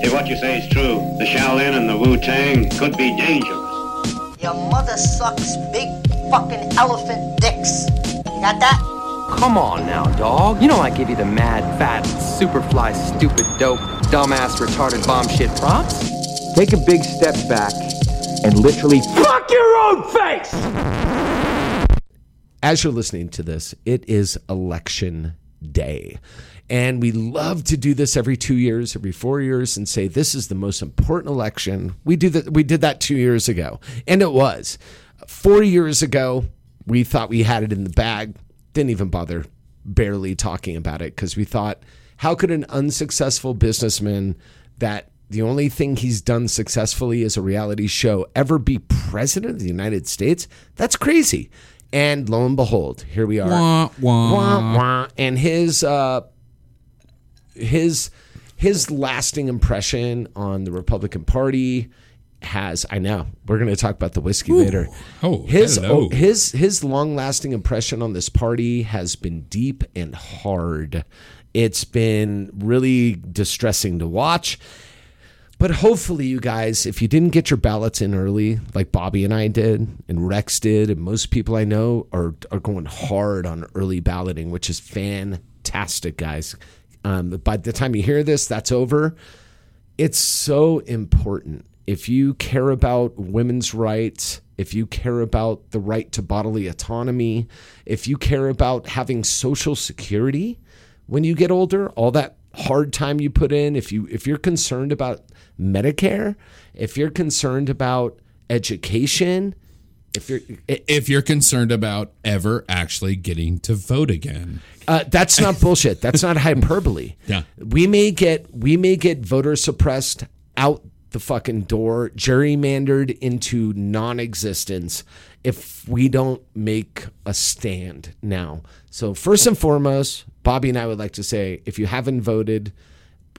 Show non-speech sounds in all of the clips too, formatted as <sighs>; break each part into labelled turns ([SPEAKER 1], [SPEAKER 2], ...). [SPEAKER 1] If what you say is true, the Shaolin and the Wu Tang could be dangerous.
[SPEAKER 2] Your mother sucks big fucking elephant dicks. You got that?
[SPEAKER 3] Come on now, dog. You know I give you the mad, fat, superfly, stupid, dope, dumbass, retarded, bomb shit props. Take a big step back and literally fuck your own face.
[SPEAKER 4] as you're listening to this, it is election day. And we love to do this every two years, every four years, and say this is the most important election. We do that. We did that two years ago, and it was four years ago. We thought we had it in the bag. Didn't even bother, barely talking about it because we thought, how could an unsuccessful businessman that the only thing he's done successfully is a reality show ever be president of the United States? That's crazy. And lo and behold, here we are. Wah, wah. And his uh, his his lasting impression on the Republican Party has I know we're going to talk about the whiskey later.
[SPEAKER 5] Oh,
[SPEAKER 4] his
[SPEAKER 5] hello.
[SPEAKER 4] his his long lasting impression on this party has been deep and hard. It's been really distressing to watch. But hopefully, you guys, if you didn't get your ballots in early, like Bobby and I did, and Rex did, and most people I know are are going hard on early balloting, which is fantastic, guys. Um, by the time you hear this, that's over. It's so important. If you care about women's rights, if you care about the right to bodily autonomy, if you care about having social security when you get older, all that hard time you put in, if you if you're concerned about Medicare, if you're concerned about education, if you're
[SPEAKER 5] If you're concerned about ever actually getting to vote again,
[SPEAKER 4] Uh, that's not bullshit. That's not hyperbole.
[SPEAKER 5] Yeah.
[SPEAKER 4] We may get we may get voter suppressed out the fucking door, gerrymandered into non-existence if we don't make a stand now. So first and foremost, Bobby and I would like to say if you haven't voted,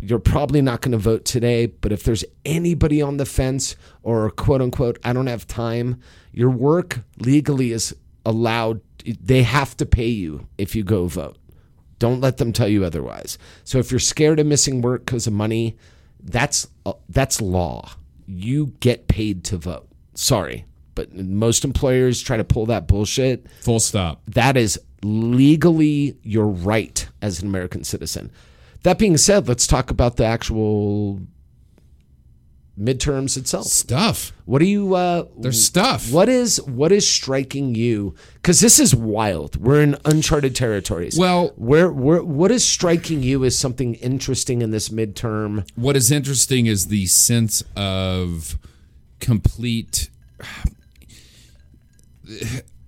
[SPEAKER 4] you're probably not going to vote today, but if there's anybody on the fence or quote unquote, I don't have time, your work legally is allowed. They have to pay you if you go vote. Don't let them tell you otherwise. So if you're scared of missing work because of money, that's uh, that's law. You get paid to vote. Sorry, but most employers try to pull that bullshit
[SPEAKER 5] full stop.
[SPEAKER 4] that is legally your right as an American citizen. That being said, let's talk about the actual midterms itself.
[SPEAKER 5] Stuff.
[SPEAKER 4] What do you? Uh,
[SPEAKER 5] There's stuff.
[SPEAKER 4] What is what is striking you? Because this is wild. We're in uncharted territories.
[SPEAKER 5] Well-
[SPEAKER 4] where where what is striking you is something interesting in this midterm.
[SPEAKER 5] What is interesting is the sense of complete. <sighs>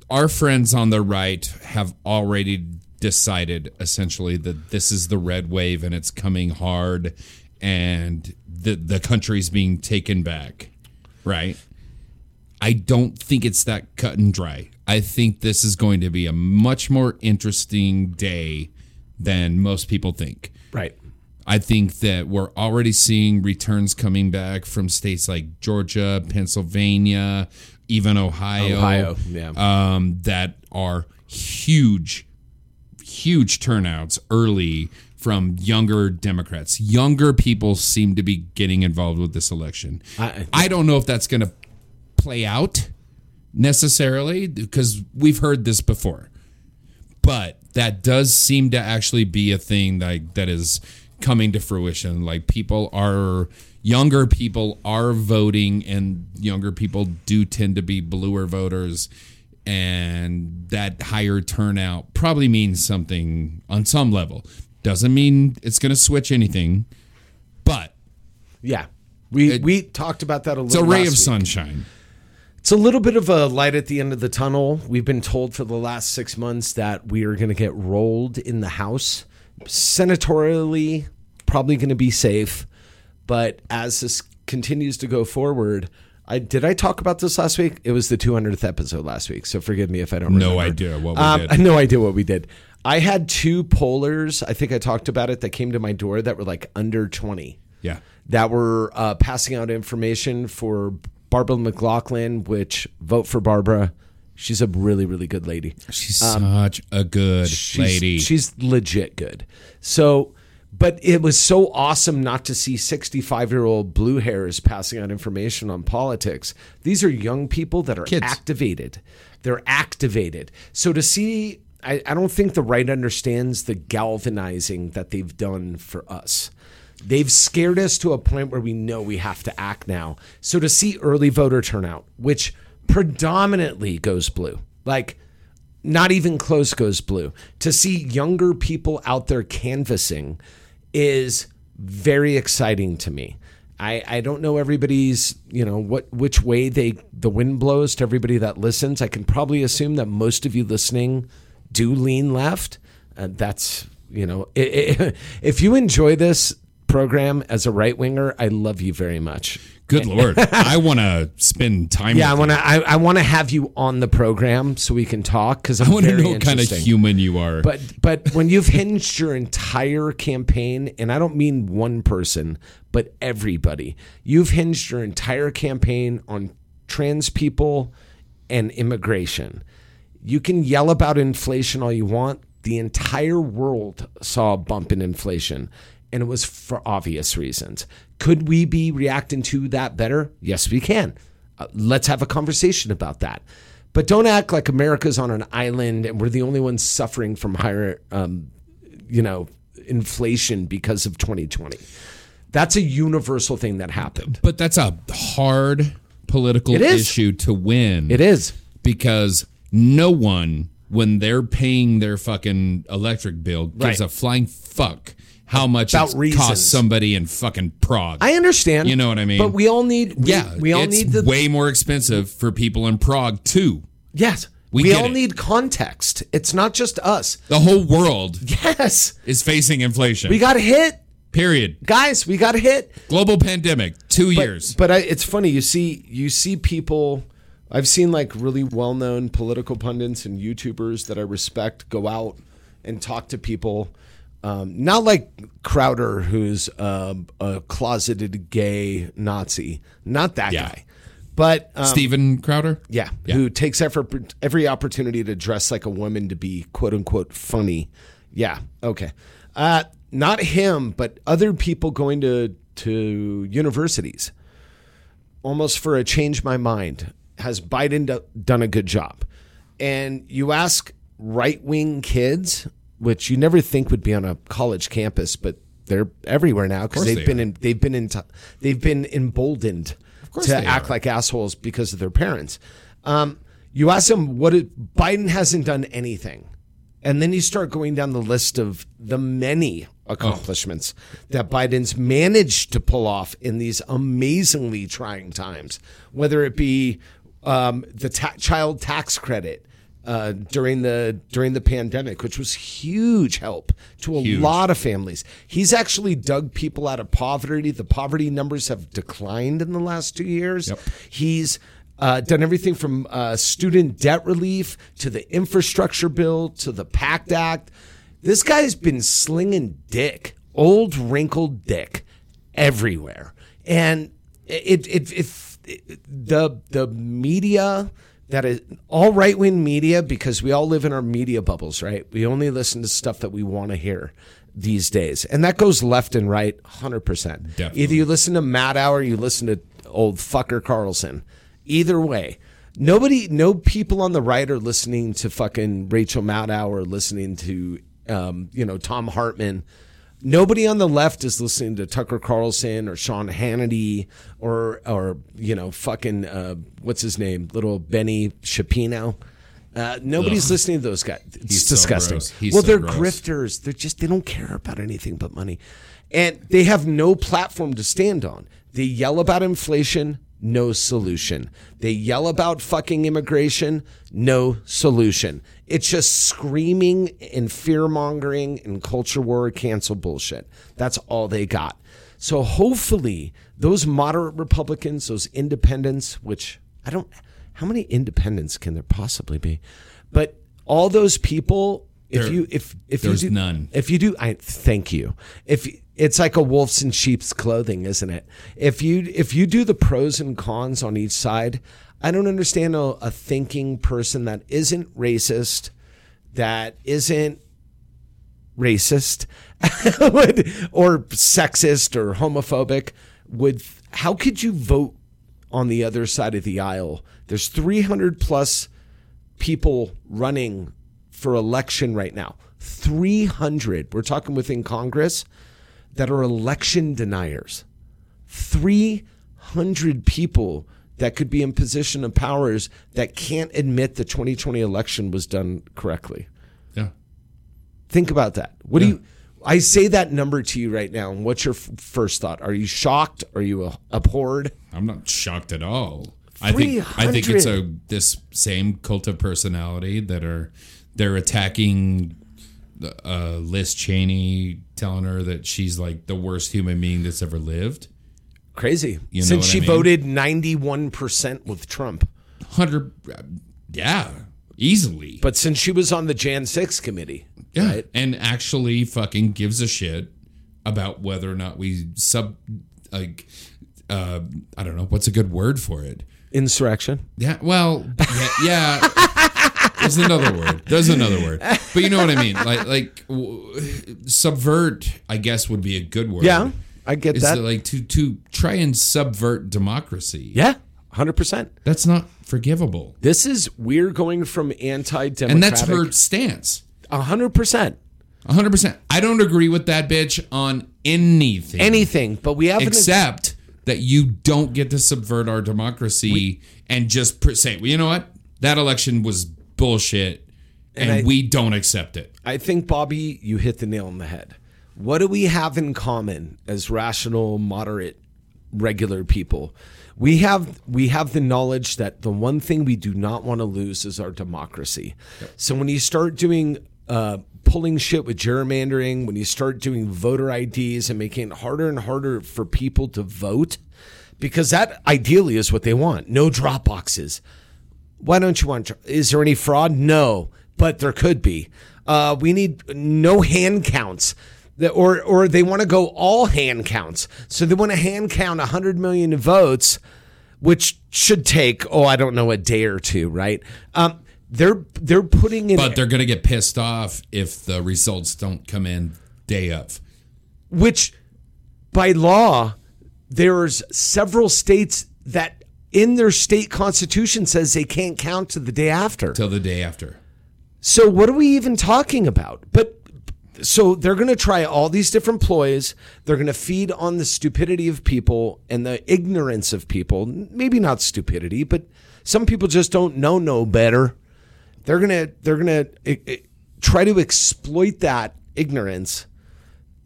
[SPEAKER 5] Our friends on the right have already decided essentially that this is the red wave and it's coming hard and the, the country's being taken back, right? I don't think it's that cut and dry. I think this is going to be a much more interesting day than most people think.
[SPEAKER 4] Right.
[SPEAKER 5] I think that we're already seeing returns coming back from states like Georgia, Pennsylvania, even Ohio.
[SPEAKER 4] Ohio, yeah.
[SPEAKER 5] Um, that are huge, huge turnouts early from younger Democrats. Younger people seem to be getting involved with this election.
[SPEAKER 4] I-
[SPEAKER 5] I don't know if that's going to play out necessarily because we've heard this before but that does seem to actually be a thing like that is coming to fruition like people are younger people are voting and younger people do tend to be bluer voters and that higher turnout probably means something on some level doesn't mean it's going to switch anything but
[SPEAKER 4] Yeah. We
[SPEAKER 5] It-
[SPEAKER 4] we talked about that a little.
[SPEAKER 5] it's a ray
[SPEAKER 4] last
[SPEAKER 5] of
[SPEAKER 4] week.
[SPEAKER 5] sunshine
[SPEAKER 4] It's a little bit of a light at the end of the tunnel. We've been told for the last six months that we are going to get rolled in the House. Senatorially, probably going to be safe. But as this continues to go forward, I did I talk about this last week? It was the 200th episode last week, so forgive me if I don't.
[SPEAKER 5] No
[SPEAKER 4] remember.
[SPEAKER 5] idea what we
[SPEAKER 4] Um,
[SPEAKER 5] did.
[SPEAKER 4] no idea what we did. I had two pollers. I think I talked about it that came to my door that were like under 20
[SPEAKER 5] Yeah.
[SPEAKER 4] that were uh, passing out information for Barbara McLaughlin, which vote for Barbara. She's a really, really good lady.
[SPEAKER 5] She's such a good lady.
[SPEAKER 4] Um, She's legit good. So, but it was so awesome not to see 65 year old blue hairs passing out information on politics. These are young people that are
[SPEAKER 5] Kids.
[SPEAKER 4] activated. They're activated. So to see, I, I don't think the right understands the galvanizing that they've done for us. They've scared us to a point where we know we have to act now. So to see early voter turnout, which predominantly goes blue, like not even close goes blue. To see younger people out there canvassing is very exciting to me. I, I don't know everybody's, you know, what which way they the wind blows to everybody that listens. I can probably assume that most of you listening do lean left. Uh, that's, you know, i i <laughs> if you enjoy this program as a right winger, I love you very much.
[SPEAKER 5] Good lord. I want to spend time
[SPEAKER 4] Yeah, I
[SPEAKER 5] with
[SPEAKER 4] want to. I, I want to have you on the program so we can talk because
[SPEAKER 5] you.
[SPEAKER 4] I
[SPEAKER 5] I want to
[SPEAKER 4] very
[SPEAKER 5] know what kind of
[SPEAKER 4] interesting.
[SPEAKER 5] human you are.
[SPEAKER 4] But but when you've hinged your entire campaign, and I don't mean one person, but everybody, you've hinged your entire campaign on trans people and immigration. You can yell about inflation all you want. The entire world saw a bump in inflation, and it was for obvious reasons. Could we be reacting to that better? Yes, we can. Uh, let's have a conversation about that. But don't act like America's on an island and we're the only ones suffering from higher, um, you know, inflation because of 2020. That's a universal thing that happened.
[SPEAKER 5] but that's a hard political
[SPEAKER 4] It is.
[SPEAKER 5] issue to win.
[SPEAKER 4] It is.
[SPEAKER 5] because no one, when they're paying their fucking electric bill,
[SPEAKER 4] Right.
[SPEAKER 5] gives a flying fuck how much
[SPEAKER 4] About
[SPEAKER 5] it
[SPEAKER 4] reasons.
[SPEAKER 5] costs somebody in fucking Prague.
[SPEAKER 4] I understand.
[SPEAKER 5] You know what I mean?
[SPEAKER 4] But we all need. We,
[SPEAKER 5] yeah,
[SPEAKER 4] we all
[SPEAKER 5] it's
[SPEAKER 4] need the
[SPEAKER 5] way more expensive for people in Prague too.
[SPEAKER 4] Yes.
[SPEAKER 5] We
[SPEAKER 4] We,
[SPEAKER 5] get
[SPEAKER 4] all
[SPEAKER 5] it.
[SPEAKER 4] need context. It's not just us.
[SPEAKER 5] The whole world
[SPEAKER 4] Yes.
[SPEAKER 5] is facing inflation.
[SPEAKER 4] We got hit.
[SPEAKER 5] period.
[SPEAKER 4] Guys, we got hit.
[SPEAKER 5] Global pandemic, two years.
[SPEAKER 4] But I, it's funny. You see, you see people. I've seen like really well-known political pundits and YouTubers that I respect go out and talk to people. Um, not like Crowder, who's um, a closeted gay Nazi. Not that
[SPEAKER 5] Yeah.
[SPEAKER 4] guy. But um,
[SPEAKER 5] Steven Crowder.
[SPEAKER 4] Yeah, who takes effort, every opportunity to dress like a woman to be quote unquote funny. Yeah, okay. Uh, not him, but other people going to to universities almost for a change my mind. Has Biden do- done a good job? And you ask right wing kids, which you never think would be on a college campus, but they're everywhere now because
[SPEAKER 5] course
[SPEAKER 4] they've
[SPEAKER 5] they
[SPEAKER 4] been
[SPEAKER 5] are.
[SPEAKER 4] in, they've been in, they've been emboldened
[SPEAKER 5] course
[SPEAKER 4] to
[SPEAKER 5] they
[SPEAKER 4] act
[SPEAKER 5] are.
[SPEAKER 4] like assholes because of their parents. Um, you ask them what if Biden hasn't done anything, and then you start going down the list of the many accomplishments that Biden's managed to pull off in these amazingly trying times, whether it be um, the ta- child tax credit. Uh, during the during the pandemic, which was huge help to a lot of families, he's actually dug people out of poverty. The poverty numbers have declined in the last two years. He's uh, done everything from uh, student debt relief to the infrastructure bill to the PACT Act. This guy's been slinging dick, old wrinkled dick, everywhere, and it it, it, it the the media that is all right wing media because we all live in our media bubbles, right? We only listen to stuff that we want to hear these days, and that goes left and right, hundred percent.
[SPEAKER 5] Definitely.
[SPEAKER 4] Either you listen to Matt Hour, you listen to old fucker Carlson. Either way, nobody, no people on the right are listening to fucking Rachel Maddow or listening to, um, you know, Tom Hartman. Nobody on the left is listening to Tucker Carlson or Sean Hannity or, or you know, fucking uh, what's his name, little Benny Shapino. Uh, nobody's listening to those guys. It's
[SPEAKER 5] so
[SPEAKER 4] disgusting.
[SPEAKER 5] gross. He's
[SPEAKER 4] well,
[SPEAKER 5] so
[SPEAKER 4] they're
[SPEAKER 5] gross.
[SPEAKER 4] grift grifters. They're just they don't care about anything but money, and they have no platform to stand on. They yell about inflation, no solution. They yell about fucking immigration, no solution. It's just screaming and fear mongering and culture war cancel bullshit. That's all they got. So hopefully, those moderate Republicans, those independents, which I don't, how many independents can there possibly be? But all those people, if
[SPEAKER 5] There-
[SPEAKER 4] you if if
[SPEAKER 5] there's
[SPEAKER 4] you do,
[SPEAKER 5] none.
[SPEAKER 4] If you do, I thank you. If it's like a wolf's in sheep's clothing, isn't it? If you if you do the pros and cons on each side, I don't understand a, a thinking person that isn't racist, that isn't racist <laughs> would, or sexist or homophobic would how could you vote on the other side of the aisle there's 300 plus people running for election right now 300 we're talking within congress that are election deniers 300 people that could be in position of powers that can't admit the 2020 election was done correctly
[SPEAKER 5] Yeah.
[SPEAKER 4] Think about that. What do you? I say that number to you right now, and what's your f- first thought? Are you shocked? Are you uh, abhorred?
[SPEAKER 5] I'm not shocked at all. I think I think it's a this same cult of personality that are they're attacking uh, Liz Cheney, telling her that she's like the worst human being that's ever lived.
[SPEAKER 4] Crazy.
[SPEAKER 5] You know
[SPEAKER 4] Since
[SPEAKER 5] what
[SPEAKER 4] she
[SPEAKER 5] I mean?
[SPEAKER 4] voted ninety-one percent with Trump,
[SPEAKER 5] Hundred, yeah, easily.
[SPEAKER 4] but since she was on the Jan Six committee,
[SPEAKER 5] Yeah,
[SPEAKER 4] right?
[SPEAKER 5] and actually fucking gives a shit about whether or not we sub like uh I don't know what's a good word for it.
[SPEAKER 4] Insurrection.
[SPEAKER 5] Yeah, well, yeah, yeah. There's another word. There's another word, but you know what I mean. Like, like w- subvert, I guess would be a good word.
[SPEAKER 4] Yeah, I get
[SPEAKER 5] is
[SPEAKER 4] that.
[SPEAKER 5] like to to try and subvert democracy?
[SPEAKER 4] yeah, hundred percent.
[SPEAKER 5] that's not forgivable,
[SPEAKER 4] This is we're going from anti-democratic,
[SPEAKER 5] and that's her stance.
[SPEAKER 4] hundred percent.
[SPEAKER 5] 100. percent I don't agree with that bitch on anything.
[SPEAKER 4] Anything, but we haven't
[SPEAKER 5] except that you don't get to subvert our democracy and just per- say, well, you know what, that election was bullshit, and,
[SPEAKER 4] I-
[SPEAKER 5] we don't accept it.
[SPEAKER 4] I think, Bobby, you hit the nail on the head. What do we have in common as rational, moderate, regular people? We have we have the knowledge that the one thing we do not want to lose is our democracy. So when you start doing uh, pulling shit with gerrymandering, when you start doing voter IDs and making it harder and harder for people to vote, because that ideally is what they want. No drop boxes why don't you want to? Is there any fraud? No, but there could be. Uh, we need no hand counts. The- Or, or they want to go all hand counts. So they want to hand count 100 million votes, which should take, oh, I don't know, a day or two, right? Um, they're, they're putting in,
[SPEAKER 5] But they're gonna get pissed off if the results don't come in day of.
[SPEAKER 4] which by law, there's several states that in their state constitution says they can't count to the day after.
[SPEAKER 5] till the day after.
[SPEAKER 4] So what are we even talking about? But so they're going to try all these different ploys. They're going to feed on the stupidity of people and the ignorance of people. Maybe not stupidity, but some people just don't know no better. They're going to they're going to try to exploit that ignorance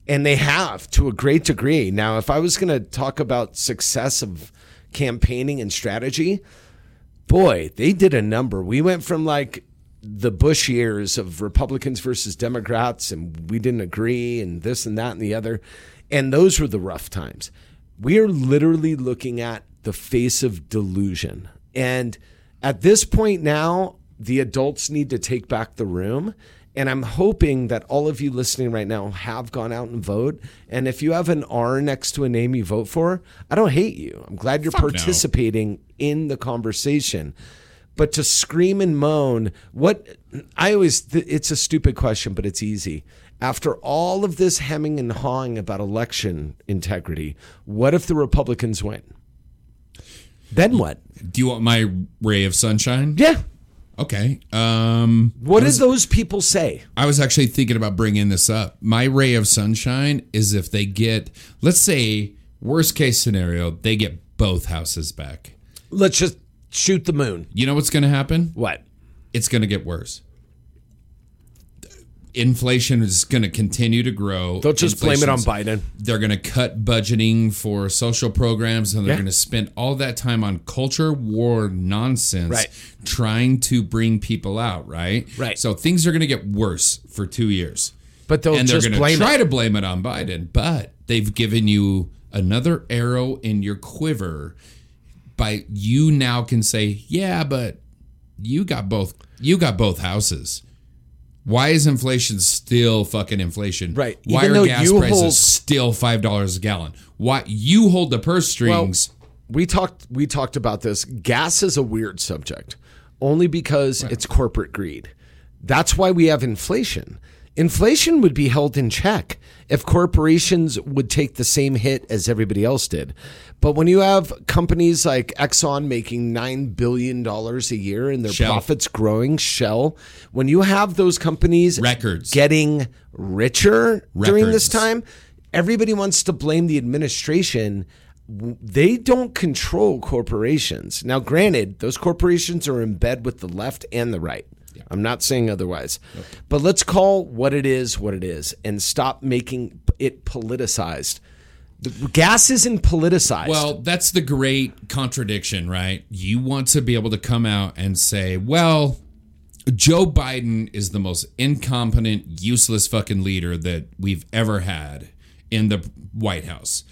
[SPEAKER 4] and they have to a great degree. Now, if I was going to talk about success of campaigning and strategy, boy, they did a number. We went from like the Bush years of Republicans versus Democrats, and we didn't agree, and this and that and the other. And those were the rough times. We are literally looking at the face of delusion. And at this point now, the adults need to take back the room. And I'm hoping that all of you listening right now have gone out and vote. And if you have an R next to a name you vote for, I don't hate you. I'm glad you're participating participating in the conversation. But to scream and moan, what I always, th- it's a stupid question, but it's easy. After all of this hemming and hawing about election integrity, what if the Republicans win? Then what?
[SPEAKER 5] Do you want my ray of sunshine?
[SPEAKER 4] Yeah.
[SPEAKER 5] Okay. Um,
[SPEAKER 4] What did those people say?
[SPEAKER 5] I was actually thinking about bringing this up. My ray of sunshine is if they get, let's say, worst case scenario, they get both houses back.
[SPEAKER 4] Let's just shoot the moon.
[SPEAKER 5] You know what's gonna happen?
[SPEAKER 4] What?
[SPEAKER 5] it's going to get worse. Inflation is going to continue to grow.
[SPEAKER 4] Don't just blame it on
[SPEAKER 5] Inflation's-
[SPEAKER 4] Biden.
[SPEAKER 5] They're going to cut budgeting for social programs and they're
[SPEAKER 4] Yeah.
[SPEAKER 5] going to spend all that time on culture war nonsense
[SPEAKER 4] Right.
[SPEAKER 5] trying to bring people out, right?
[SPEAKER 4] Right.
[SPEAKER 5] So things are going to get worse for 2 years.
[SPEAKER 4] But they'll
[SPEAKER 5] and they're
[SPEAKER 4] just
[SPEAKER 5] going to
[SPEAKER 4] blame
[SPEAKER 5] try
[SPEAKER 4] it.
[SPEAKER 5] to blame it on Biden, but they've given you another arrow in your quiver by you now can say, yeah, but you got both you got both houses. Why is inflation still fucking inflation?
[SPEAKER 4] Right.
[SPEAKER 5] Why
[SPEAKER 4] Even
[SPEAKER 5] are
[SPEAKER 4] though
[SPEAKER 5] gas
[SPEAKER 4] you
[SPEAKER 5] prices
[SPEAKER 4] hold-
[SPEAKER 5] still five dollars a gallon? Why you hold the purse strings?
[SPEAKER 4] we talked we talked about this. Gas is a weird subject, only because it's corporate greed. That's why we have inflation. Inflation would be held in check if corporations would take the same hit as everybody else did. But when you have companies like Exxon making $9 billion a year and their
[SPEAKER 5] Shell.
[SPEAKER 4] profits growing, Shell, when you have those companies
[SPEAKER 5] Records.
[SPEAKER 4] getting richer during this
[SPEAKER 5] Records.
[SPEAKER 4] time, everybody wants to blame the administration. W- They don't control corporations. Now, granted, those corporations are in bed with the left and the right. I'm not saying otherwise. But let's call what it is what it is and stop making it politicized. The gas isn't politicized.
[SPEAKER 5] Well, that's the great contradiction, right? You want to be able to come out and say, well, Joe Biden is the most incompetent, useless fucking leader that we've ever had in the White House.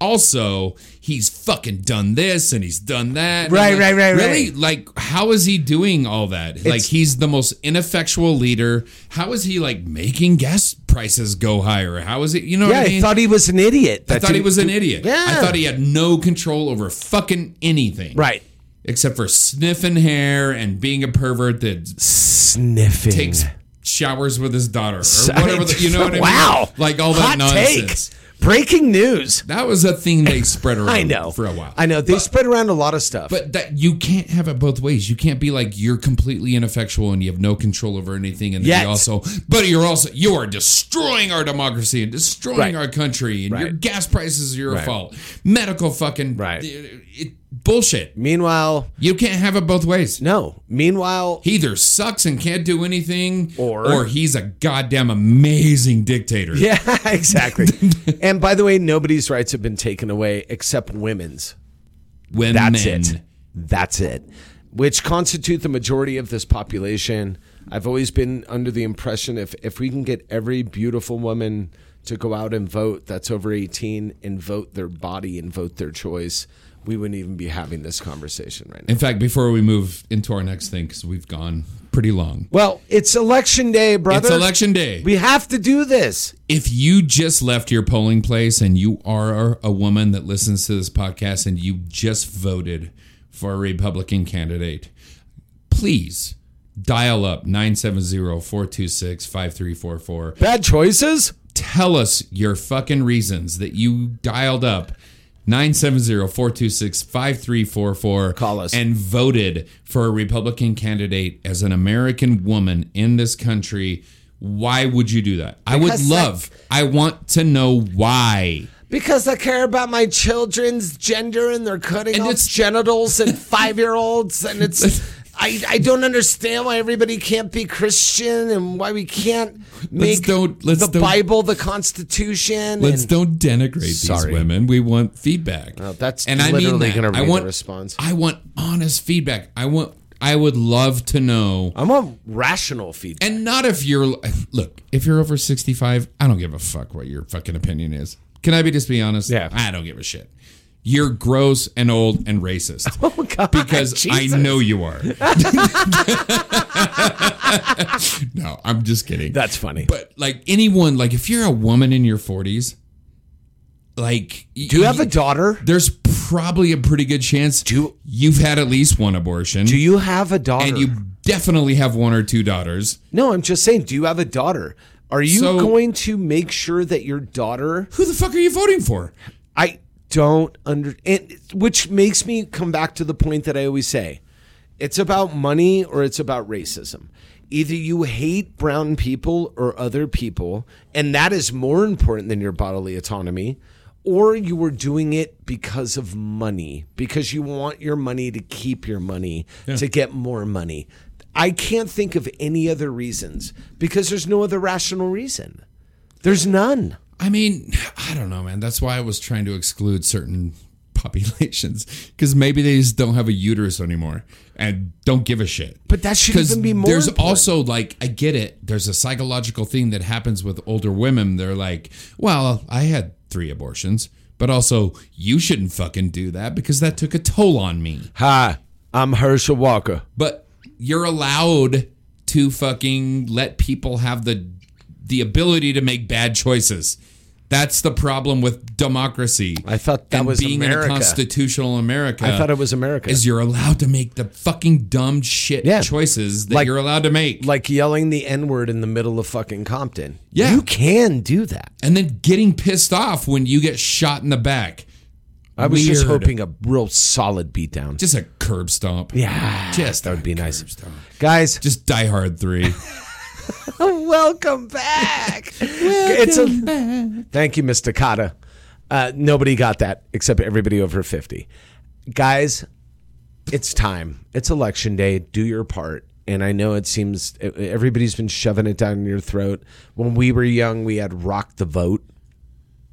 [SPEAKER 5] Also, he's fucking done this and he's done that. And
[SPEAKER 4] Right,
[SPEAKER 5] I'm
[SPEAKER 4] right, right,
[SPEAKER 5] Really?
[SPEAKER 4] right.
[SPEAKER 5] Like, how is he doing all that? like, he's the most ineffectual leader. How is he like making gas prices go higher? How is it? You know
[SPEAKER 4] yeah,
[SPEAKER 5] what I
[SPEAKER 4] I
[SPEAKER 5] mean?
[SPEAKER 4] thought he was an idiot.
[SPEAKER 5] I
[SPEAKER 4] that
[SPEAKER 5] thought he
[SPEAKER 4] didn't
[SPEAKER 5] was an
[SPEAKER 4] do-
[SPEAKER 5] idiot.
[SPEAKER 4] Yeah.
[SPEAKER 5] I thought he had no control over fucking anything.
[SPEAKER 4] Right.
[SPEAKER 5] Except for sniffing hair and being a pervert that
[SPEAKER 4] Sniffing.
[SPEAKER 5] takes showers with his daughter
[SPEAKER 4] <laughs>
[SPEAKER 5] or whatever. the, you know what I mean?
[SPEAKER 4] Wow.
[SPEAKER 5] Like all that
[SPEAKER 4] Hot
[SPEAKER 5] nonsense.
[SPEAKER 4] Take. Breaking news.
[SPEAKER 5] That was a thing they spread around
[SPEAKER 4] <laughs> I know.
[SPEAKER 5] Um, for a while.
[SPEAKER 4] I know. They spread around a lot of stuff.
[SPEAKER 5] But that you can't have it both ways. You can't be like you're completely ineffectual and you have no control over anything, and then
[SPEAKER 4] Yet.
[SPEAKER 5] you also, but you're also you are destroying our democracy and destroying
[SPEAKER 4] Right.
[SPEAKER 5] our country, and your
[SPEAKER 4] Right.
[SPEAKER 5] gas prices are your
[SPEAKER 4] Right.
[SPEAKER 5] fault. Medical fucking
[SPEAKER 4] Right.
[SPEAKER 5] it, it- bullshit.
[SPEAKER 4] Meanwhile,
[SPEAKER 5] You can't have it both ways.
[SPEAKER 4] no. Meanwhile, <laughs>
[SPEAKER 5] He either sucks and can't do anything,
[SPEAKER 4] Or-
[SPEAKER 5] or he's a goddamn amazing dictator.
[SPEAKER 4] yeah,
[SPEAKER 5] <laughs>
[SPEAKER 4] exactly. and by the way, nobody's rights have been taken away except women's.
[SPEAKER 5] when
[SPEAKER 4] That's
[SPEAKER 5] men,
[SPEAKER 4] it. That's it. Which constitute the majority of this population. I've always been under the impression if if we can get every beautiful woman to go out and vote that's over 18 and vote their body and vote their choice, we wouldn't even be having this conversation right now.
[SPEAKER 5] In fact, before we move into our next thing, because we've gone pretty long.
[SPEAKER 4] Well, it's election day, brother.
[SPEAKER 5] It's election day.
[SPEAKER 4] We have to do this.
[SPEAKER 5] if you just left your polling place and you are a woman that listens to this podcast and you just voted for a Republican candidate, please dial up 970-426-5344.
[SPEAKER 4] Bad choices?
[SPEAKER 5] Tell us your fucking reasons that you dialed up 970-426-5344
[SPEAKER 4] Call us.
[SPEAKER 5] and voted for a Republican candidate as an American woman in this country. Why would you do that? I would
[SPEAKER 4] Because,
[SPEAKER 5] love. I want to know why.
[SPEAKER 4] Because I care about my children's gender and they're cutting
[SPEAKER 5] And
[SPEAKER 4] off
[SPEAKER 5] it's-
[SPEAKER 4] genitals
[SPEAKER 5] <laughs>
[SPEAKER 4] and five year olds and it's I, I don't understand why everybody can't be Christian and why we can't make
[SPEAKER 5] don't- let's
[SPEAKER 4] the
[SPEAKER 5] don't-
[SPEAKER 4] Bible the Constitution.
[SPEAKER 5] Let's
[SPEAKER 4] and-
[SPEAKER 5] don't denigrate
[SPEAKER 4] Sorry.
[SPEAKER 5] these women. We want feedback.
[SPEAKER 4] Oh, that's
[SPEAKER 5] and I mean
[SPEAKER 4] literally
[SPEAKER 5] that.
[SPEAKER 4] gonna
[SPEAKER 5] I
[SPEAKER 4] read the
[SPEAKER 5] want
[SPEAKER 4] response.
[SPEAKER 5] I want honest feedback. I want. I would love to know.
[SPEAKER 4] I'm on rational feedback.
[SPEAKER 5] And not if you're look, if you're over 65, I don't give a fuck what your fucking opinion is. Can I be just be honest?
[SPEAKER 4] Yeah.
[SPEAKER 5] I don't give a shit. You're gross and old
[SPEAKER 4] <laughs>
[SPEAKER 5] and racist. Oh god. Because
[SPEAKER 4] Jesus.
[SPEAKER 5] I know
[SPEAKER 4] <laughs>
[SPEAKER 5] you are. <laughs> no, I'm just kidding.
[SPEAKER 4] That's funny.
[SPEAKER 5] but like anyone, like if you're a woman in your 40s, like
[SPEAKER 4] do you have a daughter?
[SPEAKER 5] there's probably a pretty good chance
[SPEAKER 4] you-
[SPEAKER 5] you've had at least one abortion
[SPEAKER 4] Do you have a daughter?
[SPEAKER 5] and you definitely have one or two daughters.
[SPEAKER 4] no, I'm just saying, do you have a daughter? Are you
[SPEAKER 5] So-
[SPEAKER 4] going to make sure that your daughter
[SPEAKER 5] Who the fuck are you voting for?
[SPEAKER 4] I don't under and which makes me come back to the point that I always say. It's about money or it's about racism. Either you hate brown people or other people, and that is more important than your bodily autonomy, or you were doing it because of money, because you want your money to keep your money, to get more money. I can't think of any other reasons because there's no other rational reason. There's none.
[SPEAKER 5] I mean, I don't know, man. That's why I was trying to exclude certain <laughs> populations because maybe they just don't have a uterus anymore and don't give a shit.
[SPEAKER 4] But that should
[SPEAKER 5] 'Cause
[SPEAKER 4] even be more
[SPEAKER 5] There's
[SPEAKER 4] important.
[SPEAKER 5] also like I get it. There's a psychological thing that happens with older women. They're like, well, I had three abortions. But also, you shouldn't fucking do that because that took a toll on me.
[SPEAKER 4] Hi, I'm Herschel Walker.
[SPEAKER 5] But you're allowed to fucking let people have the the ability to make bad choices. That's the problem with democracy.
[SPEAKER 4] I thought that
[SPEAKER 5] and
[SPEAKER 4] was
[SPEAKER 5] being
[SPEAKER 4] America.
[SPEAKER 5] in a constitutional America.
[SPEAKER 4] I thought it was America.
[SPEAKER 5] Is you're allowed to make the fucking dumb shit
[SPEAKER 4] Yeah.
[SPEAKER 5] choices that
[SPEAKER 4] Like-
[SPEAKER 5] you're allowed to make,
[SPEAKER 4] like yelling the N word in the middle of fucking Compton.
[SPEAKER 5] Yeah.
[SPEAKER 4] You can do that.
[SPEAKER 5] and then getting pissed off when you get shot in the back.
[SPEAKER 4] I was just
[SPEAKER 5] Weird.
[SPEAKER 4] hoping a real solid beatdown.
[SPEAKER 5] Just a curb stomp.
[SPEAKER 4] yeah.
[SPEAKER 5] Just
[SPEAKER 4] that would be nice.
[SPEAKER 5] stomp.
[SPEAKER 4] Guys,
[SPEAKER 5] Just Die Hard Three.
[SPEAKER 4] welcome
[SPEAKER 5] <laughs>
[SPEAKER 4] back. it's a, Thank you, Miss Takata. Uh, nobody got that except everybody over 50. Guys, it's time. It's election day. Do your part. And I know it seems e-, everybody's been shoving it down your throat. When we were young, we had Rock the Vote,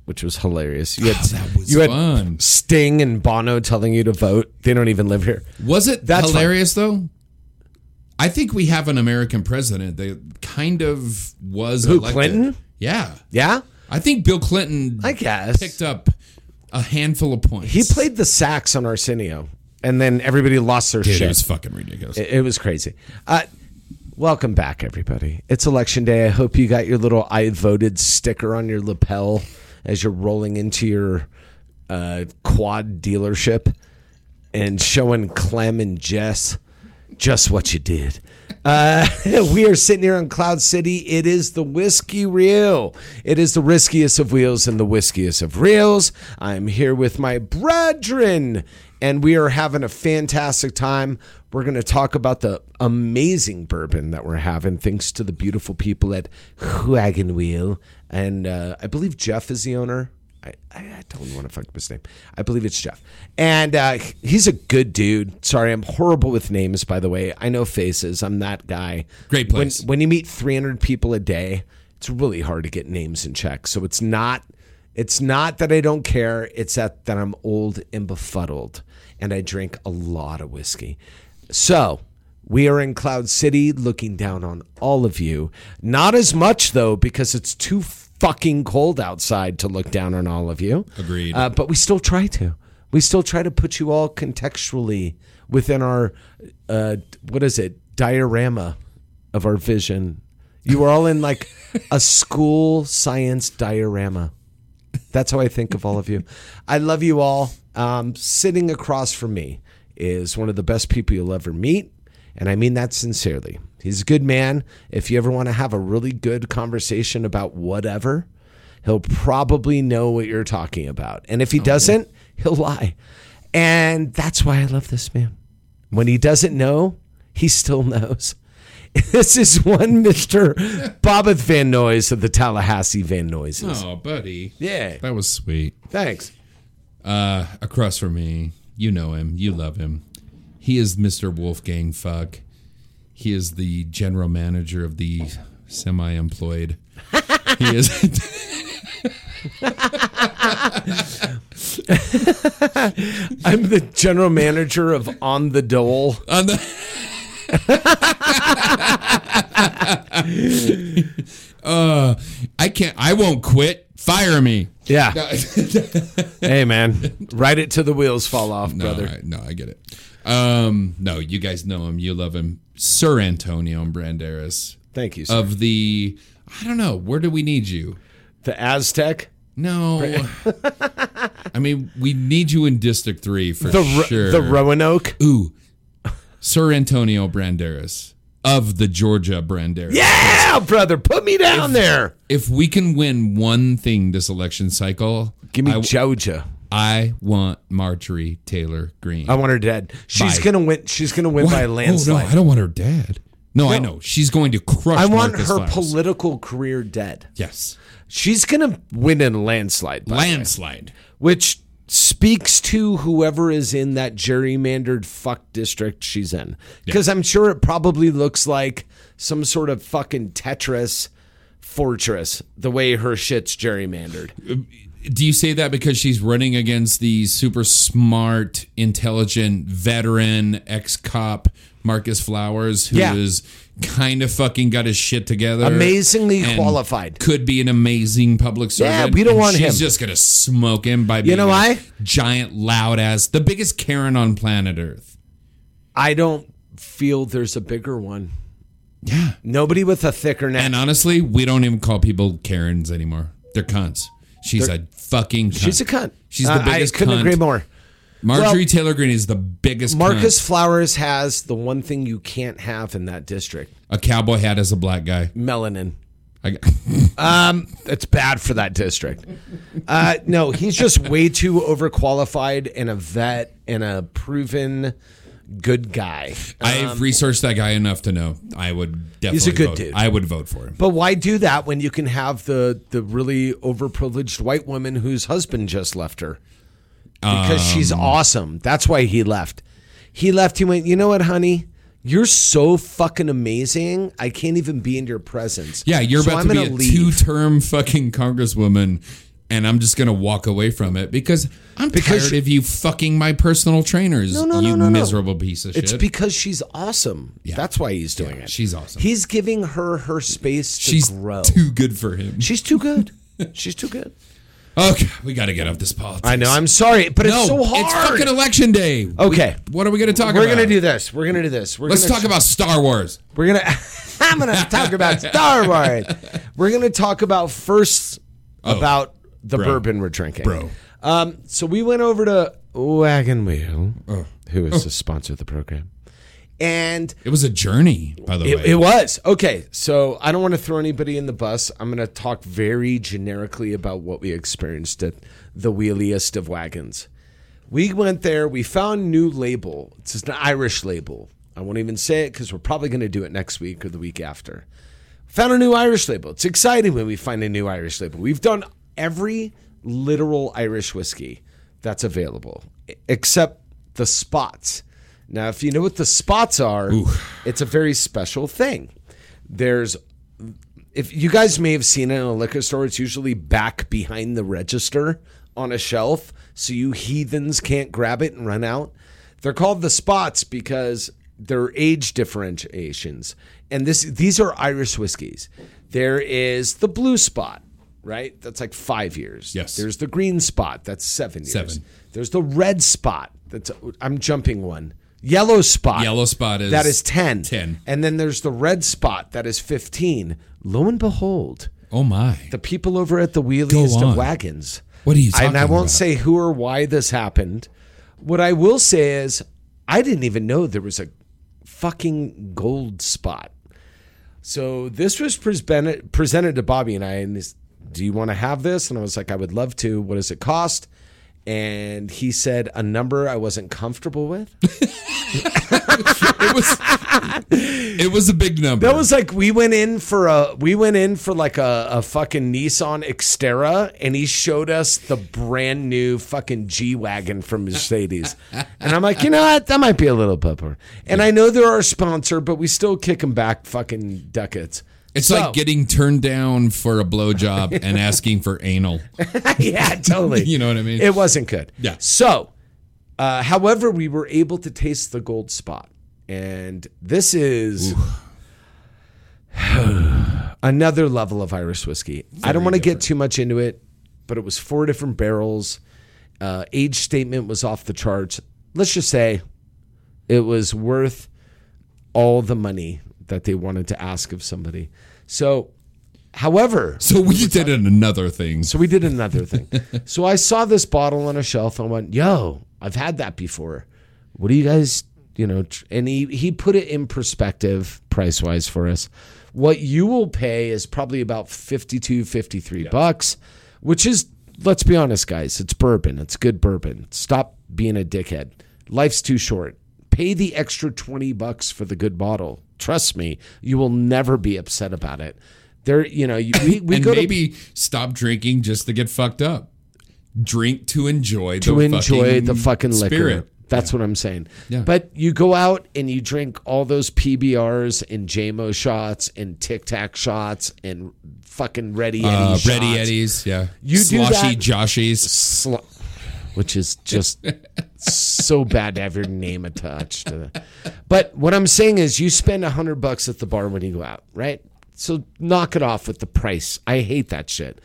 [SPEAKER 4] which was hilarious. You had,
[SPEAKER 5] Oh, that was
[SPEAKER 4] you had
[SPEAKER 5] fun.
[SPEAKER 4] Sting and Bono telling you to vote. They don't even live here.
[SPEAKER 5] Was it
[SPEAKER 4] That's
[SPEAKER 5] hilarious though? I think we have an American president that kind of was
[SPEAKER 4] Who,
[SPEAKER 5] elected.
[SPEAKER 4] Clinton?
[SPEAKER 5] Yeah,
[SPEAKER 4] Yeah?
[SPEAKER 5] I think Bill Clinton.
[SPEAKER 4] I guess.
[SPEAKER 5] picked up a handful of points.
[SPEAKER 4] He played the sax on Arsenio, and then everybody lost their
[SPEAKER 5] Dude,
[SPEAKER 4] shit.
[SPEAKER 5] It was fucking ridiculous.
[SPEAKER 4] It, it was crazy. Uh, welcome back, everybody. It's election day. I hope you got your little "I voted" sticker on your lapel as you're rolling into your uh, quad dealership and showing Clem and Jess just what you did. Uh, <laughs> we are sitting here on Cloud City. It is the whiskey reel. It is the riskiest of wheels and the whiskiest of reels. I'm here with my brethren, and we are having a fantastic time. We're going to talk about the amazing bourbon that we're having, thanks to the beautiful people at Wagon Wheel. And uh, I believe Jeff is the owner. I, I I don't want to fuck up his name. I believe it's Jeff. And uh, he's a good dude. Sorry, I'm horrible with names, by the way. I know faces. I'm that guy.
[SPEAKER 5] Great place.
[SPEAKER 4] When, when you meet 300 people a day, it's really hard to get names in check. So it's not. It's not that I don't care. It's that, that I'm old and befuddled, and I drink a lot of whiskey. So we are in Cloud City looking down on all of you. Not as much, though, because it's too fucking cold outside to look down on all of you.
[SPEAKER 5] Agreed.
[SPEAKER 4] Uh, but we still try to. We still try to put you all contextually within our, uh, what is it, diorama of our vision. You are all in like a school science diorama. That's how I think of all of you. I love you all. Um, sitting across from me is one of the best people you'll ever meet. And I mean that sincerely. He's a good man. If you ever want to have a really good conversation about whatever, he'll probably know what you're talking about. And if he doesn't, he'll lie. And that's why I love this man. When he doesn't know, he still knows. <laughs> This is one Mr. Bobbeth Van Noyes of the Tallahassee Van Noises.
[SPEAKER 5] oh, buddy,
[SPEAKER 4] Yeah.
[SPEAKER 5] that was sweet.
[SPEAKER 4] Thanks.
[SPEAKER 5] Uh, across from me, you know him, you love him. He is Mr. Wolfgang Fuck. He is the general manager of the semi-employed.
[SPEAKER 4] <laughs>
[SPEAKER 5] he is. <laughs>
[SPEAKER 4] I'm the general manager of On the Dole.
[SPEAKER 5] on the. uh, I can't. I won't quit. Fire
[SPEAKER 4] <laughs>
[SPEAKER 5] me.
[SPEAKER 4] Yeah. hey, man. Ride it till the wheels fall off,
[SPEAKER 5] No,
[SPEAKER 4] brother.
[SPEAKER 5] I, no, I get it. Um, no, you guys know him. You love him, Sir Antonio Branderas
[SPEAKER 4] Thank you. sir.
[SPEAKER 5] of the. I don't know. Where do we need you?
[SPEAKER 4] the Aztec, <laughs>
[SPEAKER 5] No. I mean, we need you in District Three for
[SPEAKER 4] the Ro-
[SPEAKER 5] sure.
[SPEAKER 4] the Roanoke.
[SPEAKER 5] Ooh, Sir Antonio Branderas of the Georgia Branderas.
[SPEAKER 4] Yeah, brother. Put me down there.
[SPEAKER 5] if we can win one thing this election cycle,
[SPEAKER 4] Give me
[SPEAKER 5] I,
[SPEAKER 4] Georgia.
[SPEAKER 5] I want Marjorie Taylor Greene.
[SPEAKER 4] I want her dead. She's
[SPEAKER 5] Bye.
[SPEAKER 4] gonna win. She's gonna win
[SPEAKER 5] What?
[SPEAKER 4] by a landslide.
[SPEAKER 5] Oh, no, I don't want her dead. No, I know she's going to crush.
[SPEAKER 4] I want
[SPEAKER 5] Marcus
[SPEAKER 4] her
[SPEAKER 5] Flowers.
[SPEAKER 4] political career dead.
[SPEAKER 5] yes,
[SPEAKER 4] She's gonna win in a landslide. by the way.
[SPEAKER 5] landslide.
[SPEAKER 4] which speaks to whoever is in that gerrymandered fuck district she's in. Because I'm sure it probably looks like some sort of fucking Tetris fortress, the way her shit's gerrymandered.
[SPEAKER 5] Do you say that because she's running against the super smart, intelligent, veteran ex cop Marcus Flowers, who is
[SPEAKER 4] Yeah.
[SPEAKER 5] kind of fucking got his shit together,
[SPEAKER 4] Amazingly
[SPEAKER 5] and
[SPEAKER 4] qualified.
[SPEAKER 5] could be an amazing public servant.
[SPEAKER 4] Yeah, we don't
[SPEAKER 5] and
[SPEAKER 4] want
[SPEAKER 5] she's
[SPEAKER 4] him.
[SPEAKER 5] just gonna smoke him by being
[SPEAKER 4] know
[SPEAKER 5] a
[SPEAKER 4] why?
[SPEAKER 5] giant, loud ass, the biggest Karen on planet Earth.
[SPEAKER 4] I don't feel there's a bigger one.
[SPEAKER 5] Yeah,
[SPEAKER 4] Nobody with a thicker neck.
[SPEAKER 5] and honestly, we don't even call people Karens anymore. They're cunts. She's a fucking. Cunt.
[SPEAKER 4] She's a cunt.
[SPEAKER 5] She's the
[SPEAKER 4] Uh,
[SPEAKER 5] biggest.
[SPEAKER 4] I couldn't
[SPEAKER 5] cunt.
[SPEAKER 4] agree more.
[SPEAKER 5] Marjorie
[SPEAKER 4] Well,
[SPEAKER 5] Taylor Greene is the biggest.
[SPEAKER 4] Marcus
[SPEAKER 5] cunt.
[SPEAKER 4] Flowers has the one thing you can't have in that district:
[SPEAKER 5] a cowboy hat as a black guy.
[SPEAKER 4] melanin.
[SPEAKER 5] I, <laughs>
[SPEAKER 4] Um, It's bad for that district. Uh, no, he's just way too overqualified and a vet and a proven good guy.
[SPEAKER 5] I've researched that guy enough to know I would definitely.
[SPEAKER 4] Um, good
[SPEAKER 5] vote.
[SPEAKER 4] dude.
[SPEAKER 5] I would vote for him.
[SPEAKER 4] But why do that when you can have the the really overprivileged white woman whose husband just left her? Because she's
[SPEAKER 5] Um.
[SPEAKER 4] awesome. That's why he left. He left. He went, "You know what, honey? You're so fucking amazing. I can't even be in your presence."
[SPEAKER 5] Yeah, you're
[SPEAKER 4] So
[SPEAKER 5] about
[SPEAKER 4] I'm
[SPEAKER 5] to be
[SPEAKER 4] gonna
[SPEAKER 5] a
[SPEAKER 4] leave.
[SPEAKER 5] two-term <laughs> fucking congresswoman, and I'm just gonna walk away from it because I'm
[SPEAKER 4] Because
[SPEAKER 5] tired of you fucking my personal trainers.
[SPEAKER 4] No, no, no,
[SPEAKER 5] you
[SPEAKER 4] no, no.
[SPEAKER 5] miserable piece of
[SPEAKER 4] It's
[SPEAKER 5] shit.
[SPEAKER 4] because she's awesome. That's why he's doing it.
[SPEAKER 5] she's awesome.
[SPEAKER 4] He's giving her her space to
[SPEAKER 5] She's
[SPEAKER 4] grow.
[SPEAKER 5] too good for him.
[SPEAKER 4] she's too
[SPEAKER 5] <laughs>
[SPEAKER 4] good. she's too good.
[SPEAKER 5] okay, we got to get off this politics.
[SPEAKER 4] I know. I'm sorry, but
[SPEAKER 5] no,
[SPEAKER 4] it's so hard.
[SPEAKER 5] it's fucking election day.
[SPEAKER 4] okay.
[SPEAKER 5] What are we gonna talk
[SPEAKER 4] We're
[SPEAKER 5] about?
[SPEAKER 4] gonna do this. We're gonna do this. We're
[SPEAKER 5] Let's
[SPEAKER 4] gonna
[SPEAKER 5] talk about Star Wars.
[SPEAKER 4] <laughs> We're
[SPEAKER 5] <laughs>
[SPEAKER 4] gonna. <laughs> I'm gonna talk about Star Wars. We're gonna talk about first about the
[SPEAKER 5] Oh. bro.
[SPEAKER 4] bourbon we're drinking,
[SPEAKER 5] Bro.
[SPEAKER 4] Um, so we went over to Wagon Wheel,
[SPEAKER 5] Oh.
[SPEAKER 4] who is the sponsor of the program, and
[SPEAKER 5] It was a journey, by the way.
[SPEAKER 4] it, it was okay. So I don't want to throw anybody in the bus. I'm gonna talk very generically about what we experienced at the wheeliest of wagons. We went there. We found a new label. It's an Irish label. I won't even say it because we're probably going to do it next week or the week after. Found a new Irish label. It's exciting when we find a new Irish label. We've done every literal Irish whiskey that's available, e- except the spots. Now, if you know what the spots are, it's a very special thing. There's if you guys may have seen it in a liquor store, it's usually back behind the register on a shelf, so you heathens can't grab it and run out. They're called the spots because they're age differentiations, and this these are Irish whiskies. There is the blue spot, right? That's like five years.
[SPEAKER 5] Yes.
[SPEAKER 4] There's the green spot. That's seven years.
[SPEAKER 5] Seven.
[SPEAKER 4] There's the red spot. That's I'm jumping one. Yellow spot.
[SPEAKER 5] Yellow spot is
[SPEAKER 4] that is ten.
[SPEAKER 5] 10.
[SPEAKER 4] And then there's the red spot that is 15. Lo and behold,
[SPEAKER 5] oh my.
[SPEAKER 4] the people over at the Wheeliest
[SPEAKER 5] on.
[SPEAKER 4] of Wagons.
[SPEAKER 5] What are you
[SPEAKER 4] And I
[SPEAKER 5] talking
[SPEAKER 4] won't
[SPEAKER 5] about?
[SPEAKER 4] say who or why this happened. What I will say is, I didn't even know there was a fucking gold spot. So this was presented presented to Bobby and I, and he's, do you want to have this? And I was like, I would love to. What does it cost? And he said a number I wasn't comfortable with.
[SPEAKER 5] it was it was a big number.
[SPEAKER 4] That was like we went in for a we went in for like a, a fucking Nissan Xterra, and he showed us the brand new fucking G wagon from Mercedes, and I'm like, you know what, that might be a little pepper. And I know they're our sponsor, but we still kick them back fucking ducats.
[SPEAKER 5] It's
[SPEAKER 4] So-
[SPEAKER 5] like getting turned down for a
[SPEAKER 4] <laughs>
[SPEAKER 5] blowjob and asking for anal.
[SPEAKER 4] yeah, totally.
[SPEAKER 5] You know what I mean?
[SPEAKER 4] It wasn't good.
[SPEAKER 5] Yeah.
[SPEAKER 4] So, uh, however, we were able to taste the gold spot, and this is <sighs> another level of Irish whiskey. I don't want to get too much into it, but it was four different barrels. Uh, age statement was off the charts. Let's just say it was worth all the money that they wanted to ask of somebody. So, however,
[SPEAKER 5] So we did it another thing.
[SPEAKER 4] so we did another thing.
[SPEAKER 5] <laughs>
[SPEAKER 4] so I saw this bottle on a shelf and went, "Yo, I've had that before. What do you guys, you know?" Tr-? And he he put it in perspective price wise for us. What you will pay is probably about 52, 53 bucks, which is let's be honest, guys, it's bourbon. It's good bourbon. Stop being a dickhead. Life's too short. Pay the extra 20 bucks for the good bottle. Trust me, you will never be upset about it. There, you know, you, we, we
[SPEAKER 5] <laughs> and
[SPEAKER 4] go to
[SPEAKER 5] maybe stop drinking just to get fucked up. Drink to enjoy
[SPEAKER 4] to
[SPEAKER 5] the
[SPEAKER 4] enjoy
[SPEAKER 5] fucking
[SPEAKER 4] the fucking liquor.
[SPEAKER 5] spirit.
[SPEAKER 4] That's what I'm saying.
[SPEAKER 5] Yeah.
[SPEAKER 4] But you go out and you drink all those PBRs and JMO shots and Tic Tac shots and fucking Ready Eddie
[SPEAKER 5] Uh,
[SPEAKER 4] shots.
[SPEAKER 5] Ready Eddies, yeah.
[SPEAKER 4] You do
[SPEAKER 5] Sloshy
[SPEAKER 4] that-
[SPEAKER 5] Joshies.
[SPEAKER 4] Sl- which is just so bad to have your name attached. to that. But what I'm saying is, you spend a hundred bucks at the bar when you go out, right? So knock it off with the price. I hate that shit.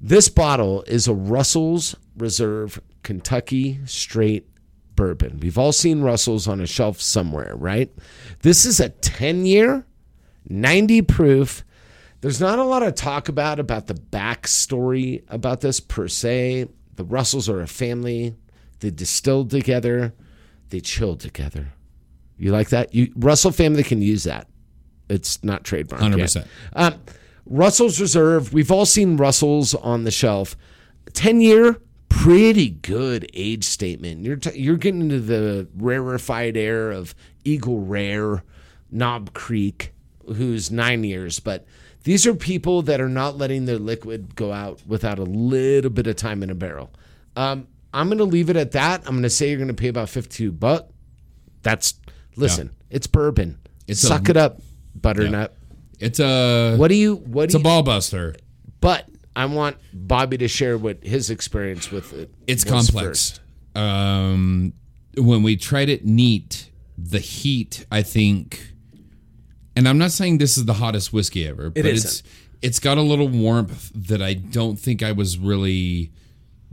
[SPEAKER 4] This bottle is a Russell's Reserve Kentucky Straight Bourbon. We've all seen Russell's on a shelf somewhere, right? This is a 10 year, 90 proof. There's not a lot of talk about about the backstory about this per se. The Russells are a family. They distilled together. They chilled together. You like that? You Russell family can use that. It's not trademarked. yet.
[SPEAKER 5] 100%.
[SPEAKER 4] Um, Russell's Reserve. We've all seen Russell's on the shelf. Ten year, pretty good age statement. You're t- you're getting into the rarefied air of Eagle Rare, Knob Creek, who's nine years. But these are people that are not letting their liquid go out without a little bit of time in a barrel. Um, I'm going to leave it at that. I'm going to say you're going to pay about fifty two bucks. That's listen. It's bourbon.
[SPEAKER 5] It's
[SPEAKER 4] Suck
[SPEAKER 5] a-
[SPEAKER 4] it up, butternut.
[SPEAKER 5] It's a
[SPEAKER 4] What do you? What
[SPEAKER 5] it's
[SPEAKER 4] do
[SPEAKER 5] a
[SPEAKER 4] you?
[SPEAKER 5] ball buster.
[SPEAKER 4] but I want Bobby to share what his experience with it.
[SPEAKER 5] It's
[SPEAKER 4] was
[SPEAKER 5] complex.
[SPEAKER 4] first.
[SPEAKER 5] Um, when we tried it neat, the heat, I think, and I'm not saying this is the hottest whiskey ever, but it's
[SPEAKER 4] isn't.
[SPEAKER 5] it's got a little warmth that I don't think I was really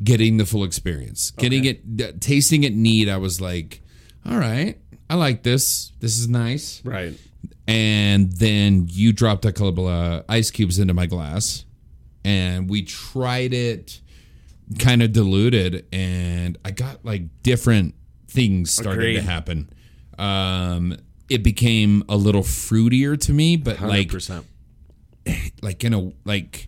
[SPEAKER 5] getting the full experience. Getting it, d- tasting it neat, I was like, all right, I like this. This is nice.
[SPEAKER 4] Right.
[SPEAKER 5] and then you dropped a couple of uh, ice cubes into my glass and we tried it kind of diluted and i got like different things started to
[SPEAKER 4] Agreed.
[SPEAKER 5] happen um it became a little fruitier to me but like
[SPEAKER 4] 100%.
[SPEAKER 5] like in a like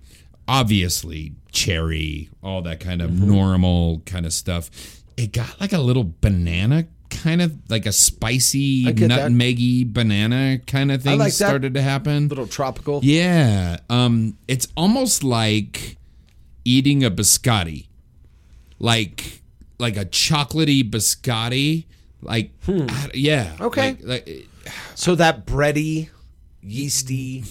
[SPEAKER 5] obviously cherry all that kind of
[SPEAKER 4] Mm-hmm.
[SPEAKER 5] normal kind of stuff it got like a little banana kind of like a spicy
[SPEAKER 4] I get that.
[SPEAKER 5] nutmeggy banana kind of thing
[SPEAKER 4] like that.
[SPEAKER 5] started to happen
[SPEAKER 4] little tropical.
[SPEAKER 5] yeah um it's almost like eating a biscotti like like a chocolatey biscotti like I- yeah
[SPEAKER 4] Hmm. Okay.
[SPEAKER 5] like, uh, like
[SPEAKER 4] So that bready, yeasty,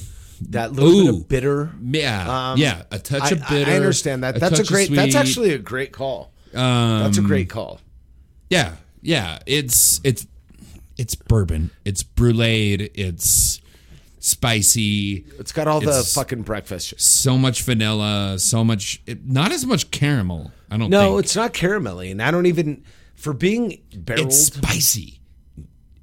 [SPEAKER 4] that little bit
[SPEAKER 5] Ooh.
[SPEAKER 4] of bitter.
[SPEAKER 5] yeah yeah a touch
[SPEAKER 4] Um, I,
[SPEAKER 5] of bitter
[SPEAKER 4] I understand that. that's a
[SPEAKER 5] touch of
[SPEAKER 4] great. That's
[SPEAKER 5] sweet. Um,
[SPEAKER 4] actually a great call. that's a great call.
[SPEAKER 5] Yeah, yeah. It's it's it's bourbon. It's bruleed. It's spicy.
[SPEAKER 4] It's got all the
[SPEAKER 5] it's-
[SPEAKER 4] fucking breakfast.
[SPEAKER 5] So much vanilla. So much. It, not as much caramel. I don't.
[SPEAKER 4] No,
[SPEAKER 5] think.
[SPEAKER 4] it's not caramelly, and I don't even for being barreled.
[SPEAKER 5] it's spicy.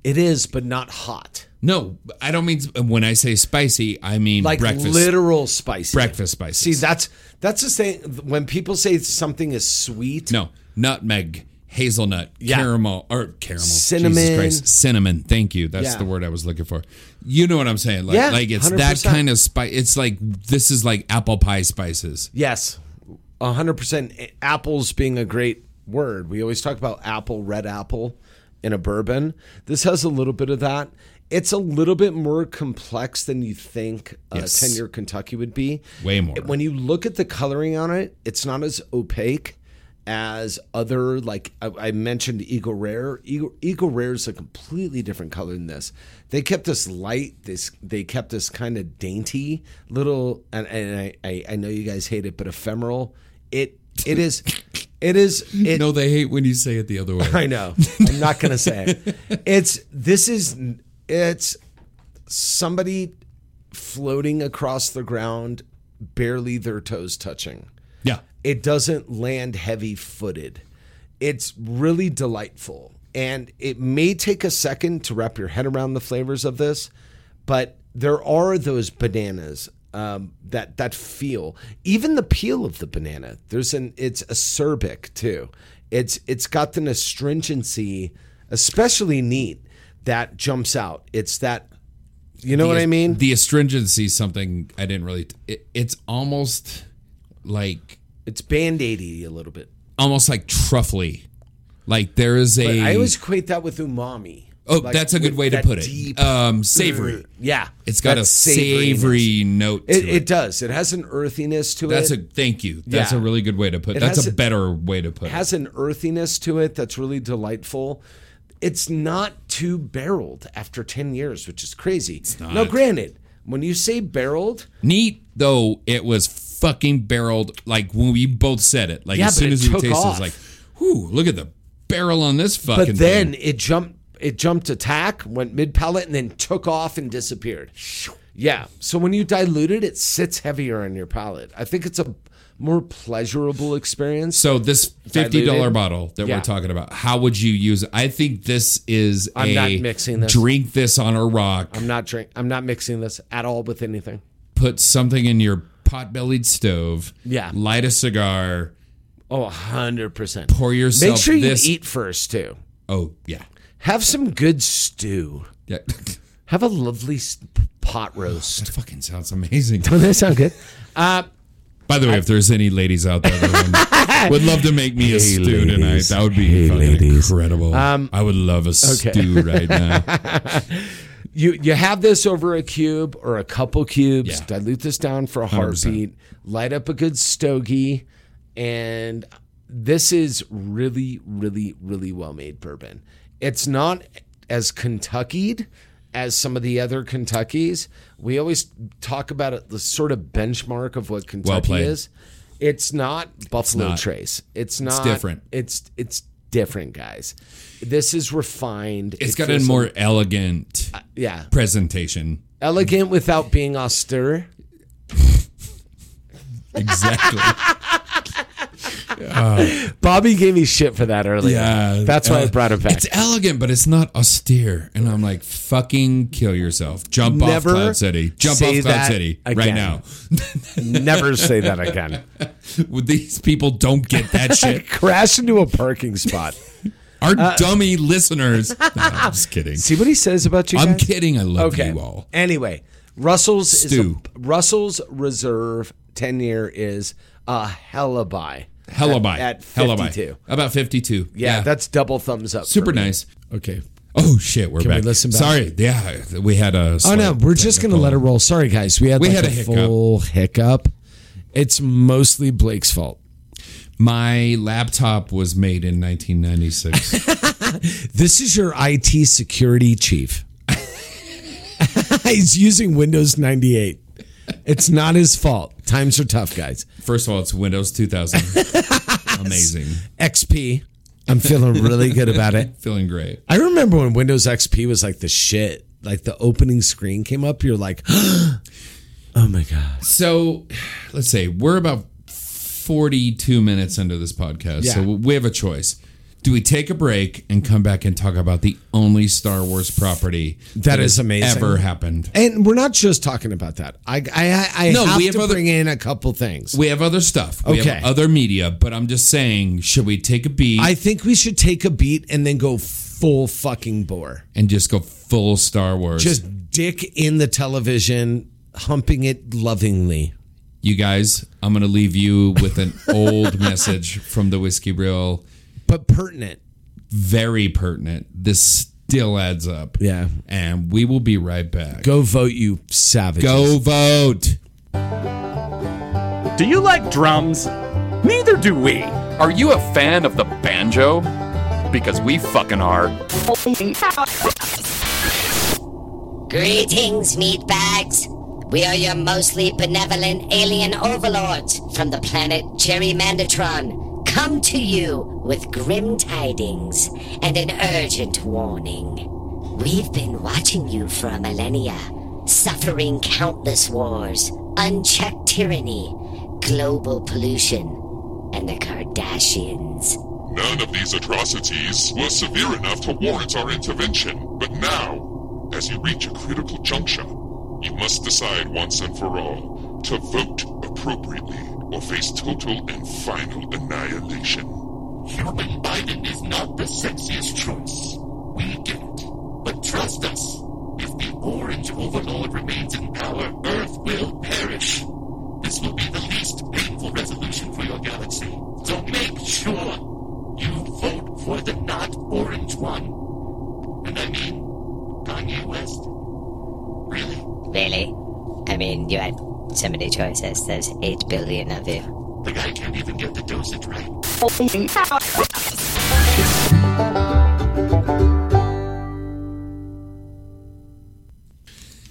[SPEAKER 4] it is, but not hot.
[SPEAKER 5] No, I don't mean when I say spicy. I mean
[SPEAKER 4] Like
[SPEAKER 5] breakfast.
[SPEAKER 4] literal spicy.
[SPEAKER 5] breakfast spicy.
[SPEAKER 4] See, that's that's the thing. When people say something is sweet,
[SPEAKER 5] no nutmeg. Hazelnut,
[SPEAKER 4] Yeah.
[SPEAKER 5] caramel, or caramel,
[SPEAKER 4] Cinnamon.
[SPEAKER 5] Jesus Christ. cinnamon. Thank you. That's
[SPEAKER 4] Yeah.
[SPEAKER 5] the word I was looking for. You know what I'm saying? Like,
[SPEAKER 4] Yeah,
[SPEAKER 5] like it's that
[SPEAKER 4] 100%.
[SPEAKER 5] kind of spice. It's like this is like apple pie spices.
[SPEAKER 4] Yes, a hundred percent. Apples being a great word. We always talk about apple, red apple, in a bourbon. This has a little bit of that. It's a little bit more complex than you think a
[SPEAKER 5] Yes.
[SPEAKER 4] ten-year Kentucky would be.
[SPEAKER 5] Way more.
[SPEAKER 4] When you look at the coloring on it, it's not as opaque as other like I, I mentioned Eagle Rare. Eagle, Eagle Rare is a completely different color than this. They kept this light. This they kept this kind of dainty little. And, and I, I I know you guys hate it, but ephemeral. It it is it is it.
[SPEAKER 5] no, they hate when you say it the other way.
[SPEAKER 4] <laughs> I know. I'm not gonna say it. It's this is it's somebody floating across the ground, barely their toes touching
[SPEAKER 5] Yeah.
[SPEAKER 4] it doesn't land heavy footed. It's really delightful. And it may take a second to wrap your head around the flavors of this, but there are those bananas um, that that feel. Even the peel of the banana, there's an it's acerbic too. It's it's got an astringency, especially neat, that jumps out. It's that you know what I mean?
[SPEAKER 5] The astringency is something I didn't really. It, it's almost like
[SPEAKER 4] it's band aidy a little bit.
[SPEAKER 5] almost like truffly. Like there is
[SPEAKER 4] But
[SPEAKER 5] a.
[SPEAKER 4] I always equate that with umami.
[SPEAKER 5] oh,
[SPEAKER 4] Like,
[SPEAKER 5] that's a good
[SPEAKER 4] with
[SPEAKER 5] way to
[SPEAKER 4] that
[SPEAKER 5] put it.
[SPEAKER 4] deep-
[SPEAKER 5] um, savory.
[SPEAKER 4] Yeah,
[SPEAKER 5] It's got
[SPEAKER 4] that
[SPEAKER 5] a
[SPEAKER 4] savoriness.
[SPEAKER 5] savory note. To
[SPEAKER 4] It,
[SPEAKER 5] it,
[SPEAKER 4] it does. It has an earthiness to
[SPEAKER 5] That's a
[SPEAKER 4] it.
[SPEAKER 5] thank you. That's
[SPEAKER 4] Yeah.
[SPEAKER 5] a really good way to put.
[SPEAKER 4] It
[SPEAKER 5] that's
[SPEAKER 4] has
[SPEAKER 5] a
[SPEAKER 4] a-
[SPEAKER 5] better way to put
[SPEAKER 4] It
[SPEAKER 5] it.
[SPEAKER 4] has an earthiness to it that's really delightful. It's not too barreled after ten years, which is crazy. It's
[SPEAKER 5] not.
[SPEAKER 4] Now, granted, when you say barreled,
[SPEAKER 5] Neat though, it was fucking barreled. Like when we both said it. Like
[SPEAKER 4] Yeah,
[SPEAKER 5] as
[SPEAKER 4] but
[SPEAKER 5] soon
[SPEAKER 4] it
[SPEAKER 5] as we
[SPEAKER 4] took
[SPEAKER 5] tasted, it, it was
[SPEAKER 4] off.
[SPEAKER 5] like, Whew, look at the barrel on this fucking
[SPEAKER 4] But then
[SPEAKER 5] thing.
[SPEAKER 4] it jumped it jumped attack, went mid pellet, and then took off and disappeared. Yeah. So when you dilute it, it sits heavier on your palate. I think it's a more pleasurable experience.
[SPEAKER 5] So this fifty dollar
[SPEAKER 4] Diluted?
[SPEAKER 5] bottle that
[SPEAKER 4] Yeah.
[SPEAKER 5] we're talking about, how would you use it? I think this is
[SPEAKER 4] I'm
[SPEAKER 5] a
[SPEAKER 4] not mixing this.
[SPEAKER 5] drink this on a rock.
[SPEAKER 4] I'm not drink I'm not mixing this at all with anything.
[SPEAKER 5] put something in your pot-bellied stove.
[SPEAKER 4] Yeah.
[SPEAKER 5] Light a cigar.
[SPEAKER 4] Oh, hundred percent.
[SPEAKER 5] Pour yourself
[SPEAKER 4] Make sure you
[SPEAKER 5] this.
[SPEAKER 4] eat first too.
[SPEAKER 5] Oh yeah.
[SPEAKER 4] Have some good stew.
[SPEAKER 5] Yeah. <laughs>
[SPEAKER 4] Have a lovely s- pot roast.
[SPEAKER 5] Fucking sounds amazing.
[SPEAKER 4] Doesn't <laughs> that sound good? Uh,
[SPEAKER 5] By the way, if there's any ladies out there
[SPEAKER 4] <laughs>
[SPEAKER 5] that would- would love to make me a stew tonight, that would be fucking incredible.
[SPEAKER 4] Um,
[SPEAKER 5] I would love a stew
[SPEAKER 4] <laughs>
[SPEAKER 5] right now.
[SPEAKER 4] you you have this over a cube or a couple cubes.
[SPEAKER 5] Yeah.
[SPEAKER 4] Dilute this down for a
[SPEAKER 5] 100%.
[SPEAKER 4] heartbeat. Light up a good stogie, and this is really, really, really well made bourbon. It's not as Kentuckied as some of the other Kentuckys. We always talk about it, the sort of benchmark of what Kentucky
[SPEAKER 5] played.
[SPEAKER 4] is. It's not Buffalo
[SPEAKER 5] not.
[SPEAKER 4] Trace. It's not
[SPEAKER 5] different.
[SPEAKER 4] It's it's different, guys. This is refined.
[SPEAKER 5] It's
[SPEAKER 4] It
[SPEAKER 5] got a
[SPEAKER 4] feels-
[SPEAKER 5] more elegant
[SPEAKER 4] yeah
[SPEAKER 5] presentation.
[SPEAKER 4] elegant without being austere. <laughs>
[SPEAKER 5] Exactly.
[SPEAKER 4] Bobby gave me shit for that earlier.
[SPEAKER 5] Yeah.
[SPEAKER 4] that's why I
[SPEAKER 5] ele-
[SPEAKER 4] brought it back.
[SPEAKER 5] It's <laughs> elegant, but it's not austere. And I'm like, fucking kill yourself. Jump
[SPEAKER 4] Never
[SPEAKER 5] off Cloud City. Jump
[SPEAKER 4] say
[SPEAKER 5] off Cloud
[SPEAKER 4] that
[SPEAKER 5] City right
[SPEAKER 4] again.
[SPEAKER 5] now. <laughs>
[SPEAKER 4] Never say that again.
[SPEAKER 5] These people don't get that
[SPEAKER 4] <laughs>
[SPEAKER 5] shit.
[SPEAKER 4] Crash into a parking spot.
[SPEAKER 5] Our dummy listeners. <laughs> No, I'm just kidding.
[SPEAKER 4] Uh, See what he says about you.
[SPEAKER 5] I'm
[SPEAKER 4] guys?
[SPEAKER 5] kidding. I love
[SPEAKER 4] Okay.
[SPEAKER 5] you all.
[SPEAKER 4] Anyway, Russell's is a-
[SPEAKER 5] Stew.
[SPEAKER 4] Russell's Reserve ten year is a hella buy.
[SPEAKER 5] Hella buy.
[SPEAKER 4] at
[SPEAKER 5] Hella buy.
[SPEAKER 4] 52.
[SPEAKER 5] About 52.
[SPEAKER 4] Yeah, that's double thumbs up. for
[SPEAKER 5] super
[SPEAKER 4] me.
[SPEAKER 5] nice. Okay. Oh shit, we're
[SPEAKER 4] we
[SPEAKER 5] back.
[SPEAKER 4] listen back?
[SPEAKER 5] Sorry. Yeah, we had a.
[SPEAKER 4] Oh no, we're just gonna let it roll. Sorry guys, we had
[SPEAKER 5] We
[SPEAKER 4] like
[SPEAKER 5] had
[SPEAKER 4] a,
[SPEAKER 5] a hiccup.
[SPEAKER 4] full hiccup. It's mostly Blake's fault.
[SPEAKER 5] My laptop was made
[SPEAKER 4] <laughs>
[SPEAKER 5] in 1996.
[SPEAKER 4] This is your IT security chief. <laughs> He's using Windows 98. It's not his fault. Times are tough, guys.
[SPEAKER 5] First of all, it's
[SPEAKER 4] <laughs>
[SPEAKER 5] Windows 2000. Amazing.
[SPEAKER 4] XP. I'm feeling really good about it.
[SPEAKER 5] Feeling great.
[SPEAKER 4] I remember when Windows XP was like the shit. Like the opening screen came up, you're like, <gasps> oh my God.
[SPEAKER 5] So, let's say we're about 42 minutes into this podcast. So
[SPEAKER 4] Yeah.
[SPEAKER 5] we have a choice. Do we take a break and come back and talk about the only Star Wars property
[SPEAKER 4] That is
[SPEAKER 5] has
[SPEAKER 4] amazing.
[SPEAKER 5] ever happened?
[SPEAKER 4] And we're not just talking about that. I I, I, I
[SPEAKER 5] No,
[SPEAKER 4] have
[SPEAKER 5] we have
[SPEAKER 4] to
[SPEAKER 5] other-
[SPEAKER 4] bring in a couple things.
[SPEAKER 5] We have other stuff. We
[SPEAKER 4] Okay.
[SPEAKER 5] have other media, but I'm just saying, should we take a beat?
[SPEAKER 4] I think we should take a beat and then go full fucking bore.
[SPEAKER 5] and just go full Star Wars.
[SPEAKER 4] just dick in the television, humping it lovingly.
[SPEAKER 5] you guys, I'm gonna leave you with an old <laughs> message from the whiskey reel.
[SPEAKER 4] But pertinent.
[SPEAKER 5] Very pertinent. This still adds up.
[SPEAKER 4] Yeah.
[SPEAKER 5] And we will be right back.
[SPEAKER 4] Go vote, you savages.
[SPEAKER 5] Go vote.
[SPEAKER 6] Do you like drums? Neither do we. Are you a fan of the banjo? Because we fucking are.
[SPEAKER 7] Greetings, meatbags. We are your mostly benevolent alien overlords from the planet Gerrymandertron. Come to you with grim tidings and an urgent warning. We've been watching you for a millennia, suffering countless wars, unchecked tyranny, global pollution, and the Kardashians.
[SPEAKER 8] None of these atrocities were severe enough to warrant our intervention, but now, as you reach a critical juncture, you must decide once and for all to vote appropriately or face total and final annihilation. Helping Biden is not the sexiest choice. We get it. But trust us, if the orange overlord remains in power, Earth will perish. This will be the least painful resolution for your galaxy. So make sure you vote for the not orange one. And I mean, Kanye West. Really?
[SPEAKER 7] Really? I mean, you had so many choices. There's 8 billion of you.
[SPEAKER 8] The guy can't even get the dosage right.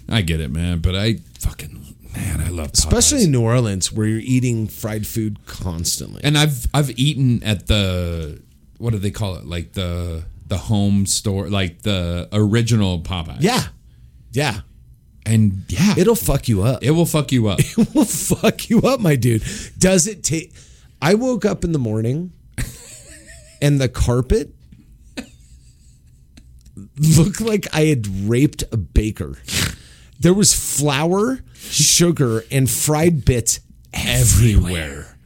[SPEAKER 5] I get it, man, but I fucking man, I love
[SPEAKER 4] Especially
[SPEAKER 5] Popeyes.
[SPEAKER 4] in New Orleans, where you're eating fried food constantly.
[SPEAKER 5] and I've I've eaten at the what do they call it? Like the the home store, like the original Popeyes.
[SPEAKER 4] Yeah. Yeah.
[SPEAKER 5] And yeah,
[SPEAKER 4] it'll fuck you up.
[SPEAKER 5] It will fuck
[SPEAKER 4] <laughs>
[SPEAKER 5] you up.
[SPEAKER 4] It will fuck you up, my dude. Does it take? I woke up in the
[SPEAKER 5] <laughs>
[SPEAKER 4] morning, and the carpet looked like I had raped a baker. There was flour, sugar, and fried bits everywhere.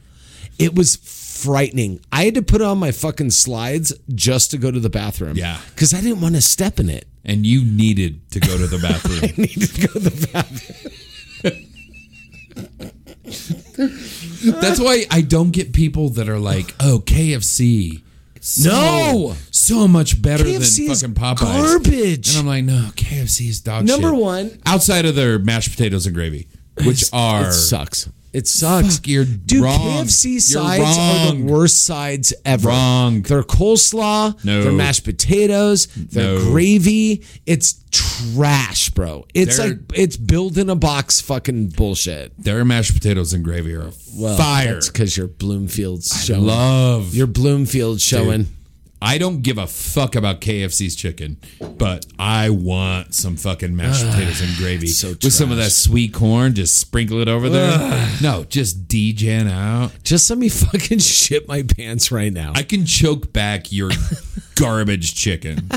[SPEAKER 4] It was frightening. I had to put on my fucking slides just to go to the bathroom.
[SPEAKER 5] Yeah.
[SPEAKER 4] Because I didn't want to step in it.
[SPEAKER 5] And you needed to go to the bathroom.
[SPEAKER 4] <laughs> I needed to go to the bathroom.
[SPEAKER 5] That's why I don't get people that are like, "Oh, KFC." So,
[SPEAKER 4] No!
[SPEAKER 5] so much better
[SPEAKER 4] KFC
[SPEAKER 5] than
[SPEAKER 4] is
[SPEAKER 5] fucking Popeyes.
[SPEAKER 4] garbage.
[SPEAKER 5] And I'm like, no, KFC is dog
[SPEAKER 4] Number
[SPEAKER 5] shit.
[SPEAKER 4] one-
[SPEAKER 5] outside of their mashed potatoes and gravy, which
[SPEAKER 4] <laughs>
[SPEAKER 5] are
[SPEAKER 4] It sucks. It sucks.
[SPEAKER 5] Fuck, you're
[SPEAKER 4] Dude,
[SPEAKER 5] wrong.
[SPEAKER 4] KFC
[SPEAKER 5] You're
[SPEAKER 4] sides are the
[SPEAKER 5] wrong.
[SPEAKER 4] worst sides ever.
[SPEAKER 5] Wrong.
[SPEAKER 4] Their coleslaw,
[SPEAKER 5] No.
[SPEAKER 4] their mashed potatoes, their
[SPEAKER 5] No.
[SPEAKER 4] gravy. It's trash, bro. It's
[SPEAKER 5] They're-
[SPEAKER 4] like it's build in a box fucking bullshit.
[SPEAKER 5] their mashed potatoes and gravy are
[SPEAKER 4] Well,
[SPEAKER 5] fire.
[SPEAKER 4] That's because your Bloomfield's showing.
[SPEAKER 5] Love.
[SPEAKER 4] your Bloomfield showing.
[SPEAKER 5] I don't give a fuck about KFC's chicken, but I want some fucking mashed potatoes and gravy
[SPEAKER 4] so
[SPEAKER 5] with some of
[SPEAKER 4] trash.
[SPEAKER 5] that sweet corn. Just sprinkle it over there. No, just degen out.
[SPEAKER 4] Just let me <laughs> fucking shit my pants right now.
[SPEAKER 5] I can choke
[SPEAKER 4] <laughs>
[SPEAKER 5] back your garbage chicken.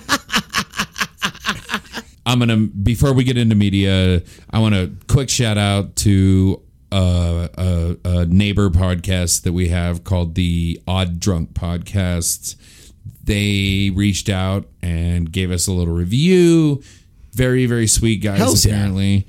[SPEAKER 5] I'm gonna before we get into media, I want a quick shout out to uh, a, a neighbor podcast that we have called the Odd Drunk Podcast. They reached out and gave us a little review. Very very sweet guys
[SPEAKER 4] Hells yeah.
[SPEAKER 5] apparently.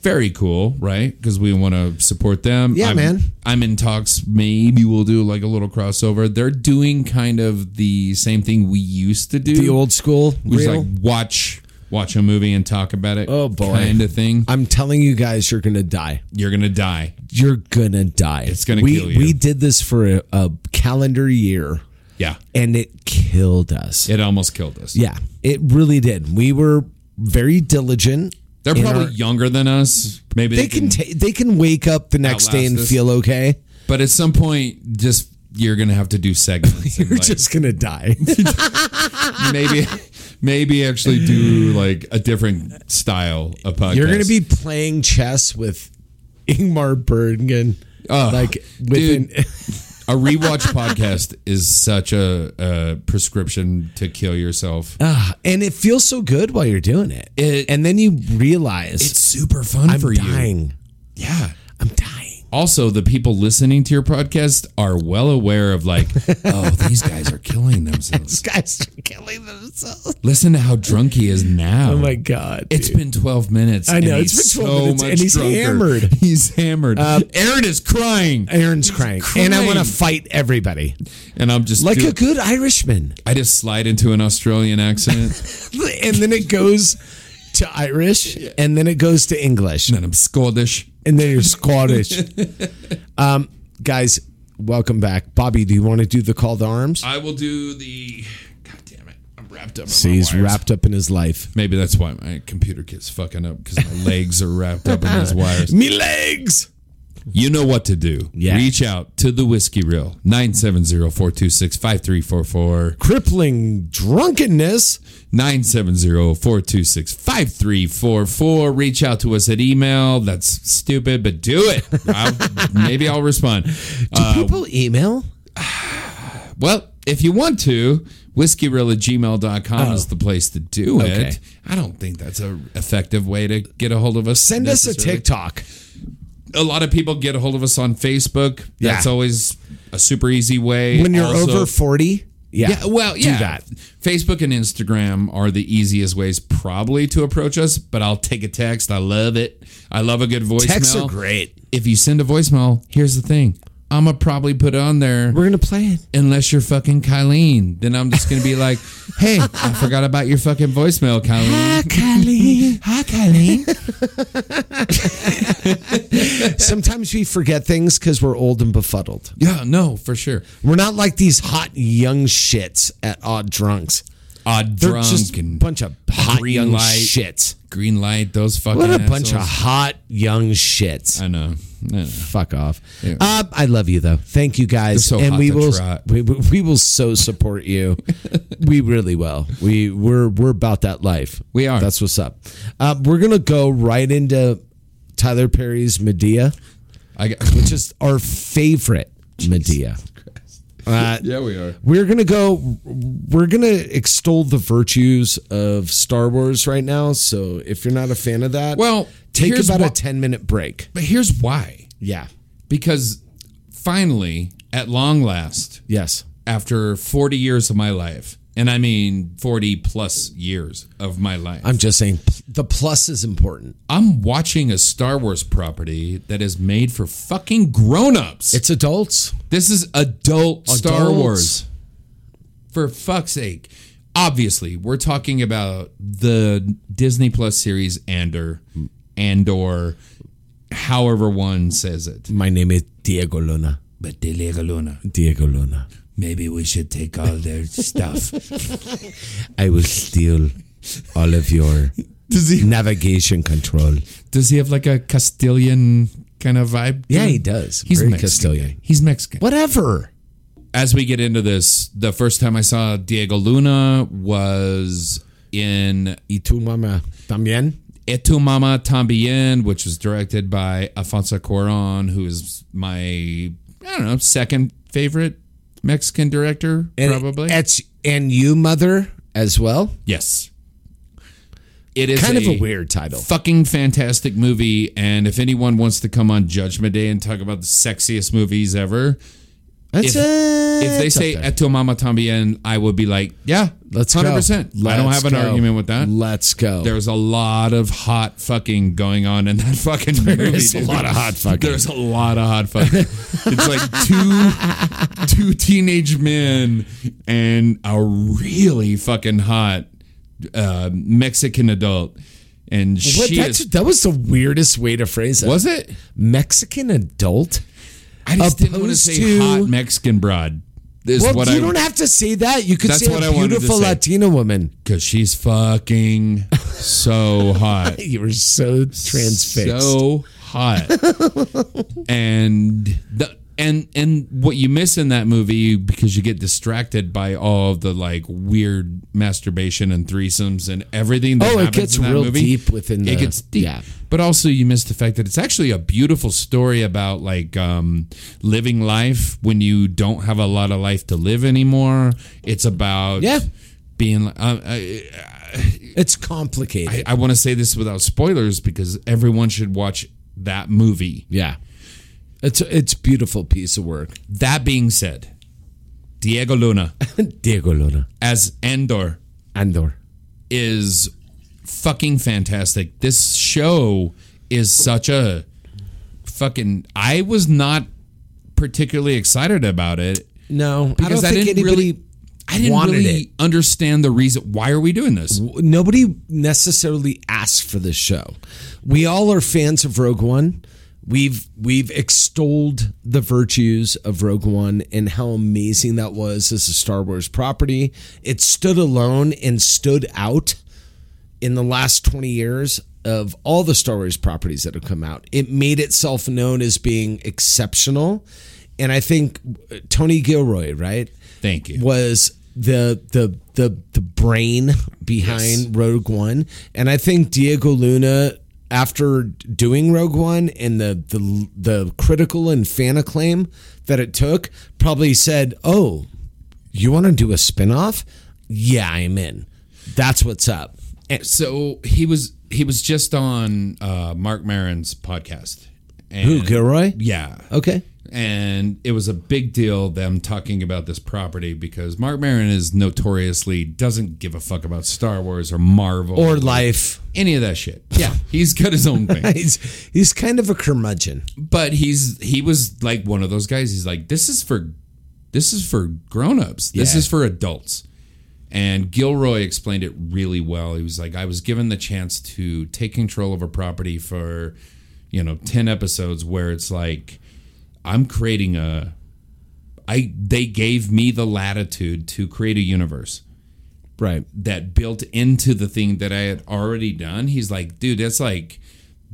[SPEAKER 5] Very cool, right? Because we want to support them.
[SPEAKER 4] Yeah,
[SPEAKER 5] I'm-
[SPEAKER 4] man.
[SPEAKER 5] I'm in talks. Maybe we'll do like a little crossover. They're doing kind of the same thing we used to do.
[SPEAKER 4] the old school
[SPEAKER 5] we just
[SPEAKER 4] reel.
[SPEAKER 5] like watch watch a movie and talk about it.
[SPEAKER 4] Oh, boy.
[SPEAKER 5] kind of thing.
[SPEAKER 4] I'm telling you guys, you're gonna die.
[SPEAKER 5] You're gonna die.
[SPEAKER 4] You're gonna die.
[SPEAKER 5] It's gonna
[SPEAKER 4] we,
[SPEAKER 5] kill you.
[SPEAKER 4] We did this for a, a calendar year,
[SPEAKER 5] Yeah,
[SPEAKER 4] and it killed us.
[SPEAKER 5] it almost killed us.
[SPEAKER 4] yeah, it really did. We were very diligent.
[SPEAKER 5] they're
[SPEAKER 4] in
[SPEAKER 5] probably
[SPEAKER 4] our-
[SPEAKER 5] younger than us. Maybe
[SPEAKER 4] they can ta- they can wake up the next day
[SPEAKER 5] Outlast
[SPEAKER 4] and
[SPEAKER 5] this.
[SPEAKER 4] feel okay.
[SPEAKER 5] but at some point, just you're gonna have to
[SPEAKER 4] <laughs>
[SPEAKER 5] do segments. and,
[SPEAKER 4] You're
[SPEAKER 5] like,
[SPEAKER 4] just gonna
[SPEAKER 5] <laughs>
[SPEAKER 4] die.
[SPEAKER 5] maybe <laughs> maybe actually do like a different style of podcast.
[SPEAKER 4] You're gonna be playing chess with Ingmar Bergen.
[SPEAKER 5] Oh,
[SPEAKER 4] like
[SPEAKER 5] dude.
[SPEAKER 4] within <laughs>
[SPEAKER 5] a rewatch podcast is such a, a prescription to kill yourself.
[SPEAKER 4] Ah, and it feels so good while you're doing it.
[SPEAKER 5] It-
[SPEAKER 4] and then you realize
[SPEAKER 5] super fun
[SPEAKER 4] I'm dying.
[SPEAKER 5] Yeah.
[SPEAKER 4] I'm dying. <laughs>
[SPEAKER 5] Also, the people listening to your podcast are well aware
[SPEAKER 4] <laughs>
[SPEAKER 5] of like, oh, these guys are killing
[SPEAKER 4] These
[SPEAKER 5] themselves.
[SPEAKER 4] guys are killing themselves.
[SPEAKER 5] Listen to how drunk he is now.
[SPEAKER 4] Oh my god.
[SPEAKER 5] It's
[SPEAKER 4] dude.
[SPEAKER 5] been 12 minutes.
[SPEAKER 4] I know,
[SPEAKER 5] and
[SPEAKER 4] it's
[SPEAKER 5] he's
[SPEAKER 4] been 12 minutes,
[SPEAKER 5] much
[SPEAKER 4] and he's
[SPEAKER 5] drunker.
[SPEAKER 4] hammered.
[SPEAKER 5] <laughs> He's hammered. Aaron is crying.
[SPEAKER 4] Aaron's crying. And I want to fight everybody.
[SPEAKER 5] And I'm just
[SPEAKER 4] Like
[SPEAKER 5] do-
[SPEAKER 4] a good Irishman.
[SPEAKER 5] I just slide into an Australian accent.
[SPEAKER 4] And then it goes to Irish and then it goes to English.
[SPEAKER 5] and then I'm Scottish.
[SPEAKER 4] And then you're <laughs> Scottish. um guys, welcome back. Bobby, do you want to do the call to arms?
[SPEAKER 5] I will do the. God damn it! I'm wrapped up. in
[SPEAKER 4] See,
[SPEAKER 5] my
[SPEAKER 4] he's
[SPEAKER 5] wires.
[SPEAKER 4] wrapped up in his life.
[SPEAKER 5] Maybe that's why my computer keeps fucking up because my legs are wrapped up in these wires.
[SPEAKER 4] Me legs.
[SPEAKER 5] You know what to do.
[SPEAKER 4] Yeah.
[SPEAKER 5] Reach out to the Whiskey Reel 970-426-5344.
[SPEAKER 4] Crippling drunkenness.
[SPEAKER 5] 970-426-5344. Reach out to us at email. That's stupid, but do it. I'll, maybe I'll respond.
[SPEAKER 4] Do people email?
[SPEAKER 5] Well, if you want to, whiskeyrill at gmail.com is the place to do
[SPEAKER 4] Oh. Okay.
[SPEAKER 5] it. I don't think that's a effective way to get a hold of us.
[SPEAKER 4] Send us a
[SPEAKER 5] necessarily.
[SPEAKER 4] TikTok.
[SPEAKER 5] A lot of people get a hold of us on Facebook.
[SPEAKER 4] Yeah.
[SPEAKER 5] That's always a super easy way.
[SPEAKER 4] When you're
[SPEAKER 5] Also-
[SPEAKER 4] over 40. Yeah.
[SPEAKER 5] Yeah, well,
[SPEAKER 4] do
[SPEAKER 5] yeah.
[SPEAKER 4] that.
[SPEAKER 5] Facebook and Instagram are the easiest ways probably to approach us, but I'll take a text. I love it. I love a good voicemail.
[SPEAKER 4] Texts are great.
[SPEAKER 5] If you send a voicemail, here's the thing. I'm gonna probably put it on there
[SPEAKER 4] We're going to play it.
[SPEAKER 5] unless you're fucking Kyleen. Then I'm just gonna
[SPEAKER 4] <laughs>
[SPEAKER 5] be like, hey, I forgot about your fucking voicemail, Kyleen.
[SPEAKER 4] Kylie.
[SPEAKER 5] Hi, Kyleen.
[SPEAKER 4] Sometimes we forget things because we're old and befuddled.
[SPEAKER 5] yeah, no, for sure.
[SPEAKER 4] We're not like these hot young shits at odd drunks.
[SPEAKER 5] Odd
[SPEAKER 4] They're
[SPEAKER 5] drunk
[SPEAKER 4] just a
[SPEAKER 5] and
[SPEAKER 4] bunch of hot
[SPEAKER 5] green
[SPEAKER 4] young
[SPEAKER 5] light.
[SPEAKER 4] shits.
[SPEAKER 5] green light. Those fucking.
[SPEAKER 4] What a bunch of
[SPEAKER 5] assholes.
[SPEAKER 4] hot young shits.
[SPEAKER 5] I know.
[SPEAKER 4] Fuck off. Uh, I love you though. Thank you guys,
[SPEAKER 5] so
[SPEAKER 4] and
[SPEAKER 5] hot
[SPEAKER 4] we
[SPEAKER 5] to
[SPEAKER 4] will
[SPEAKER 5] trot.
[SPEAKER 4] we, will- we will so support you.
[SPEAKER 5] <laughs>
[SPEAKER 4] we really will. We we're we're about that life.
[SPEAKER 5] We are.
[SPEAKER 4] That's what's up. Uh, we're gonna go right into Tyler Perry's Medea,
[SPEAKER 5] I got,
[SPEAKER 4] which is our favorite Medea. Uh,
[SPEAKER 5] yeah, we are.
[SPEAKER 4] we're gonna go we're gonna extol the virtues of star wars right now so if you're not a fan of that
[SPEAKER 5] Well,
[SPEAKER 4] take
[SPEAKER 5] here's
[SPEAKER 4] about a
[SPEAKER 5] wha-
[SPEAKER 4] 10 minute break
[SPEAKER 5] But here's why.
[SPEAKER 4] yeah
[SPEAKER 5] Because finally, at long last,
[SPEAKER 4] yes
[SPEAKER 5] after 40 years of my life, and I mean 40 plus years of my life,
[SPEAKER 4] i'm just saying p- the plus is important
[SPEAKER 5] I'm watching a Star Wars property that is made for fucking grown-ups.
[SPEAKER 4] it's adults
[SPEAKER 5] this is adult Star
[SPEAKER 4] Adults.
[SPEAKER 5] Wars. For fuck's sake. Obviously, we're talking about the Disney Plus series Andor, Andor, however one says it.
[SPEAKER 4] my name is diego luna
[SPEAKER 5] But De La Luna,
[SPEAKER 4] diego luna
[SPEAKER 5] maybe we should take all their stuff.
[SPEAKER 4] i will steal all of your
[SPEAKER 5] <laughs> Does he
[SPEAKER 4] navigation control
[SPEAKER 5] <laughs> does he have like a Castilian kind of vibe? to
[SPEAKER 4] yeah
[SPEAKER 5] him?
[SPEAKER 4] he does
[SPEAKER 5] He's
[SPEAKER 4] Very
[SPEAKER 5] Mexican.
[SPEAKER 4] castilian
[SPEAKER 5] He's Mexican.
[SPEAKER 4] whatever
[SPEAKER 5] as we get into this, the first time I saw Diego Luna was in
[SPEAKER 4] y tu mama también
[SPEAKER 5] Etu Mama Tambien, which was directed by Alfonso Cuaron, who is my, I don't know, second favorite Mexican director,
[SPEAKER 4] and
[SPEAKER 5] probably.
[SPEAKER 4] it's and you mother as well
[SPEAKER 5] yes. It is
[SPEAKER 4] kind of a weird title
[SPEAKER 5] fucking fantastic movie. And if anyone wants to come on Judgment Day and talk about the sexiest movies ever,
[SPEAKER 4] That's
[SPEAKER 5] If-
[SPEAKER 4] it.
[SPEAKER 5] if they
[SPEAKER 4] Eh, It's
[SPEAKER 5] say
[SPEAKER 4] up there.
[SPEAKER 5] Eto Mama Tambien, I would be like, yeah,
[SPEAKER 4] let's go.
[SPEAKER 5] 100%. I don't
[SPEAKER 4] Let's
[SPEAKER 5] have an
[SPEAKER 4] go.
[SPEAKER 5] argument with that.
[SPEAKER 4] Let's go.
[SPEAKER 5] There's a lot of hot fucking going on in that fucking movie.
[SPEAKER 4] is a
[SPEAKER 5] dude.
[SPEAKER 4] lot of hot fucking.
[SPEAKER 5] There's a lot of hot fucking. it's like two two teenage men and a really fucking hot uh, Mexican adult, and
[SPEAKER 4] what,
[SPEAKER 5] she
[SPEAKER 4] that's,
[SPEAKER 5] is.
[SPEAKER 4] that was the weirdest way to phrase it.
[SPEAKER 5] Was it?
[SPEAKER 4] Mexican adult?
[SPEAKER 5] I just didn't want to
[SPEAKER 4] Opposed
[SPEAKER 5] say
[SPEAKER 4] to-
[SPEAKER 5] hot Mexican broad. Is
[SPEAKER 4] Well,
[SPEAKER 5] what
[SPEAKER 4] you
[SPEAKER 5] I <laughs>
[SPEAKER 4] don't have to say that. You could
[SPEAKER 5] That's
[SPEAKER 4] say a
[SPEAKER 5] what I wanted to
[SPEAKER 4] beautiful
[SPEAKER 5] say.
[SPEAKER 4] Latina woman.
[SPEAKER 5] because she's fucking so
[SPEAKER 4] <laughs>
[SPEAKER 5] hot.
[SPEAKER 4] You were so transfixed.
[SPEAKER 5] so
[SPEAKER 4] <laughs>
[SPEAKER 5] hot and the and and what you miss in that movie because you get distracted by all of the like weird masturbation and threesomes and everything that
[SPEAKER 4] Oh, it
[SPEAKER 5] happens
[SPEAKER 4] gets
[SPEAKER 5] in that
[SPEAKER 4] real
[SPEAKER 5] movie.
[SPEAKER 4] deep within the-
[SPEAKER 5] it gets deep
[SPEAKER 4] yeah.
[SPEAKER 5] but also you miss the fact that it's actually a beautiful story about like um, living life when you don't have a lot of life to live anymore it's about
[SPEAKER 4] Yeah.
[SPEAKER 5] being like um, I-
[SPEAKER 4] it's complicated.
[SPEAKER 5] I, I want to say this without spoilers because everyone should watch that movie.
[SPEAKER 4] yeah. It's it's beautiful piece of work.
[SPEAKER 5] That being said, Diego Luna
[SPEAKER 4] <laughs> Diego Luna.
[SPEAKER 5] as Endor
[SPEAKER 4] Andor.
[SPEAKER 5] is fucking fantastic. This show is such a fucking. I was not particularly excited about it
[SPEAKER 4] No, I
[SPEAKER 5] because
[SPEAKER 4] don't
[SPEAKER 5] I,
[SPEAKER 4] think
[SPEAKER 5] didn't
[SPEAKER 4] anybody
[SPEAKER 5] really. I didn't
[SPEAKER 4] wanted
[SPEAKER 5] really
[SPEAKER 4] it.
[SPEAKER 5] understand the reason. Why are we doing this?
[SPEAKER 4] nobody necessarily asked for this show. We all are fans of Rogue One. We've we've extolled the virtues of Rogue One and how amazing that was as a Star Wars property. It stood alone and stood out in the last 20 years of all the Star Wars properties that have come out. It made itself known as being exceptional. And I think uh, Tony Gilroy, right?
[SPEAKER 5] Thank you.
[SPEAKER 4] was the the the the brain behind Rogue One, and I think Diego Luna, after doing Rogue One and the the the critical and fan acclaim that it took, probably said, "Oh, you want to do a spinoff? Yeah, I'm in. That's what's up." And
[SPEAKER 5] So he was he was just on uh, Mark Maron's podcast. And
[SPEAKER 4] who Gilroy?
[SPEAKER 5] Yeah.
[SPEAKER 4] Okay,
[SPEAKER 5] and it was a big deal them talking about this property because Mark Maron is notoriously doesn't give a fuck about Star Wars or Marvel
[SPEAKER 4] or life.
[SPEAKER 5] any of that shit. Yeah, he's got his own
[SPEAKER 4] <laughs>
[SPEAKER 5] thing.
[SPEAKER 4] He's he's kind of a curmudgeon.
[SPEAKER 5] but he's he was like one of those guys. He's like this is for this is for grown-ups. This
[SPEAKER 4] Yeah.
[SPEAKER 5] is for adults. And Gilroy explained it really well. He was like I was given the chance to take control of a property for you know 10 episodes where it's like I'm creating a I they gave me the latitude to create a universe
[SPEAKER 4] Right.
[SPEAKER 5] that built into the thing that I had already done. He's like, dude, that's like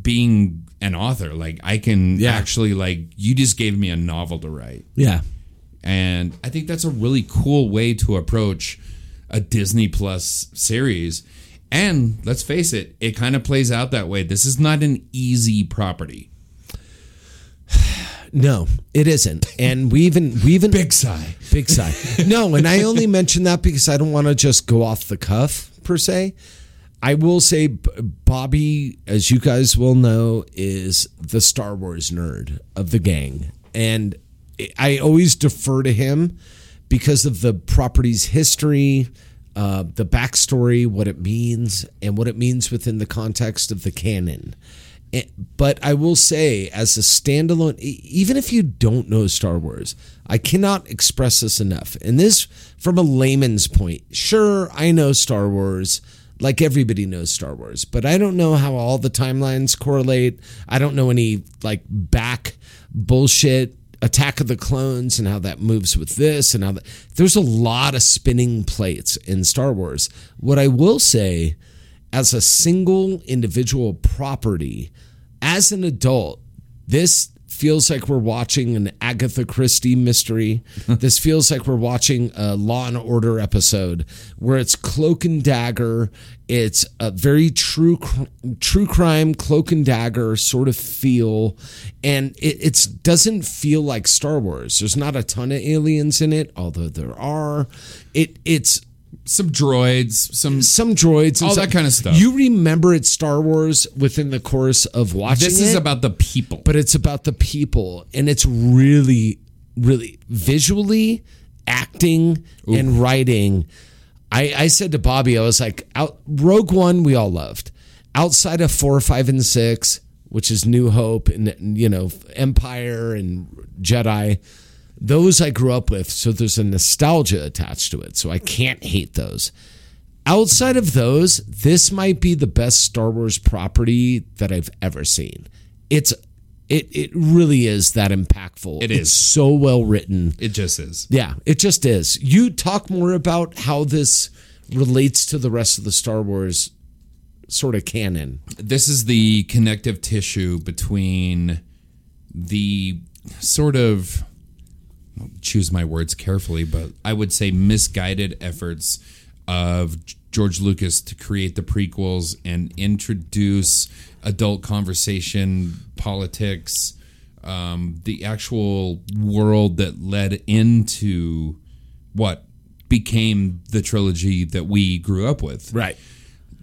[SPEAKER 5] being an author. Like I can
[SPEAKER 9] Yeah.
[SPEAKER 5] actually like you just gave me a novel to write.
[SPEAKER 9] Yeah.
[SPEAKER 5] And I think that's a really cool way to approach a Disney Plus series. And let's face it, it kind of plays out that way. This is not an easy property.
[SPEAKER 4] No, it isn't. And we even we even big
[SPEAKER 5] sigh,
[SPEAKER 4] big sigh. <laughs> No, and I only mention that because I don't want to just go off the cuff per se. I will say, B- Bobby, as you guys will know, is the Star Wars nerd of the gang, and I always defer to him because of the property's history, uh, the backstory, what it means, and what it means within the context of the canon. Eh, but I will say, as a standalone, e- even if you don't know Star Wars, I cannot express this enough. And this from a layman's point. Sure, I know Star Wars. Like everybody knows Star Wars, but I don't know how all the timelines correlate. I don't know any like back bullshit Attack of the Clones and how that moves with this and how that. There's a lot of spinning plates in Star Wars. What I will say as a single individual property, as an adult, this feels like we're watching an Agatha Christie mystery. this feels like we're watching a Law and Order episode where it's cloak and dagger. It's a very true, cr- true crime cloak and dagger sort of feel, and it it's, doesn't feel like Star Wars. There's not a ton of aliens in it, although there are. It it's
[SPEAKER 5] some droids, some
[SPEAKER 4] some droids, and
[SPEAKER 5] all
[SPEAKER 4] some-
[SPEAKER 5] that kind of stuff.
[SPEAKER 4] You remember it's Star Wars within the course of watching.
[SPEAKER 5] This is
[SPEAKER 4] it,
[SPEAKER 5] about the people.
[SPEAKER 4] but it's about the people, and it's really, really visually, acting, and writing. I, I said to Bobby, I was like, out, Rogue One, we all loved. Outside of four, five, and six, which is New Hope and you know Empire and Jedi, those I grew up with. So there's a nostalgia attached to it. So I can't hate those. Outside of those, this might be the best Star Wars property that I've ever seen. It's it it really is that impactful.
[SPEAKER 5] It
[SPEAKER 4] It's
[SPEAKER 5] is.
[SPEAKER 4] so well written.
[SPEAKER 5] It just is.
[SPEAKER 4] Yeah, it just is. You talk more about how this relates to the rest of the Star Wars sort of canon.
[SPEAKER 5] this is the connective tissue between the sort of choose my words carefully, but I would say misguided efforts of G- George Lucas to create the prequels and introduce adult conversation, politics, um, the actual world that led into what became the trilogy that we grew up with.
[SPEAKER 4] Right.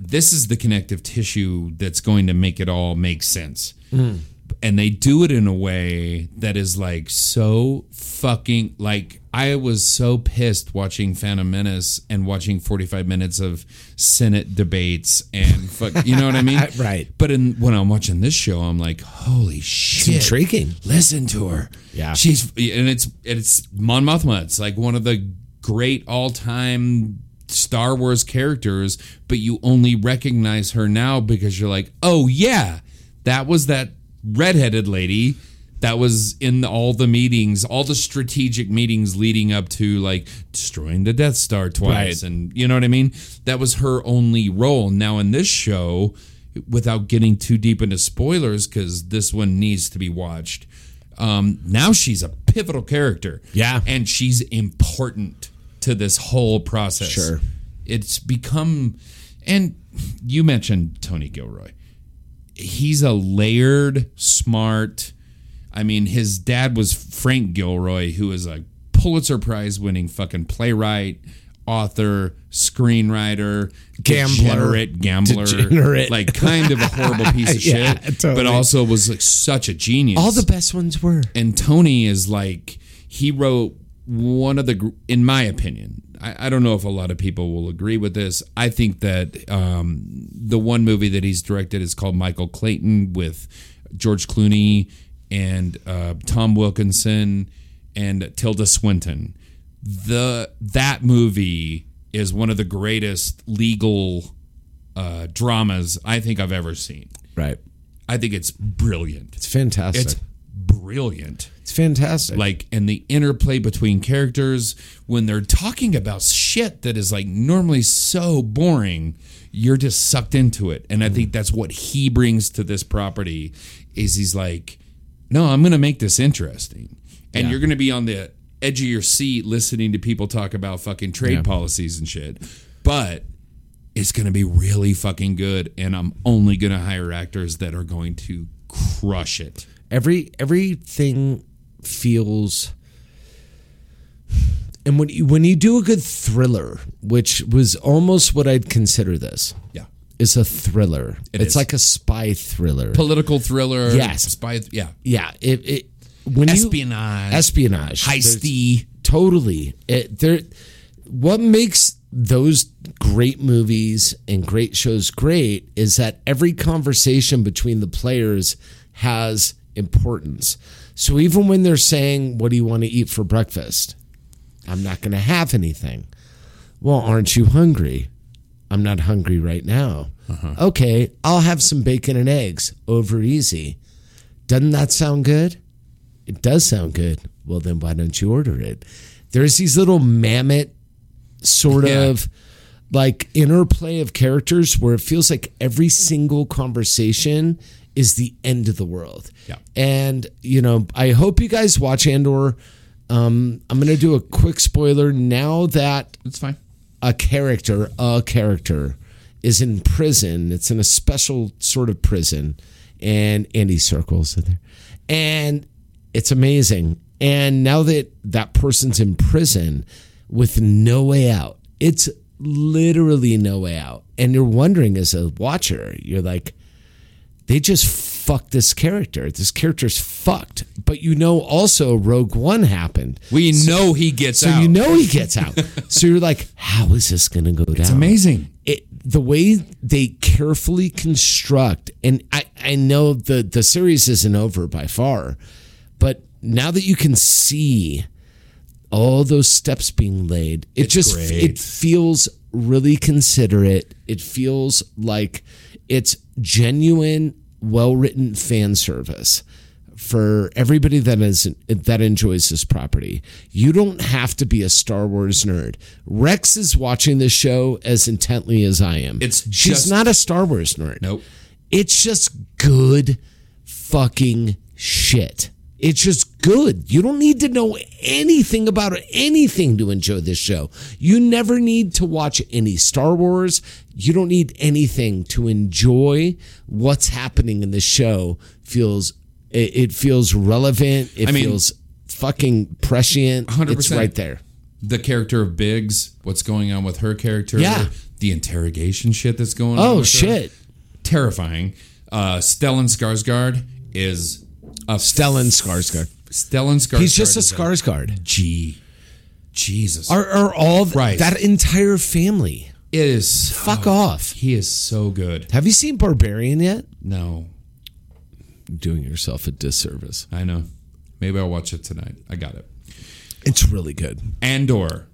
[SPEAKER 5] This is the connective tissue that's going to make it all make sense
[SPEAKER 4] Mm-hmm.
[SPEAKER 5] and they do it in a way that is like so fucking like I was so pissed watching Phantom Menace and watching 45 minutes of Senate debates and fuck you know what I mean?
[SPEAKER 4] <laughs> Right.
[SPEAKER 5] But in when I'm watching this show I'm like holy shit.
[SPEAKER 4] intriguing.
[SPEAKER 5] Listen to her.
[SPEAKER 4] Yeah.
[SPEAKER 5] She's and it's it's Mon Mothma. It's like one of the great all-time Star Wars characters, but you only recognize her now because you're like, "Oh yeah, that was that redheaded lady that was in all the meetings, all the strategic meetings leading up to like destroying the Death Star twice
[SPEAKER 4] Right.
[SPEAKER 5] and you know what I mean? That was her only role. Now in this show, without getting too deep into spoilers cuz this one needs to be watched. Um now she's a pivotal character.
[SPEAKER 4] Yeah.
[SPEAKER 5] And she's important to this whole process.
[SPEAKER 4] Sure.
[SPEAKER 5] It's become and you mentioned Tony Gilroy he's a layered, smart. I mean, his dad was Frank Gilroy, who is a Pulitzer Prize winning fucking playwright, author, screenwriter,
[SPEAKER 4] Gambler.
[SPEAKER 5] degenerate gambler,
[SPEAKER 4] Degenerate.
[SPEAKER 5] like kind of a
[SPEAKER 4] <laughs>
[SPEAKER 5] horrible piece of
[SPEAKER 4] Yeah,
[SPEAKER 5] shit,
[SPEAKER 4] totally.
[SPEAKER 5] but also was like such a genius.
[SPEAKER 4] All the best ones were.
[SPEAKER 5] and Tony is like he wrote one of the, gr- in my opinion. I I don't know if a lot of people will agree with this. I think that um, the one movie that he's directed is called Michael Clayton with George Clooney and uh, Tom Wilkinson and Tilda Swinton. The that movie is one of the greatest legal uh, dramas I think I've ever seen.
[SPEAKER 4] Right.
[SPEAKER 5] I think it's brilliant.
[SPEAKER 4] It's fantastic.
[SPEAKER 5] It's brilliant.
[SPEAKER 4] It's fantastic.
[SPEAKER 5] Like, and the interplay between characters when they're talking about shit that is like normally so boring, you're just sucked into it.
[SPEAKER 6] Mm.
[SPEAKER 5] And I think that's what he brings to this property is he's like, no, I'm going to make this interesting. And
[SPEAKER 6] Yeah.
[SPEAKER 5] you're going to be on the edge of your seat listening to people talk about fucking trade
[SPEAKER 6] Yeah.
[SPEAKER 5] policies and shit. But it's going to be really fucking good. And I'm only going to hire actors that are going to crush it.
[SPEAKER 4] Every everything feels and when you, when you do a good thriller, which was almost what I'd consider this.
[SPEAKER 5] Yeah.
[SPEAKER 4] It's a thriller.
[SPEAKER 5] It
[SPEAKER 4] it's
[SPEAKER 5] is.
[SPEAKER 4] like a spy thriller.
[SPEAKER 5] Political thriller.
[SPEAKER 4] Yes.
[SPEAKER 5] Spy, yeah.
[SPEAKER 4] yeah, it, it when
[SPEAKER 5] Espionage.
[SPEAKER 4] you espionage,
[SPEAKER 5] Heisty.
[SPEAKER 4] There's- totally. It, there, what makes those great movies and great shows great is that every conversation between the players has importance. So even when they're saying, "What do you want to eat for breakfast?" I'm not going to have anything. Well, aren't you hungry? I'm not hungry right now. Okay, I'll have some bacon and eggs over easy. Doesn't that sound good? It does sound good. Well, then why don't you order it? There's these little mammoth sort
[SPEAKER 5] Yeah.
[SPEAKER 4] of like interplay of characters where it feels like every single conversation is the end of the world.
[SPEAKER 5] Yeah.
[SPEAKER 4] And, you know, I hope you guys watch Andor. Um, I'm going to do a quick spoiler now that
[SPEAKER 5] It's fine.
[SPEAKER 4] a character, a character, is in prison. It's in a special sort of prison, and Andy circles in there, and it's amazing. And now that that person's in prison with no way out, it's literally no way out. And you're wondering as a watcher, you're like, they just fucked this character. This character's fucked. But you know, also Rogue One happened.
[SPEAKER 5] We know he gets
[SPEAKER 4] So
[SPEAKER 5] out.
[SPEAKER 4] you know he gets out. so you're like, how is this going to go down?
[SPEAKER 5] It's amazing.
[SPEAKER 4] It, the way they carefully construct, and I, I know the, the series isn't over by far, but now that you can see all those steps being laid, it
[SPEAKER 5] It's
[SPEAKER 4] just
[SPEAKER 5] great.
[SPEAKER 4] it feels really considerate. It feels like it's genuine, well written fan service for everybody that is that enjoys this property. You don't have to be a Star Wars nerd. Rex is watching this show as intently as I am.
[SPEAKER 5] It's
[SPEAKER 4] she's
[SPEAKER 5] just-
[SPEAKER 4] not a Star Wars nerd.
[SPEAKER 5] Nope.
[SPEAKER 4] It's just good fucking shit. It's just good. You don't need to know anything about anything to enjoy this show. You never need to watch any Star Wars. You don't need anything to enjoy what's happening in the show. Feels it, it feels relevant. It
[SPEAKER 5] I mean-
[SPEAKER 4] feels fucking prescient.
[SPEAKER 5] 100%.
[SPEAKER 4] It's right there.
[SPEAKER 5] the character of Biggs, what's going on with her character,
[SPEAKER 4] Yeah.
[SPEAKER 5] the interrogation shit that's going on.
[SPEAKER 4] Oh
[SPEAKER 5] with her.
[SPEAKER 4] shit.
[SPEAKER 5] Terrifying. Uh, Stellan Skarsgård is a
[SPEAKER 4] Stellan Skarsgård.
[SPEAKER 5] Stellan Skarsgård.
[SPEAKER 4] He's just a
[SPEAKER 5] is
[SPEAKER 4] Skarsgård.
[SPEAKER 5] G. Jesus,
[SPEAKER 4] Are are all
[SPEAKER 5] Right.
[SPEAKER 4] that entire family?
[SPEAKER 5] it is so-
[SPEAKER 4] Fuck off.
[SPEAKER 5] He is so good.
[SPEAKER 4] Have you seen Barbarian yet?
[SPEAKER 5] No,
[SPEAKER 4] doing yourself a disservice.
[SPEAKER 5] I know. Maybe I'll watch it tonight. I got it.
[SPEAKER 4] It's really good.
[SPEAKER 5] Andor.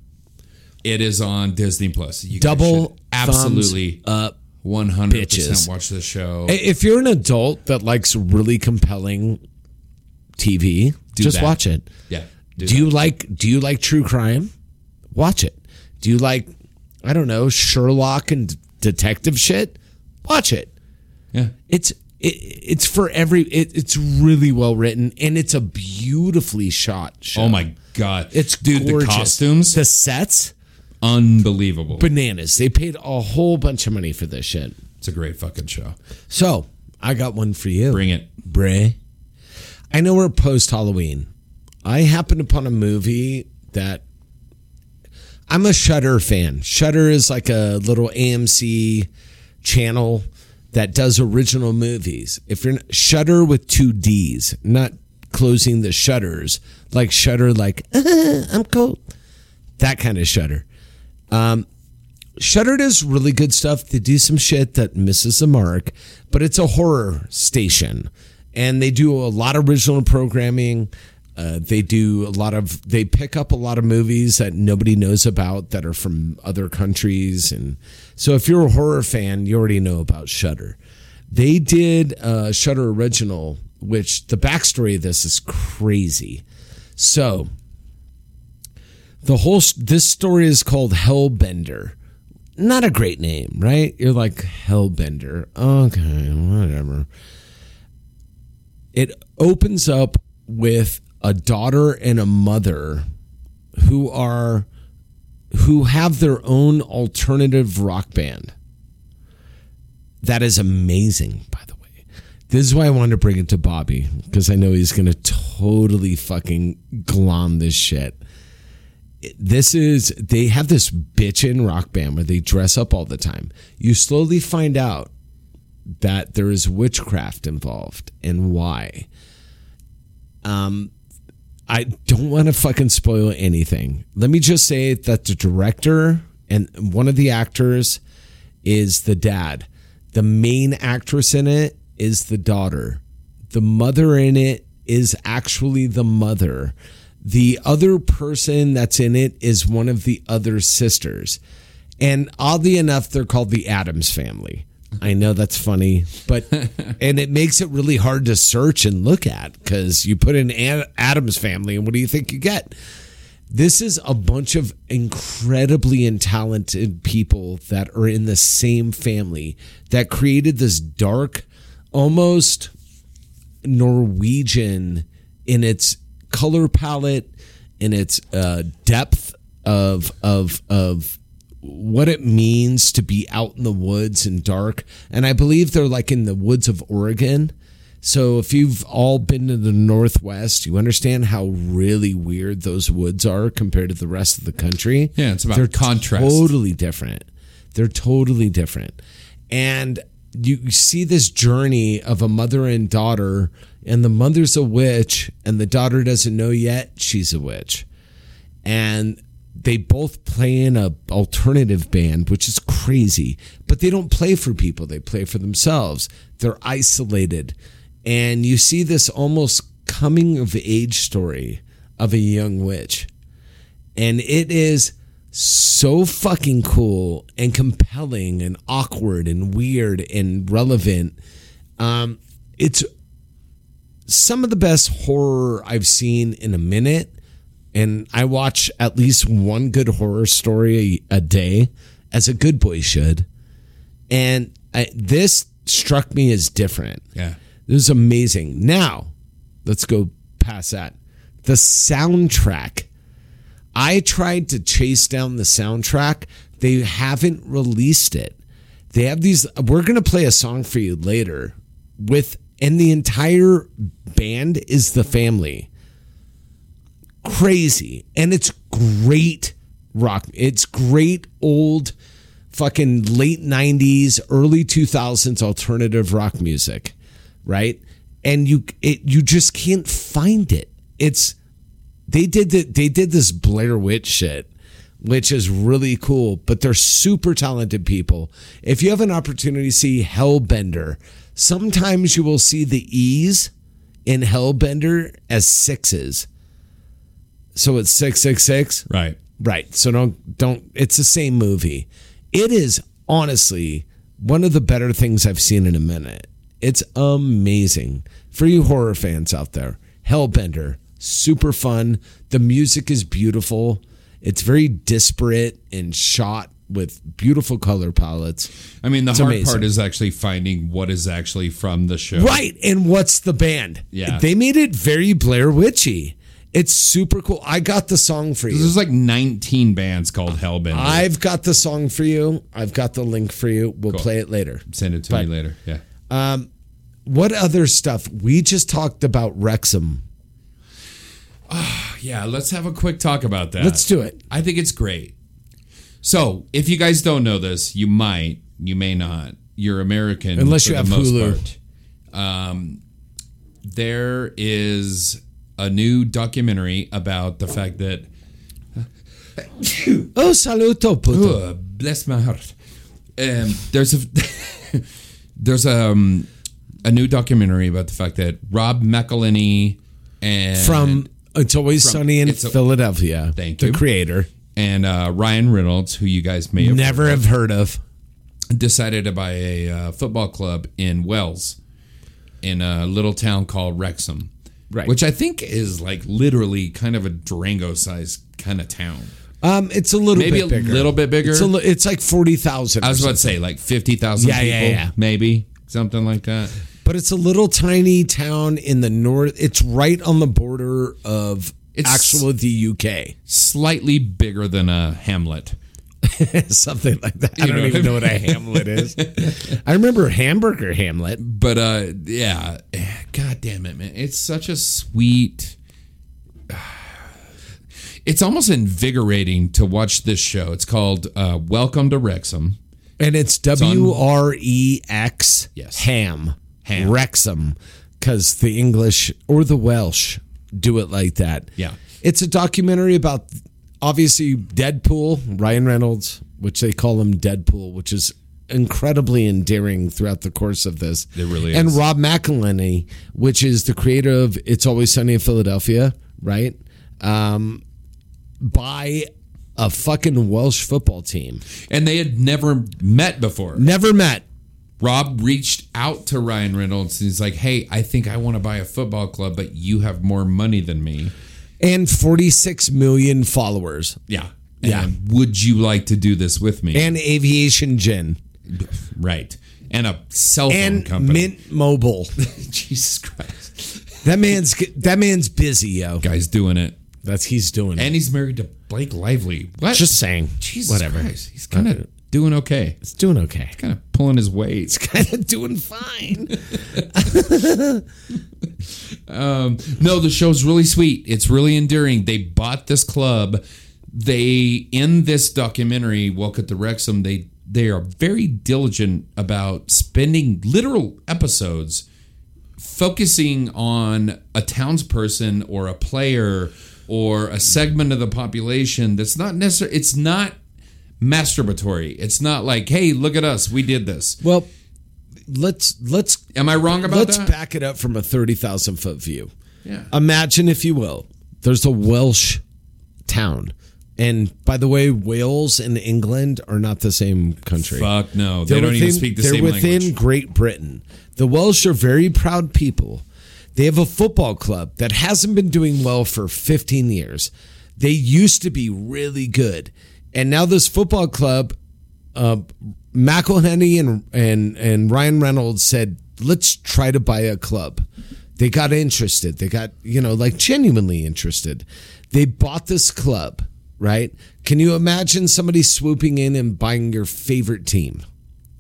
[SPEAKER 5] It is on Disney Plus. You guys
[SPEAKER 4] Double
[SPEAKER 5] should absolutely
[SPEAKER 4] up.
[SPEAKER 5] one hundred
[SPEAKER 4] bitches.
[SPEAKER 5] percent watch the show.
[SPEAKER 4] If you're an adult that likes really compelling TV,
[SPEAKER 5] Do
[SPEAKER 4] just
[SPEAKER 5] that.
[SPEAKER 4] watch it.
[SPEAKER 5] yeah.
[SPEAKER 4] Do you like do you like true crime? Watch it. Do you like I don't know, Sherlock and detective shit? Watch it.
[SPEAKER 5] Yeah.
[SPEAKER 4] It's it, it's for every it, it's really well written and it's a beautifully shot show.
[SPEAKER 5] Oh my god!
[SPEAKER 4] It's
[SPEAKER 5] dude,
[SPEAKER 4] gorgeous.
[SPEAKER 5] the costumes,
[SPEAKER 4] the sets,
[SPEAKER 5] unbelievable.
[SPEAKER 4] bananas. They paid a whole bunch of money for this shit.
[SPEAKER 5] it's a great fucking show.
[SPEAKER 4] So I got one for you.
[SPEAKER 5] Bring it.
[SPEAKER 4] Bray. I know we're post Halloween. I happened upon a movie that I'm a Shutter fan. Shutter is like a little AMC channel that does original movies. If you're Shutter with two D's, not closing the shutters, like Shutter, like <laughs> "Uh, I'm cold, that kind of Shutter. Shudder does really good stuff. They do some shit that misses the mark, but it's a horror station, and they do a lot of original programming. Uh, they do a lot of they pick up a lot of movies that nobody knows about that are from other countries, and so if you're a horror fan, you already know about uh, Shudder. They did a Shutter original which the backstory of this is crazy. So the whole s- this story is called Hellbender. Not a great name, right? You're like Hellbender. Okay, whatever. It opens up with a daughter and a mother who are who have their own alternative rock band. That is amazing, by the way. This is why I wanted to bring it to Bobby because I know he's going to totally fucking glom this shit. This is, they have this bitchin' rock band where they dress up all the time. You slowly find out that there is witchcraft involved and why. Um, I don't want to fucking spoil anything. Let me just say that the director and one of the actors is the dad. The main actress in it is the daughter. The mother in it is actually the mother. The other person that's in it is one of the other sisters. And oddly enough, they're called the Adams family. I know that's funny, but and it makes it really hard to search and look at because you put in Ad- Adams family and what do you think you get? This is a bunch of incredibly and talented people that are in the same family that created this dark, almost Norwegian in its color palette, in its uh, depth of of of what it means to be out in the woods and dark. And I believe they're like in the woods of Oregon. So if you've all been to the Northwest, you understand how really weird those woods are compared to the rest of the country.
[SPEAKER 5] Yeah, it's about
[SPEAKER 4] they're
[SPEAKER 5] contrast.
[SPEAKER 4] Totally different. They're totally different. And you see this journey of a mother and daughter, and the mother's a witch, and the daughter doesn't know yet she's a witch and they both play in a alternative band which is crazy but they don't play for people they play for themselves they're isolated and you see this almost coming of age story of a young witch and it is so fucking cool and compelling and awkward and weird and relevant um it's some of the best horror I've seen in a minute. And I watch at least one good horror story a, a day, as a good boy should. And I, this struck me as different.
[SPEAKER 5] Yeah.
[SPEAKER 4] This is amazing. Now, let's go past that. The soundtrack. I tried to chase down the soundtrack. They haven't released it. They have these. We're gonna play a song for you later. With and the entire band is the family. Crazy, and it's great rock. It's great old, fucking late '90s, early 2000s alternative rock music, right? And you it you just can't find it. It's they did the, they did this Blair Witch shit, which is really cool. But they're super talented people. If you have an opportunity to see Hellbender, sometimes you will see the E's in Hellbender as sixes. So it's six six six.
[SPEAKER 5] Right.
[SPEAKER 4] Right. So don't don't it's the same movie. It is honestly one of the better things I've seen in a minute. It's amazing. For you horror fans out there, Hellbender, super fun. The music is beautiful. It's very disparate and shot with beautiful color palettes.
[SPEAKER 5] I mean, the
[SPEAKER 4] It's
[SPEAKER 5] hard
[SPEAKER 4] amazing.
[SPEAKER 5] part is actually finding what is actually from the show.
[SPEAKER 4] Right. And what's the band?
[SPEAKER 5] Yeah.
[SPEAKER 4] They made it very Blair Witchy. It's super cool. I got the song for you.
[SPEAKER 5] There's like 19 bands called Hellbender.
[SPEAKER 4] I've got the song for you. I've got the link for you. We'll
[SPEAKER 5] Cool.
[SPEAKER 4] play it later.
[SPEAKER 5] Send it to
[SPEAKER 4] But-
[SPEAKER 5] me later. Yeah.
[SPEAKER 4] Um, what other stuff? We just talked about Wrexham.
[SPEAKER 5] Yeah, let's have a quick talk about that.
[SPEAKER 4] Let's do it.
[SPEAKER 5] I think it's great. So, if you guys don't know this, you might, you may not. You're American,
[SPEAKER 4] Unless
[SPEAKER 5] for
[SPEAKER 4] you
[SPEAKER 5] the
[SPEAKER 4] have
[SPEAKER 5] most
[SPEAKER 4] Hulu.
[SPEAKER 5] part. Um, there is a new documentary about the fact that
[SPEAKER 4] Oh, saluto, puto.
[SPEAKER 5] Ugh, uh, bless my heart. Um, there's a <laughs> there's um, a new documentary about the fact that Rob McElhenney and
[SPEAKER 4] From It's Always
[SPEAKER 5] From-
[SPEAKER 4] Sunny in
[SPEAKER 5] It's a-
[SPEAKER 4] Philadelphia.
[SPEAKER 5] Thank
[SPEAKER 4] the
[SPEAKER 5] you.
[SPEAKER 4] creator.
[SPEAKER 5] and uh, Ryan Reynolds, who you guys may have
[SPEAKER 4] Never have heard of.
[SPEAKER 5] decided to buy a uh, football club in Wells. in a little town called Wrexham,
[SPEAKER 4] Right.
[SPEAKER 5] Which I think is like literally kind of a Durango-sized kind of town.
[SPEAKER 4] Um, it's a little
[SPEAKER 5] Maybe
[SPEAKER 4] bit
[SPEAKER 5] a
[SPEAKER 4] bigger.
[SPEAKER 5] little bit bigger.
[SPEAKER 4] It's, a li- it's like forty thousand.
[SPEAKER 5] I was about to say like fifty thousand
[SPEAKER 4] Yeah,
[SPEAKER 5] people,
[SPEAKER 4] yeah, yeah.
[SPEAKER 5] maybe something like that.
[SPEAKER 4] but it's a little tiny town in the north. It's right on the border of
[SPEAKER 5] It's-
[SPEAKER 4] actual the UK,
[SPEAKER 5] Slightly bigger than a Hamlet.
[SPEAKER 4] <laughs> something like that. I
[SPEAKER 5] You
[SPEAKER 4] don't
[SPEAKER 5] know
[SPEAKER 4] even know
[SPEAKER 5] what
[SPEAKER 4] what a
[SPEAKER 5] I mean?
[SPEAKER 4] Hamlet is. I remember Hamburger Hamlet.
[SPEAKER 5] But uh, yeah, god damn it, man! It's such a sweet. <sighs> It's almost invigorating to watch this show. It's called uh, Welcome to Wrexham.
[SPEAKER 4] And it's
[SPEAKER 5] on-
[SPEAKER 4] W R E X
[SPEAKER 5] Yes.
[SPEAKER 4] ham
[SPEAKER 5] Ham.
[SPEAKER 4] Wrexham because the English or the Welsh do it like that.
[SPEAKER 5] Yeah.
[SPEAKER 4] it's a documentary about obviously Deadpool Ryan Reynolds, which they call him Deadpool, which is incredibly endearing throughout the course of this.
[SPEAKER 5] It really
[SPEAKER 4] and
[SPEAKER 5] is.
[SPEAKER 4] Rob McElhenney, which is the creator of It's Always Sunny in Philadelphia, right? Um, by a fucking Welsh football team.
[SPEAKER 5] And they had never met before.
[SPEAKER 4] Never met.
[SPEAKER 5] Rob reached out to Ryan Reynolds and he's like, Hey, I think I want to buy a football club, but you have more money than me.
[SPEAKER 4] and 46 million followers
[SPEAKER 5] Yeah.
[SPEAKER 4] Yeah.
[SPEAKER 5] And Would you like to do this with me?
[SPEAKER 4] and aviation gin
[SPEAKER 5] right. And a cell phone
[SPEAKER 4] and
[SPEAKER 5] company.
[SPEAKER 4] mint mobile
[SPEAKER 5] <laughs> Jesus Christ.
[SPEAKER 4] that man's that man's busy yo
[SPEAKER 5] Guy's doing it.
[SPEAKER 4] that's he's doing
[SPEAKER 5] And he's married to Blake Lively. What?
[SPEAKER 4] just saying
[SPEAKER 5] Jesus
[SPEAKER 4] whatever Uh,
[SPEAKER 5] Christ. He's kind of doing okay.
[SPEAKER 4] it's doing okay
[SPEAKER 5] Kind of pulling his weight.
[SPEAKER 4] <laughs> kind of <laughs> doing fine
[SPEAKER 5] Um, No, the show's really sweet. It's really endearing. They bought this club. They in this documentary, Welcome to Wrexham, they they are very diligent about spending literal episodes focusing on a townsperson or a player or a segment of the population that's not necessary it's not masturbatory. It's not like, hey, look at us, we did this.
[SPEAKER 4] well let's let's
[SPEAKER 5] Am I wrong about
[SPEAKER 4] let's
[SPEAKER 5] that?
[SPEAKER 4] back it up from a 30,000 foot view
[SPEAKER 5] yeah.
[SPEAKER 4] imagine if you will there's a welsh town and by the way wales and england are not the same country
[SPEAKER 5] Fuck no. They don't even speak the
[SPEAKER 4] they're
[SPEAKER 5] same
[SPEAKER 4] within
[SPEAKER 5] language.
[SPEAKER 4] Great Britain. The Welsh are very proud people. They have a football club that hasn't been doing well for 15 years. They used to be really good, and now this football club, uh, McElhenney and and and Ryan Reynolds said, "Let's try to buy a club." They got interested. They got you know like genuinely interested. They bought this club, right? Can you imagine somebody swooping in and buying your favorite team?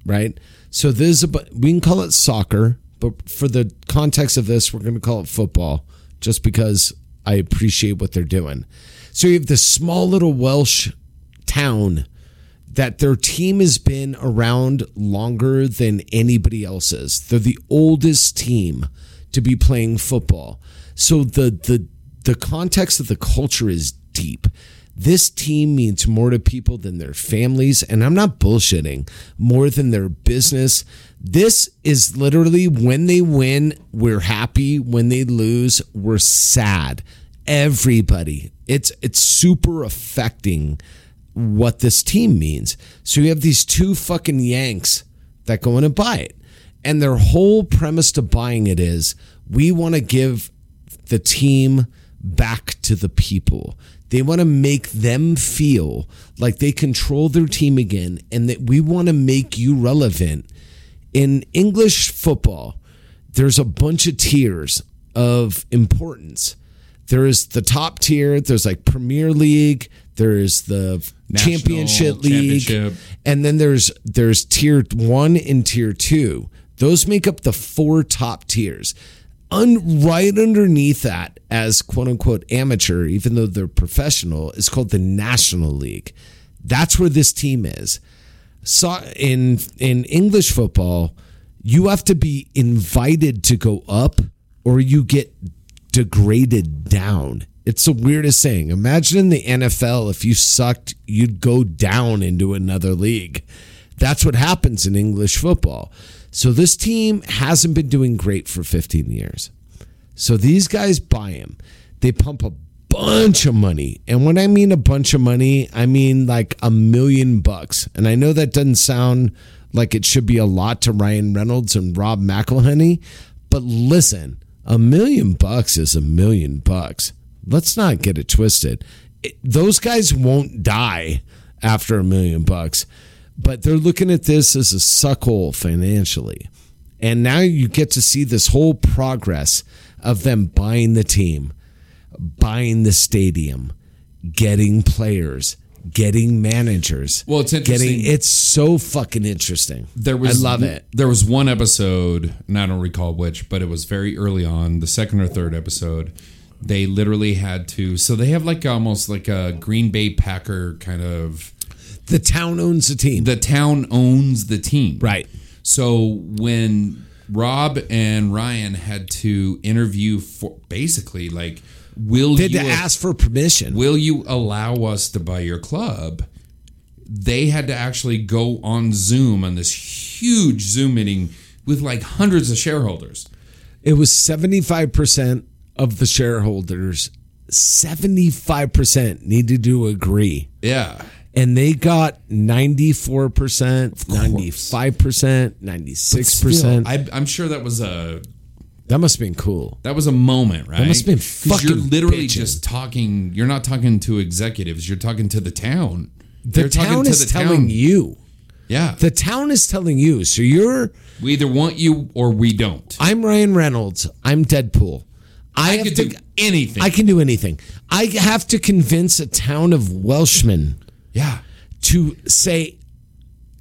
[SPEAKER 4] right? So this is a, bu- we can call it soccer, but for the context of this, we're going to call it football, just because I appreciate what they're doing. So you have this small little Welsh town that their team has been around longer than anybody else's. They're the oldest team to be playing football. So the the the context of the culture is deep. This team means more to people than their families, and I'm not bullshitting, more than their business. This is literally when they win, we're happy. When they lose, we're sad. Everybody. It's it's super affecting what this team means. So you have these two fucking Yanks that go in and buy it. And their whole premise to buying it is we want to give the team back to the people. They want to make them feel like they control their team again and that we want to make you relevant. In English football, there's a bunch of tiers of importance. There is the top tier, there's like Premier League, there's the
[SPEAKER 5] National
[SPEAKER 4] Championship League,
[SPEAKER 5] Championship.
[SPEAKER 4] and then there's there's tier 1 and tier 2. Those make up the four top tiers. Un, right underneath that as quote unquote amateur, even though they're professional, is called the National League. That's where this team is so in in English football, you have to be invited to go up or you get degraded down. It's the weirdest thing. Imagine in the NFL if you sucked, you'd go down into another league. That's what happens in English football. So this team hasn't been doing great for 15 years. So these guys buy him. They pump a bunch of money. And when I mean a bunch of money, I mean like a million bucks. And I know that doesn't sound like it should be a lot to Ryan Reynolds and Rob McElhenney, But listen, a million bucks is a million bucks. Let's not get it twisted. It- those guys won't die after a million bucks, but they're looking at this as a suckhole financially. And now you get to see this whole progress of them buying the team, buying the stadium, getting players, getting managers.
[SPEAKER 5] Well, it's interesting.
[SPEAKER 4] Getting, it's so fucking interesting.
[SPEAKER 5] There was
[SPEAKER 4] I love it.
[SPEAKER 5] There was one episode, and I don't recall which, but it was very early on, the second or third episode. They literally had to. So they have like almost like a Green Bay Packer kind of.
[SPEAKER 4] The town owns the team.
[SPEAKER 5] The town owns the team.
[SPEAKER 4] Right.
[SPEAKER 5] So when Rob and Ryan had to interview for basically like, will
[SPEAKER 4] Did
[SPEAKER 5] you
[SPEAKER 4] to ask for permission.
[SPEAKER 5] will you allow us to buy your club? They had to actually go on Zoom on this huge Zoom meeting with like hundreds of shareholders.
[SPEAKER 4] It was 75% of the shareholders, 75% needed to agree.
[SPEAKER 5] Yeah.
[SPEAKER 4] And they got 94%, 95%, 96%.
[SPEAKER 5] I, I'm sure that was a
[SPEAKER 4] that must have been cool.
[SPEAKER 5] that was a moment, right?
[SPEAKER 4] must have been
[SPEAKER 5] 'Cause You're
[SPEAKER 4] fucking
[SPEAKER 5] literally
[SPEAKER 4] bitchin'.
[SPEAKER 5] just talking. You're not talking to executives. You're talking to the town.
[SPEAKER 4] The
[SPEAKER 5] They're
[SPEAKER 4] town is telling you.
[SPEAKER 5] Yeah.
[SPEAKER 4] The town is telling you. So you're,
[SPEAKER 5] we either want you or we don't.
[SPEAKER 4] I'm Ryan Reynolds. I'm Deadpool. I,
[SPEAKER 5] I
[SPEAKER 4] have
[SPEAKER 5] could
[SPEAKER 4] to-
[SPEAKER 5] do anything.
[SPEAKER 4] I can do anything. I have to convince a town of Welshmen
[SPEAKER 5] yeah.
[SPEAKER 4] to say,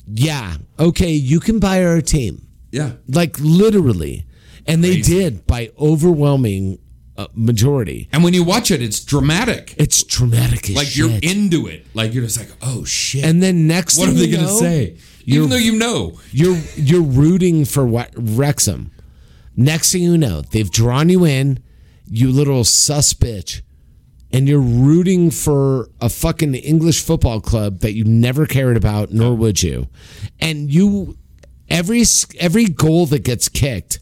[SPEAKER 4] yeah, okay, you can buy our team.
[SPEAKER 5] Yeah.
[SPEAKER 4] Like literally. And they
[SPEAKER 5] Crazy.
[SPEAKER 4] did by overwhelming uh, majority.
[SPEAKER 5] And when you watch it, it's dramatic.
[SPEAKER 4] It's dramatic as
[SPEAKER 5] Like
[SPEAKER 4] shit.
[SPEAKER 5] you're into it. Like you're just like, oh shit.
[SPEAKER 4] And then next
[SPEAKER 5] what are
[SPEAKER 4] thing
[SPEAKER 5] they
[SPEAKER 4] you
[SPEAKER 5] going to
[SPEAKER 4] know,
[SPEAKER 5] say?
[SPEAKER 4] You're,
[SPEAKER 5] Even though you know,
[SPEAKER 4] you're you're rooting for what Wrexham. Next thing you know, they've drawn you in, you little sus bitch, and you're rooting for a fucking English football club that you never cared about, nor would you. And you, every s- every goal that gets kicked,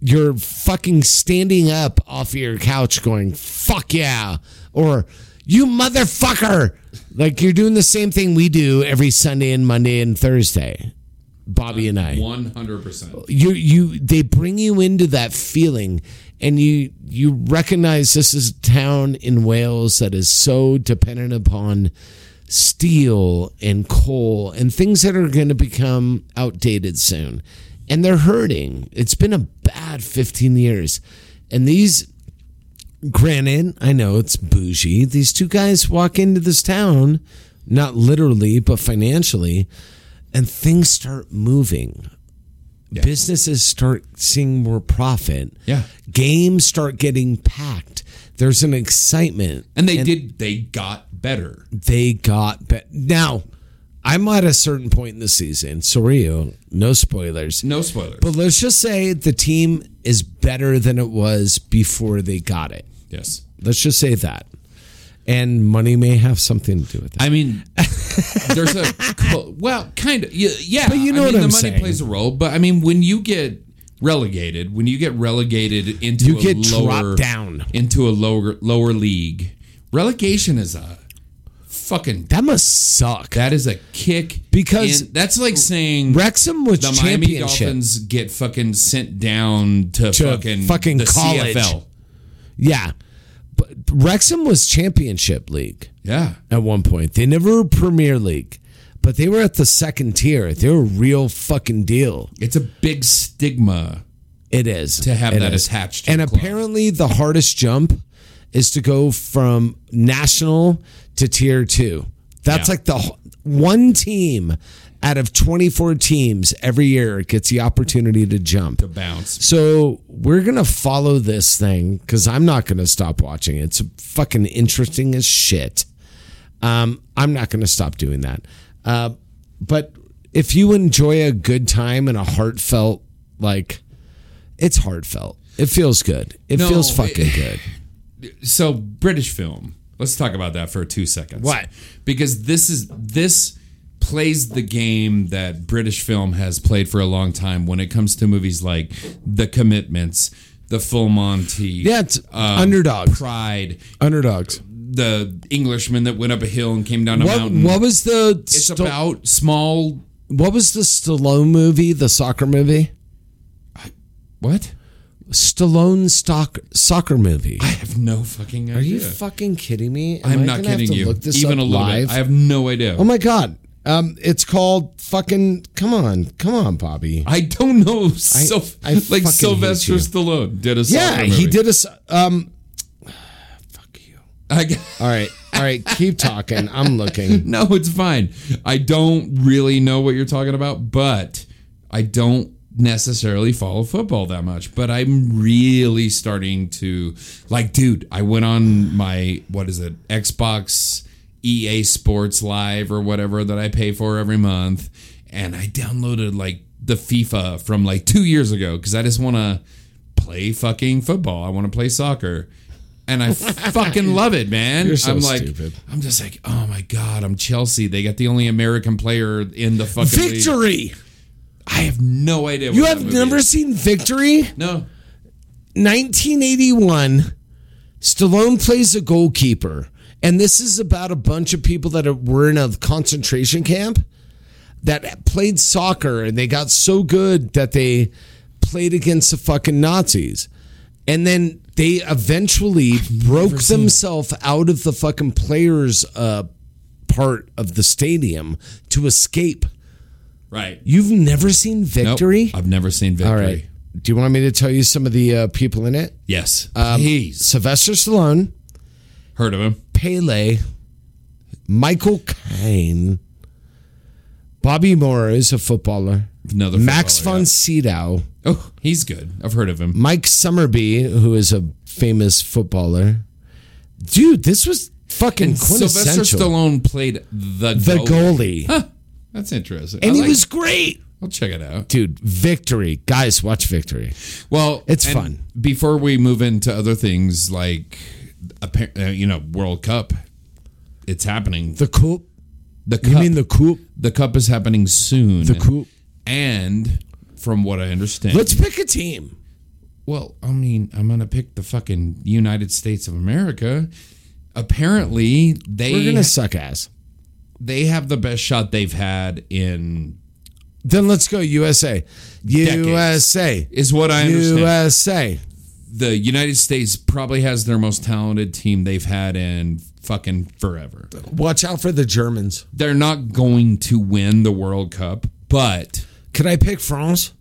[SPEAKER 4] you're fucking standing up off your couch, going "fuck yeah," or "you motherfucker." Like you're doing the same thing we do every Sunday and Monday and Thursday, Bobby and I
[SPEAKER 5] one hundred percent.
[SPEAKER 4] you you they bring you into that feeling and you you recognize this is a town in Wales that is so dependent upon steel and coal and things that are going to become outdated soon and they're hurting it's been a bad 15 years and these granted, I know it's bougie. These two guys walk into this town, not literally, but financially, and things start moving. Businesses start seeing more profit.
[SPEAKER 5] Yeah.
[SPEAKER 4] Games start getting packed. There's an excitement.
[SPEAKER 5] And they did. They got better.
[SPEAKER 4] They got bet Now, I'm at a certain point in the season. Sorry, you. No spoilers.
[SPEAKER 5] No spoilers.
[SPEAKER 4] But let's just say the team is better than it was before they got it.
[SPEAKER 5] yes.
[SPEAKER 4] Let's just say that. And money may have something to do with that. <laughs>
[SPEAKER 5] I mean, there's a co- well, kind of yeah. yeah.
[SPEAKER 4] But you know
[SPEAKER 5] I
[SPEAKER 4] what
[SPEAKER 5] mean, the
[SPEAKER 4] I'm
[SPEAKER 5] money
[SPEAKER 4] saying.
[SPEAKER 5] plays a role. But I mean, when you get relegated, when you get relegated into
[SPEAKER 4] You
[SPEAKER 5] a
[SPEAKER 4] get
[SPEAKER 5] lower,
[SPEAKER 4] dropped down.
[SPEAKER 5] into a lower lower league, relegation is a fucking
[SPEAKER 4] that must suck.
[SPEAKER 5] that is a kick
[SPEAKER 4] Because
[SPEAKER 5] in- that's like saying
[SPEAKER 4] Wrexham was
[SPEAKER 5] the Miami
[SPEAKER 4] championship.
[SPEAKER 5] Dolphins get fucking sent down to,
[SPEAKER 4] To
[SPEAKER 5] fucking
[SPEAKER 4] fucking
[SPEAKER 5] the
[SPEAKER 4] college.
[SPEAKER 5] CFL.
[SPEAKER 4] Yeah. But Wrexham was championship league
[SPEAKER 5] Yeah,
[SPEAKER 4] at one point. They never were Premier League, but they were at the second tier. They were a real fucking deal.
[SPEAKER 5] it's a big stigma.
[SPEAKER 4] It is.
[SPEAKER 5] To have
[SPEAKER 4] It
[SPEAKER 5] that
[SPEAKER 4] is.
[SPEAKER 5] attached to
[SPEAKER 4] and
[SPEAKER 5] the club.
[SPEAKER 4] apparently the hardest jump is to go from national to tier two. That's
[SPEAKER 5] Yeah.
[SPEAKER 4] like the h- one team out of 24 teams every year gets the opportunity to jump.
[SPEAKER 5] The bounce.
[SPEAKER 4] So we're gonna follow this thing because I'm not gonna stop watching. it. It's fucking interesting as shit. Um, I'm not gonna stop doing that. Uh, but if you enjoy a good time and a heartfelt, like, it's heartfelt. It feels good. It
[SPEAKER 5] No,
[SPEAKER 4] feels
[SPEAKER 5] it-
[SPEAKER 4] fucking
[SPEAKER 5] <laughs>
[SPEAKER 4] good.
[SPEAKER 5] so British film. Let's talk about that for two seconds.
[SPEAKER 4] What?
[SPEAKER 5] Because this is this plays the game that British film has played for a long time when it comes to movies like The Commitments, The Full Monty,
[SPEAKER 4] Yeah, it's underdogs.
[SPEAKER 5] Pride,
[SPEAKER 4] Um, Underdogs.
[SPEAKER 5] the Englishman that went up a hill and came down a
[SPEAKER 4] What,
[SPEAKER 5] mountain.
[SPEAKER 4] what was the
[SPEAKER 5] it's
[SPEAKER 4] Sta-
[SPEAKER 5] about small
[SPEAKER 4] what was the Stallone movie? The soccer movie.
[SPEAKER 5] what?
[SPEAKER 4] Stallone stock soccer movie. I
[SPEAKER 5] have no fucking idea.
[SPEAKER 4] Are you fucking kidding me? Am
[SPEAKER 5] I'm
[SPEAKER 4] I
[SPEAKER 5] not
[SPEAKER 4] gonna have
[SPEAKER 5] kidding
[SPEAKER 4] to
[SPEAKER 5] you.
[SPEAKER 4] Look this
[SPEAKER 5] Even
[SPEAKER 4] up
[SPEAKER 5] a little
[SPEAKER 4] live?
[SPEAKER 5] bit. I have no idea.
[SPEAKER 4] Oh my god. Um, it's called fucking. Come on, come on, Bobby.
[SPEAKER 5] I don't know. Sil-
[SPEAKER 4] I fucking
[SPEAKER 5] like
[SPEAKER 4] hate
[SPEAKER 5] Sylvester
[SPEAKER 4] you.
[SPEAKER 5] Stallone did a
[SPEAKER 4] yeah,
[SPEAKER 5] soccer
[SPEAKER 4] he
[SPEAKER 5] movie.
[SPEAKER 4] did a. s- Um,
[SPEAKER 5] I,
[SPEAKER 4] all right, all right. Keep talking. I'm
[SPEAKER 5] <laughs>
[SPEAKER 4] looking.
[SPEAKER 5] no, it's fine. I don't really know what you're talking about, but I don't necessarily follow football that much. But I'm really starting to like, dude. I went on my what is it, Xbox EA Sports Live or whatever that I pay for every month, and I downloaded like the FIFA from like two years ago because I just want to play fucking football. I want to play soccer.
[SPEAKER 4] <laughs>
[SPEAKER 5] And I fucking love it, man.
[SPEAKER 4] You're so
[SPEAKER 5] I'm like,
[SPEAKER 4] stupid.
[SPEAKER 5] I'm just like, oh my god, I'm Chelsea. They got the only American player in the fucking league.
[SPEAKER 4] Victory.
[SPEAKER 5] I have no idea.
[SPEAKER 4] You
[SPEAKER 5] what that
[SPEAKER 4] have
[SPEAKER 5] movie
[SPEAKER 4] never
[SPEAKER 5] is.
[SPEAKER 4] seen Victory?
[SPEAKER 5] no.
[SPEAKER 4] 1981, Stallone plays a goalkeeper, and this is about a bunch of people that are- were in a concentration camp that played soccer, and they got so good that they played against the fucking Nazis, and then they eventually broke themselves out of the fucking players' uh, part of the stadium to escape.
[SPEAKER 5] Right.
[SPEAKER 4] You've never seen
[SPEAKER 5] Nope.
[SPEAKER 4] Victory?
[SPEAKER 5] I've never seen Victory.
[SPEAKER 4] All right. Do you want me to tell you some of the uh, people in it?
[SPEAKER 5] Yes.
[SPEAKER 4] Um,
[SPEAKER 5] Please.
[SPEAKER 4] Sylvester Stallone,
[SPEAKER 5] Heard of him?
[SPEAKER 4] Pele, Michael Caine, Bobby Moore is a footballer,
[SPEAKER 5] Another
[SPEAKER 4] Max
[SPEAKER 5] footballer,
[SPEAKER 4] von Sydow,
[SPEAKER 5] yeah. Oh, he's good. I've heard of him.
[SPEAKER 4] Mike Summerby, who is a famous footballer. Dude, this was fucking
[SPEAKER 5] And Sylvester
[SPEAKER 4] quintessential.
[SPEAKER 5] Stallone played the
[SPEAKER 4] the
[SPEAKER 5] goalie.
[SPEAKER 4] goalie,
[SPEAKER 5] That's interesting.
[SPEAKER 4] and
[SPEAKER 5] I
[SPEAKER 4] he
[SPEAKER 5] like-
[SPEAKER 4] was great.
[SPEAKER 5] I'll check it out.
[SPEAKER 4] Dude, victory, guys, watch victory.
[SPEAKER 5] Well,
[SPEAKER 4] It's
[SPEAKER 5] and
[SPEAKER 4] fun.
[SPEAKER 5] Before we move into other things like, appa- uh, you know, World Cup, it's happening.
[SPEAKER 4] The coup.
[SPEAKER 5] The
[SPEAKER 4] You mean the coup?
[SPEAKER 5] The cup is happening soon.
[SPEAKER 4] The coup.
[SPEAKER 5] And from what I understand,
[SPEAKER 4] Let's pick a team.
[SPEAKER 5] well, I mean, I'm gonna pick the fucking United States of America. Apparently,
[SPEAKER 4] We're
[SPEAKER 5] they
[SPEAKER 4] gonna suck ass.
[SPEAKER 5] they have the best shot they've had in
[SPEAKER 4] Then let's go USA. USA.
[SPEAKER 5] is what I understand.
[SPEAKER 4] USA.
[SPEAKER 5] The United States probably has their most talented team they've had in fucking forever.
[SPEAKER 4] Watch out for the Germans.
[SPEAKER 5] They're not going to win the World Cup, but
[SPEAKER 4] Can I pick France?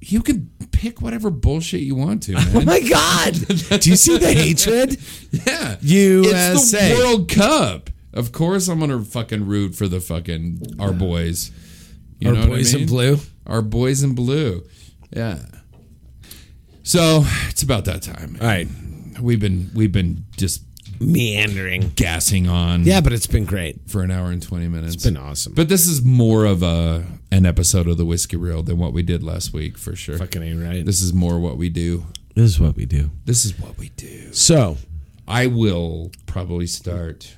[SPEAKER 5] you can pick whatever bullshit you want to, man.
[SPEAKER 4] Oh my God. <laughs> Do you see the hatred?
[SPEAKER 5] <laughs> Yeah.
[SPEAKER 4] USA.
[SPEAKER 5] It's the World Cup. Of course I'm gonna fucking root for the fucking our boys. You
[SPEAKER 4] Our
[SPEAKER 5] know what I
[SPEAKER 4] boys in
[SPEAKER 5] mean?
[SPEAKER 4] blue.
[SPEAKER 5] Our boys in blue. Yeah. So it's about that time.
[SPEAKER 4] All right.
[SPEAKER 5] We've been we've been just
[SPEAKER 4] Meandering.
[SPEAKER 5] gassing on
[SPEAKER 4] Yeah, but it's been great.
[SPEAKER 5] for an hour and twenty minutes.
[SPEAKER 4] It's been awesome.
[SPEAKER 5] but this is more of a an episode of the Whiskey Reel than what we did last week for sure.
[SPEAKER 4] fucking ain't right. This,
[SPEAKER 5] This is more what we do.
[SPEAKER 4] is what we do.
[SPEAKER 5] This is what we do.
[SPEAKER 4] So,
[SPEAKER 5] I will probably start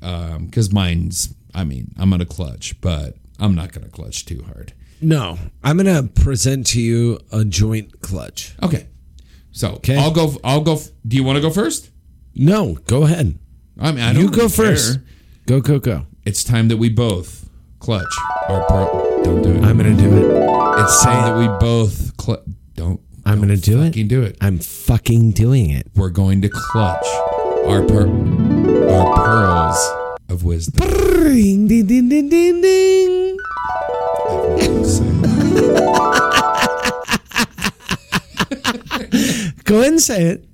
[SPEAKER 5] um because mine's I mean, I'm gonna clutch, but I'm not gonna clutch too hard.
[SPEAKER 4] no, I'm going to present to you a joint clutch.
[SPEAKER 5] Okay. So
[SPEAKER 4] Okay.
[SPEAKER 5] I'll go I'll go do you wanna go first?
[SPEAKER 4] No, go ahead.
[SPEAKER 5] I mean I don't
[SPEAKER 4] You go
[SPEAKER 5] really
[SPEAKER 4] first.
[SPEAKER 5] care.
[SPEAKER 4] Go, go, go.
[SPEAKER 5] It's time that we both clutch our pro don't do it.
[SPEAKER 4] I'm going to do it.
[SPEAKER 5] It's saying that we both cl- don't.
[SPEAKER 4] I'm
[SPEAKER 5] don't
[SPEAKER 4] going to do it.
[SPEAKER 5] fucking do it.
[SPEAKER 4] I'm fucking doing it.
[SPEAKER 5] We're going to clutch our per- our pearls
[SPEAKER 4] <laughs>
[SPEAKER 5] of wisdom.
[SPEAKER 4] Ding, ding, ding, ding, ding, ding. Go ahead and say it.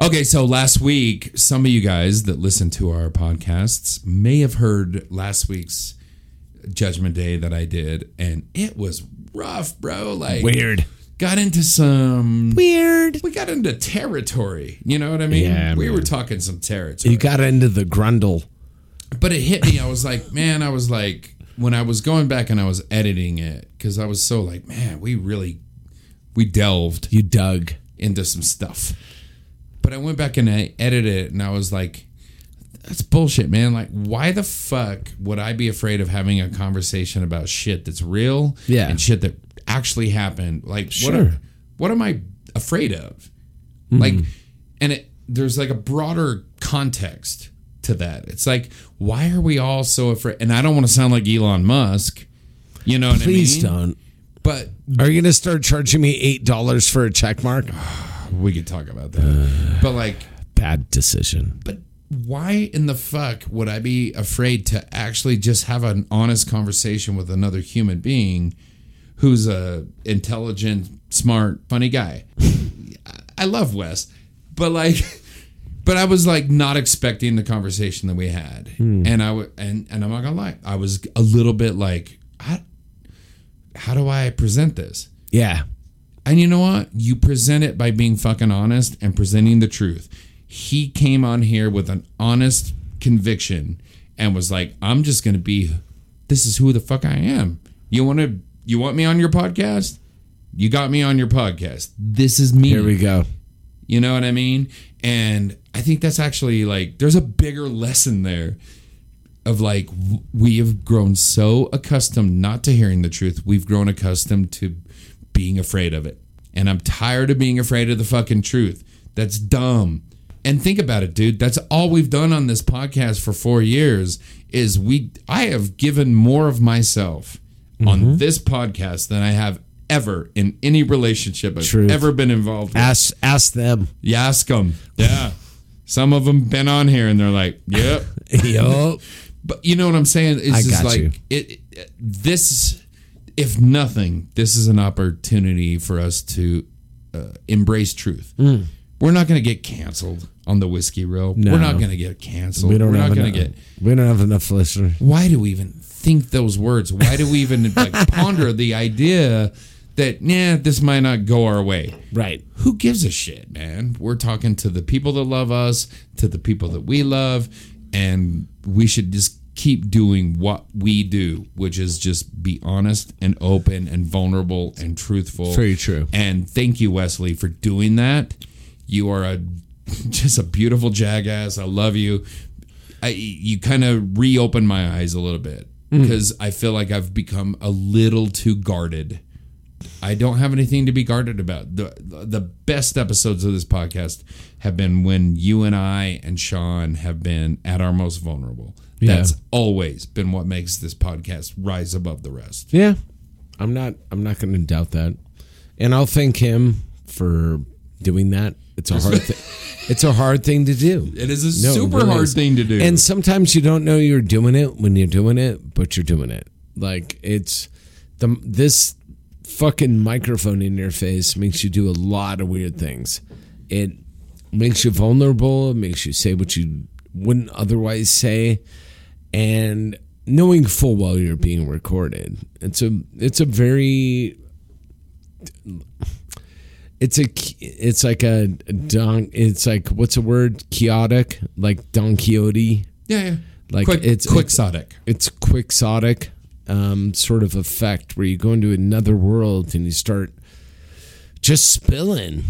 [SPEAKER 5] okay, so last week, some of you guys that listen to our podcasts may have heard last week's Judgment Day that I did, and it was rough, bro. Like Got into some.
[SPEAKER 4] Weird.
[SPEAKER 5] We got into territory. You know what I mean?
[SPEAKER 4] Yeah,
[SPEAKER 5] we
[SPEAKER 4] man.
[SPEAKER 5] were talking some territory.
[SPEAKER 4] You got into the grundle.
[SPEAKER 5] but it hit me. I was like, man, I was like, when I was going back and I was editing it, because I was so like, man, we really, we delved
[SPEAKER 4] You dug.
[SPEAKER 5] into some stuff. But I went back and I edited it and I was like, that's bullshit, man. Like, why the fuck would I be afraid of having a conversation about shit that's real
[SPEAKER 4] Yeah.
[SPEAKER 5] and shit that actually happened? Like, what,
[SPEAKER 4] Sure.
[SPEAKER 5] am- what am I afraid of? Like,
[SPEAKER 4] Hmm.
[SPEAKER 5] and it, there's like a broader context to that. It's like, why are we all so afraid? And I don't want to sound like Elon Musk. You know what I mean?
[SPEAKER 4] Please don't.
[SPEAKER 5] But
[SPEAKER 4] are you going to start charging me eight dollars for a check mark?
[SPEAKER 5] <sighs> we could talk about that. but like,
[SPEAKER 4] Bad decision.
[SPEAKER 5] but why in the fuck would I be afraid to actually just have an honest conversation with another human being who's a intelligent, smart, funny guy? I love Wes, but like, <laughs> but I was like not expecting the conversation that we had, and I w- and and I'm not gonna lie, I was a little bit like, I, how do I present this?
[SPEAKER 4] Yeah.
[SPEAKER 5] And you know what? You present it by being fucking honest and presenting the truth. He came on here with an honest conviction and was like, "I'm just going to be this is who the fuck I am. You want to you want me on your podcast? You got me on your podcast. This is me."
[SPEAKER 4] Here we go.
[SPEAKER 5] You know what I mean? And I think that's actually like there's a bigger lesson there of like w- we have grown so accustomed not to hearing the truth. We've grown accustomed to being afraid of it. And I'm tired of being afraid of the fucking truth. That's dumb. And think about it, dude. That's all we've done on this podcast for 4 years is we I have given more of myself on this podcast than I have ever in any relationship I've
[SPEAKER 4] Truth.
[SPEAKER 5] ever been involved with.
[SPEAKER 4] Ask ask them.
[SPEAKER 5] You ask them. Yeah. Some of them been on here and they're like, yep.
[SPEAKER 4] <laughs> Yup.
[SPEAKER 5] but you know what I'm saying? It's
[SPEAKER 4] I
[SPEAKER 5] just
[SPEAKER 4] got
[SPEAKER 5] like,
[SPEAKER 4] you.
[SPEAKER 5] It, it- this, if nothing, this is an opportunity for us to uh, embrace truth.
[SPEAKER 4] Hmm.
[SPEAKER 5] We're not going to get canceled on the whiskey reel. We're not going to get canceled.
[SPEAKER 4] We don't
[SPEAKER 5] We're
[SPEAKER 4] have
[SPEAKER 5] not going to
[SPEAKER 4] enough.
[SPEAKER 5] get.
[SPEAKER 4] We don't have enough listeners.
[SPEAKER 5] Why do we even think those words? Why do we even like ponder the idea that, nah, this might not go our way?
[SPEAKER 4] Right.
[SPEAKER 5] who gives a shit, man? We're talking to the people that love us, to the people that we love, and we should just keep doing what we do, which is just be honest and open and vulnerable and truthful.
[SPEAKER 4] Very true.
[SPEAKER 5] And thank you, Wesley, for doing that. You are a <laughs> just a beautiful jackass. I love you. I, you kind of reopened my eyes a little bit
[SPEAKER 4] Mm-hmm.
[SPEAKER 5] because I feel like I've become a little too guarded. I don't have anything to be guarded about. The the best episodes of this podcast have been when you and I and Sean have been at our most vulnerable. That's always been what makes this podcast rise above the rest.
[SPEAKER 4] Yeah. I'm not I'm not going to doubt that. And I'll thank him for doing that. It's a
[SPEAKER 5] <laughs>
[SPEAKER 4] hard thing. It's a hard thing to do.
[SPEAKER 5] It is a
[SPEAKER 4] No, it
[SPEAKER 5] super
[SPEAKER 4] really
[SPEAKER 5] hard
[SPEAKER 4] is.
[SPEAKER 5] thing to do.
[SPEAKER 4] And sometimes you don't know you're doing it when you're doing it, but you're doing it. Like it's the this fucking microphone in your face makes you do a lot of weird things. It makes you vulnerable, it makes you say what you wouldn't otherwise say and knowing full well you're being recorded. It's a it's a very it's a it's like a don it's like what's a word chaotic like Don Quixote
[SPEAKER 5] yeah, yeah.
[SPEAKER 4] like
[SPEAKER 5] Quick,
[SPEAKER 4] it's
[SPEAKER 5] quixotic.
[SPEAKER 4] it's quixotic um, sort of effect where you go into another world and you start just spilling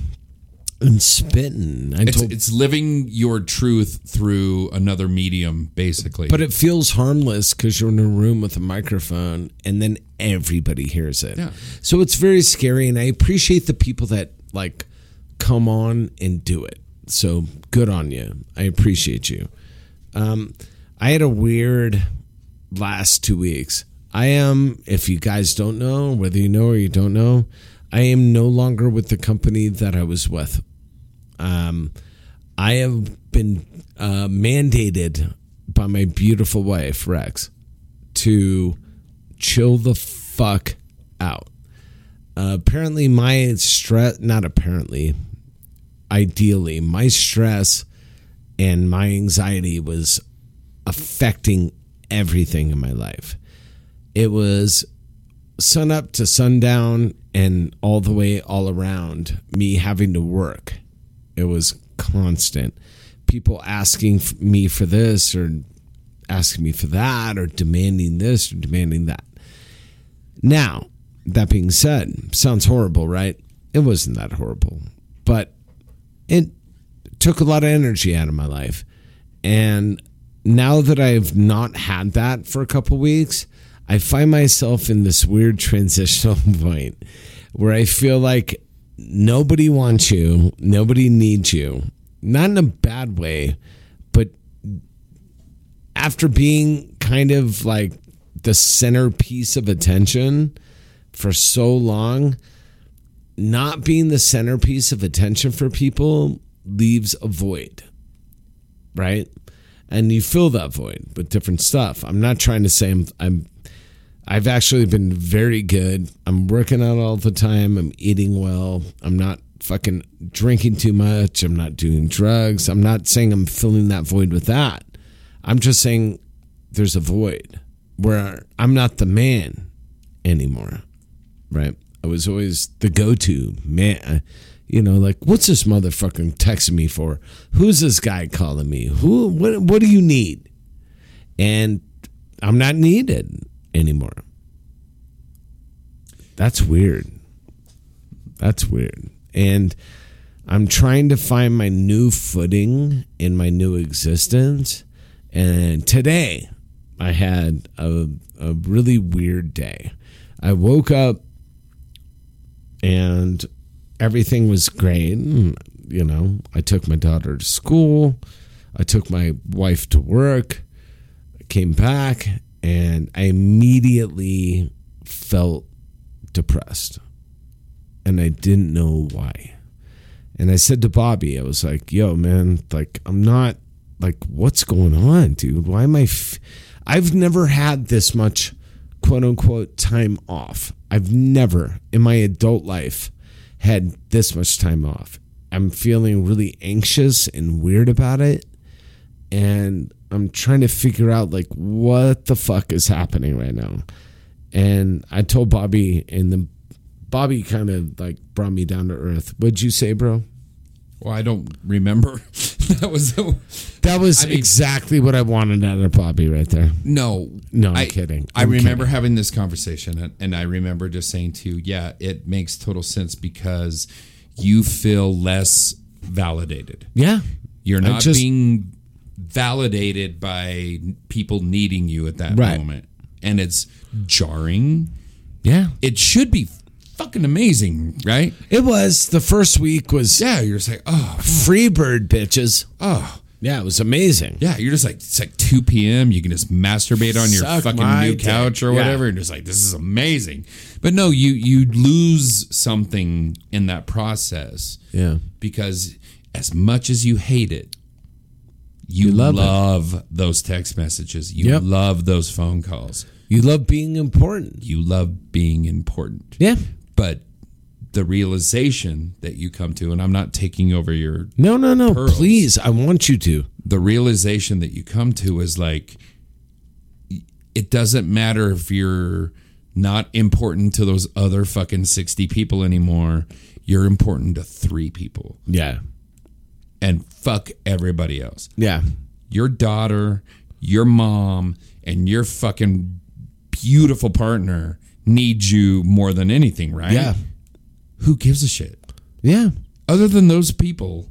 [SPEAKER 4] and spitting. I
[SPEAKER 5] It's,
[SPEAKER 4] told,
[SPEAKER 5] it's living your truth through another medium, basically.
[SPEAKER 4] but it feels harmless because you're in a room with a microphone and then everybody hears it.
[SPEAKER 5] Yeah.
[SPEAKER 4] So it's very scary, and I appreciate the people that like come on and do it. So good on you. I appreciate you. Um, I had a weird last two weeks. I am, if you guys don't know, whether you know or you don't know, I am no longer with the company that I was with. Um, I have been uh, mandated by my beautiful wife, Rex, to chill the fuck out. Uh, apparently, my stress, not apparently, ideally, my stress and my anxiety was affecting everything in my life. It was sun up to sundown and all the way all around me having to work. It was constant. People asking f- me for this or asking me for that or demanding this or demanding that. Now, that being said, sounds horrible, right? It wasn't that horrible, but it took a lot of energy out of my life. And now that I've not had that for a couple weeks, I find myself in this weird transitional <laughs> point where I feel like nobody wants you, nobody needs you. Not in a bad way, but after being kind of like the centerpiece of attention for so long, not being the centerpiece of attention for people leaves a void, right? And you fill that void with different stuff. I'm not trying to say I'm, I'm I've actually been very good. I'm working out all the time. I'm eating well. I'm not fucking drinking too much. I'm not doing drugs. I'm not saying I'm filling that void with that. I'm just saying there's a void where I'm not the man anymore. Right? I was always the go to man. You know, like, what's this motherfucker texting me for? Who's this guy calling me? Who, what, what do you need? And I'm not needed anymore. That's weird. That's weird. And I'm trying to find my new footing in my new existence. And today I had a, a really weird day. I woke up and everything was great. You know, I took my daughter to school, I took my wife to work, I came back, and I immediately felt depressed. And I didn't know why. And I said to Bobby, I was like, yo, man, like, I'm not, like, what's going on, dude? Why am I, f- I've never had this much quote unquote time off. I've never in my adult life had this much time off. I'm feeling really anxious and weird about it. And I'm trying to figure out like what the fuck is happening right now. And I told Bobby, and then Bobby kind of like brought me down to earth. What'd you say, bro?
[SPEAKER 5] Well, I don't remember. <laughs> that was
[SPEAKER 4] That was
[SPEAKER 5] I mean-
[SPEAKER 4] exactly what I wanted out of Bobby right there.
[SPEAKER 5] no,
[SPEAKER 4] No, I'm
[SPEAKER 5] I,
[SPEAKER 4] kidding.
[SPEAKER 5] I
[SPEAKER 4] I'm
[SPEAKER 5] remember having this conversation, and, and I remember just saying to you, yeah, it makes total sense because you feel less validated.
[SPEAKER 4] Yeah.
[SPEAKER 5] You're
[SPEAKER 4] I
[SPEAKER 5] not
[SPEAKER 4] just-
[SPEAKER 5] being validated by people needing you at that
[SPEAKER 4] Right.
[SPEAKER 5] moment, and it's jarring.
[SPEAKER 4] Yeah.
[SPEAKER 5] It should be fucking amazing, right?
[SPEAKER 4] It was the first week was
[SPEAKER 5] Yeah, you're just like, oh,
[SPEAKER 4] Freebird bitches.
[SPEAKER 5] oh.
[SPEAKER 4] Yeah, it was amazing.
[SPEAKER 5] Yeah, you're just like it's like 2 p.m. You can just masturbate on your
[SPEAKER 4] Suck
[SPEAKER 5] fucking
[SPEAKER 4] my
[SPEAKER 5] new
[SPEAKER 4] dick.
[SPEAKER 5] couch or
[SPEAKER 4] Yeah.
[SPEAKER 5] whatever, and just like this is amazing. But no, you you lose something in that process
[SPEAKER 4] Yeah.
[SPEAKER 5] because as much as you hate it, you,
[SPEAKER 4] You love
[SPEAKER 5] love,
[SPEAKER 4] it.
[SPEAKER 5] those text messages. You
[SPEAKER 4] Yep.
[SPEAKER 5] love those phone calls.
[SPEAKER 4] You love being important.
[SPEAKER 5] You love being important.
[SPEAKER 4] Yeah.
[SPEAKER 5] But the realization that you come to, and I'm not taking over your
[SPEAKER 4] No, no, no.
[SPEAKER 5] Pearls.
[SPEAKER 4] Please, I want you to.
[SPEAKER 5] the realization that you come to is like it doesn't matter if you're not important to those other fucking 60 people anymore you're important to three people
[SPEAKER 4] Yeah.
[SPEAKER 5] and fuck everybody else
[SPEAKER 4] Yeah.
[SPEAKER 5] your daughter your mom and your fucking beautiful partner needs you more than anything right
[SPEAKER 4] Yeah.
[SPEAKER 5] who gives a shit
[SPEAKER 4] Yeah.
[SPEAKER 5] other than those people,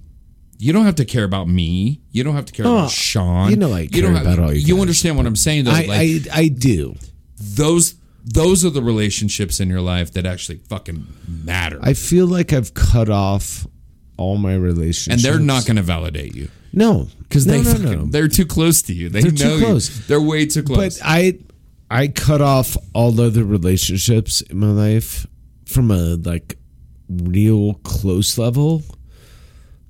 [SPEAKER 5] you don't have to care about me. You don't have to care
[SPEAKER 4] Oh,
[SPEAKER 5] about Sean.
[SPEAKER 4] you know I care about all you
[SPEAKER 5] You
[SPEAKER 4] guys.
[SPEAKER 5] understand what I'm saying? Though,
[SPEAKER 4] I,
[SPEAKER 5] like
[SPEAKER 4] I, I do.
[SPEAKER 5] those those are the relationships in your life that actually fucking matter,
[SPEAKER 4] I feel like I've cut off all my
[SPEAKER 5] and
[SPEAKER 4] relationships.
[SPEAKER 5] they're not going to validate you
[SPEAKER 4] No,
[SPEAKER 5] because
[SPEAKER 4] no,
[SPEAKER 5] they
[SPEAKER 4] no,
[SPEAKER 5] fucking,
[SPEAKER 4] no.
[SPEAKER 5] they're too close to you. They
[SPEAKER 4] They're too
[SPEAKER 5] know you.
[SPEAKER 4] close.
[SPEAKER 5] They're way too close.
[SPEAKER 4] But I I cut off all other relationships in my life from a like real close level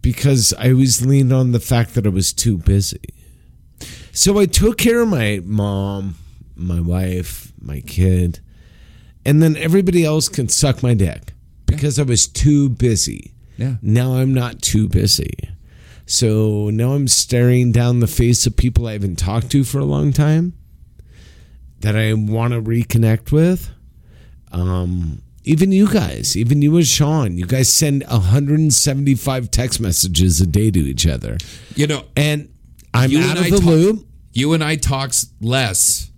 [SPEAKER 4] because I always leaned on the fact that I was too busy. So I took care of my mom, my wife, my kid, and then everybody else can suck my dick because I was too busy.
[SPEAKER 5] yeah,
[SPEAKER 4] Now I'm not too busy. So now I'm staring down the face of people I haven't talked to for a long time that I want to reconnect with. Um, even you guys, even you and Sean, you guys send 175 text messages a day to each other.
[SPEAKER 5] you know,
[SPEAKER 4] And I'm
[SPEAKER 5] You
[SPEAKER 4] out
[SPEAKER 5] and
[SPEAKER 4] of
[SPEAKER 5] I
[SPEAKER 4] the
[SPEAKER 5] talk-
[SPEAKER 4] loop.
[SPEAKER 5] you and I talks less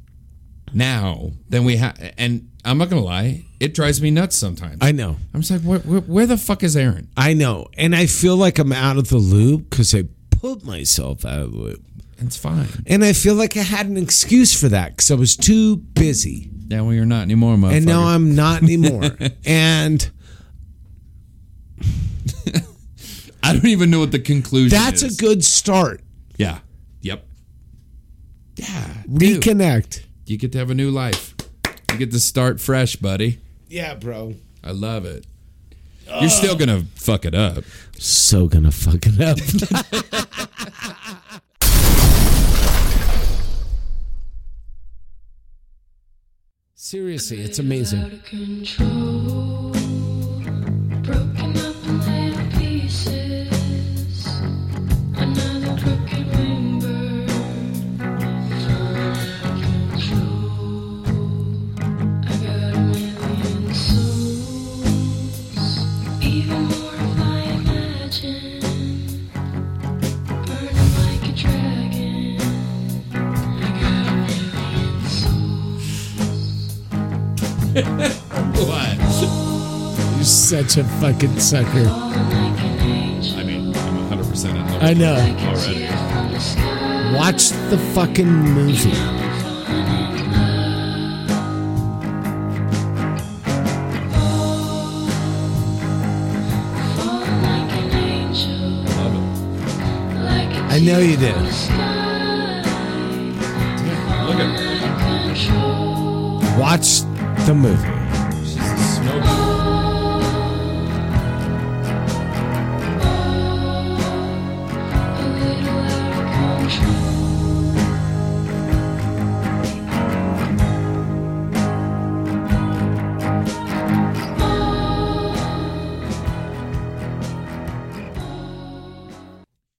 [SPEAKER 5] now than we have, and I'm not going to lie, it drives me nuts sometimes.
[SPEAKER 4] I know.
[SPEAKER 5] I'm just like, where, where, where the fuck is Aaron?
[SPEAKER 4] I know. And I feel like I'm out of the loop because I put myself out of the loop.
[SPEAKER 5] It's fine.
[SPEAKER 4] And I feel like I had an excuse for that because I was too busy.
[SPEAKER 5] Yeah, well, you're not anymore, motherfucker.
[SPEAKER 4] and now I'm <laughs> not anymore. and
[SPEAKER 5] I don't even know what the conclusion
[SPEAKER 4] that's
[SPEAKER 5] is.
[SPEAKER 4] a good start.
[SPEAKER 5] Yeah. Yep. Yeah. dude.
[SPEAKER 4] Reconnect.
[SPEAKER 5] You get to have a new life. You get to start fresh, buddy.
[SPEAKER 4] Yeah, bro.
[SPEAKER 10] I love it. You're still gonna fuck it up.
[SPEAKER 4] So gonna fuck it up. <laughs> Seriously, it's amazing.
[SPEAKER 10] What?
[SPEAKER 4] You're such a fucking sucker.
[SPEAKER 10] I mean, I'm 100 percent in love.
[SPEAKER 4] I
[SPEAKER 10] with
[SPEAKER 4] know.
[SPEAKER 10] you already.
[SPEAKER 4] Watch the fucking movie. I know you did.
[SPEAKER 10] Look at her.
[SPEAKER 4] Watch the movie.
[SPEAKER 10] Snowball.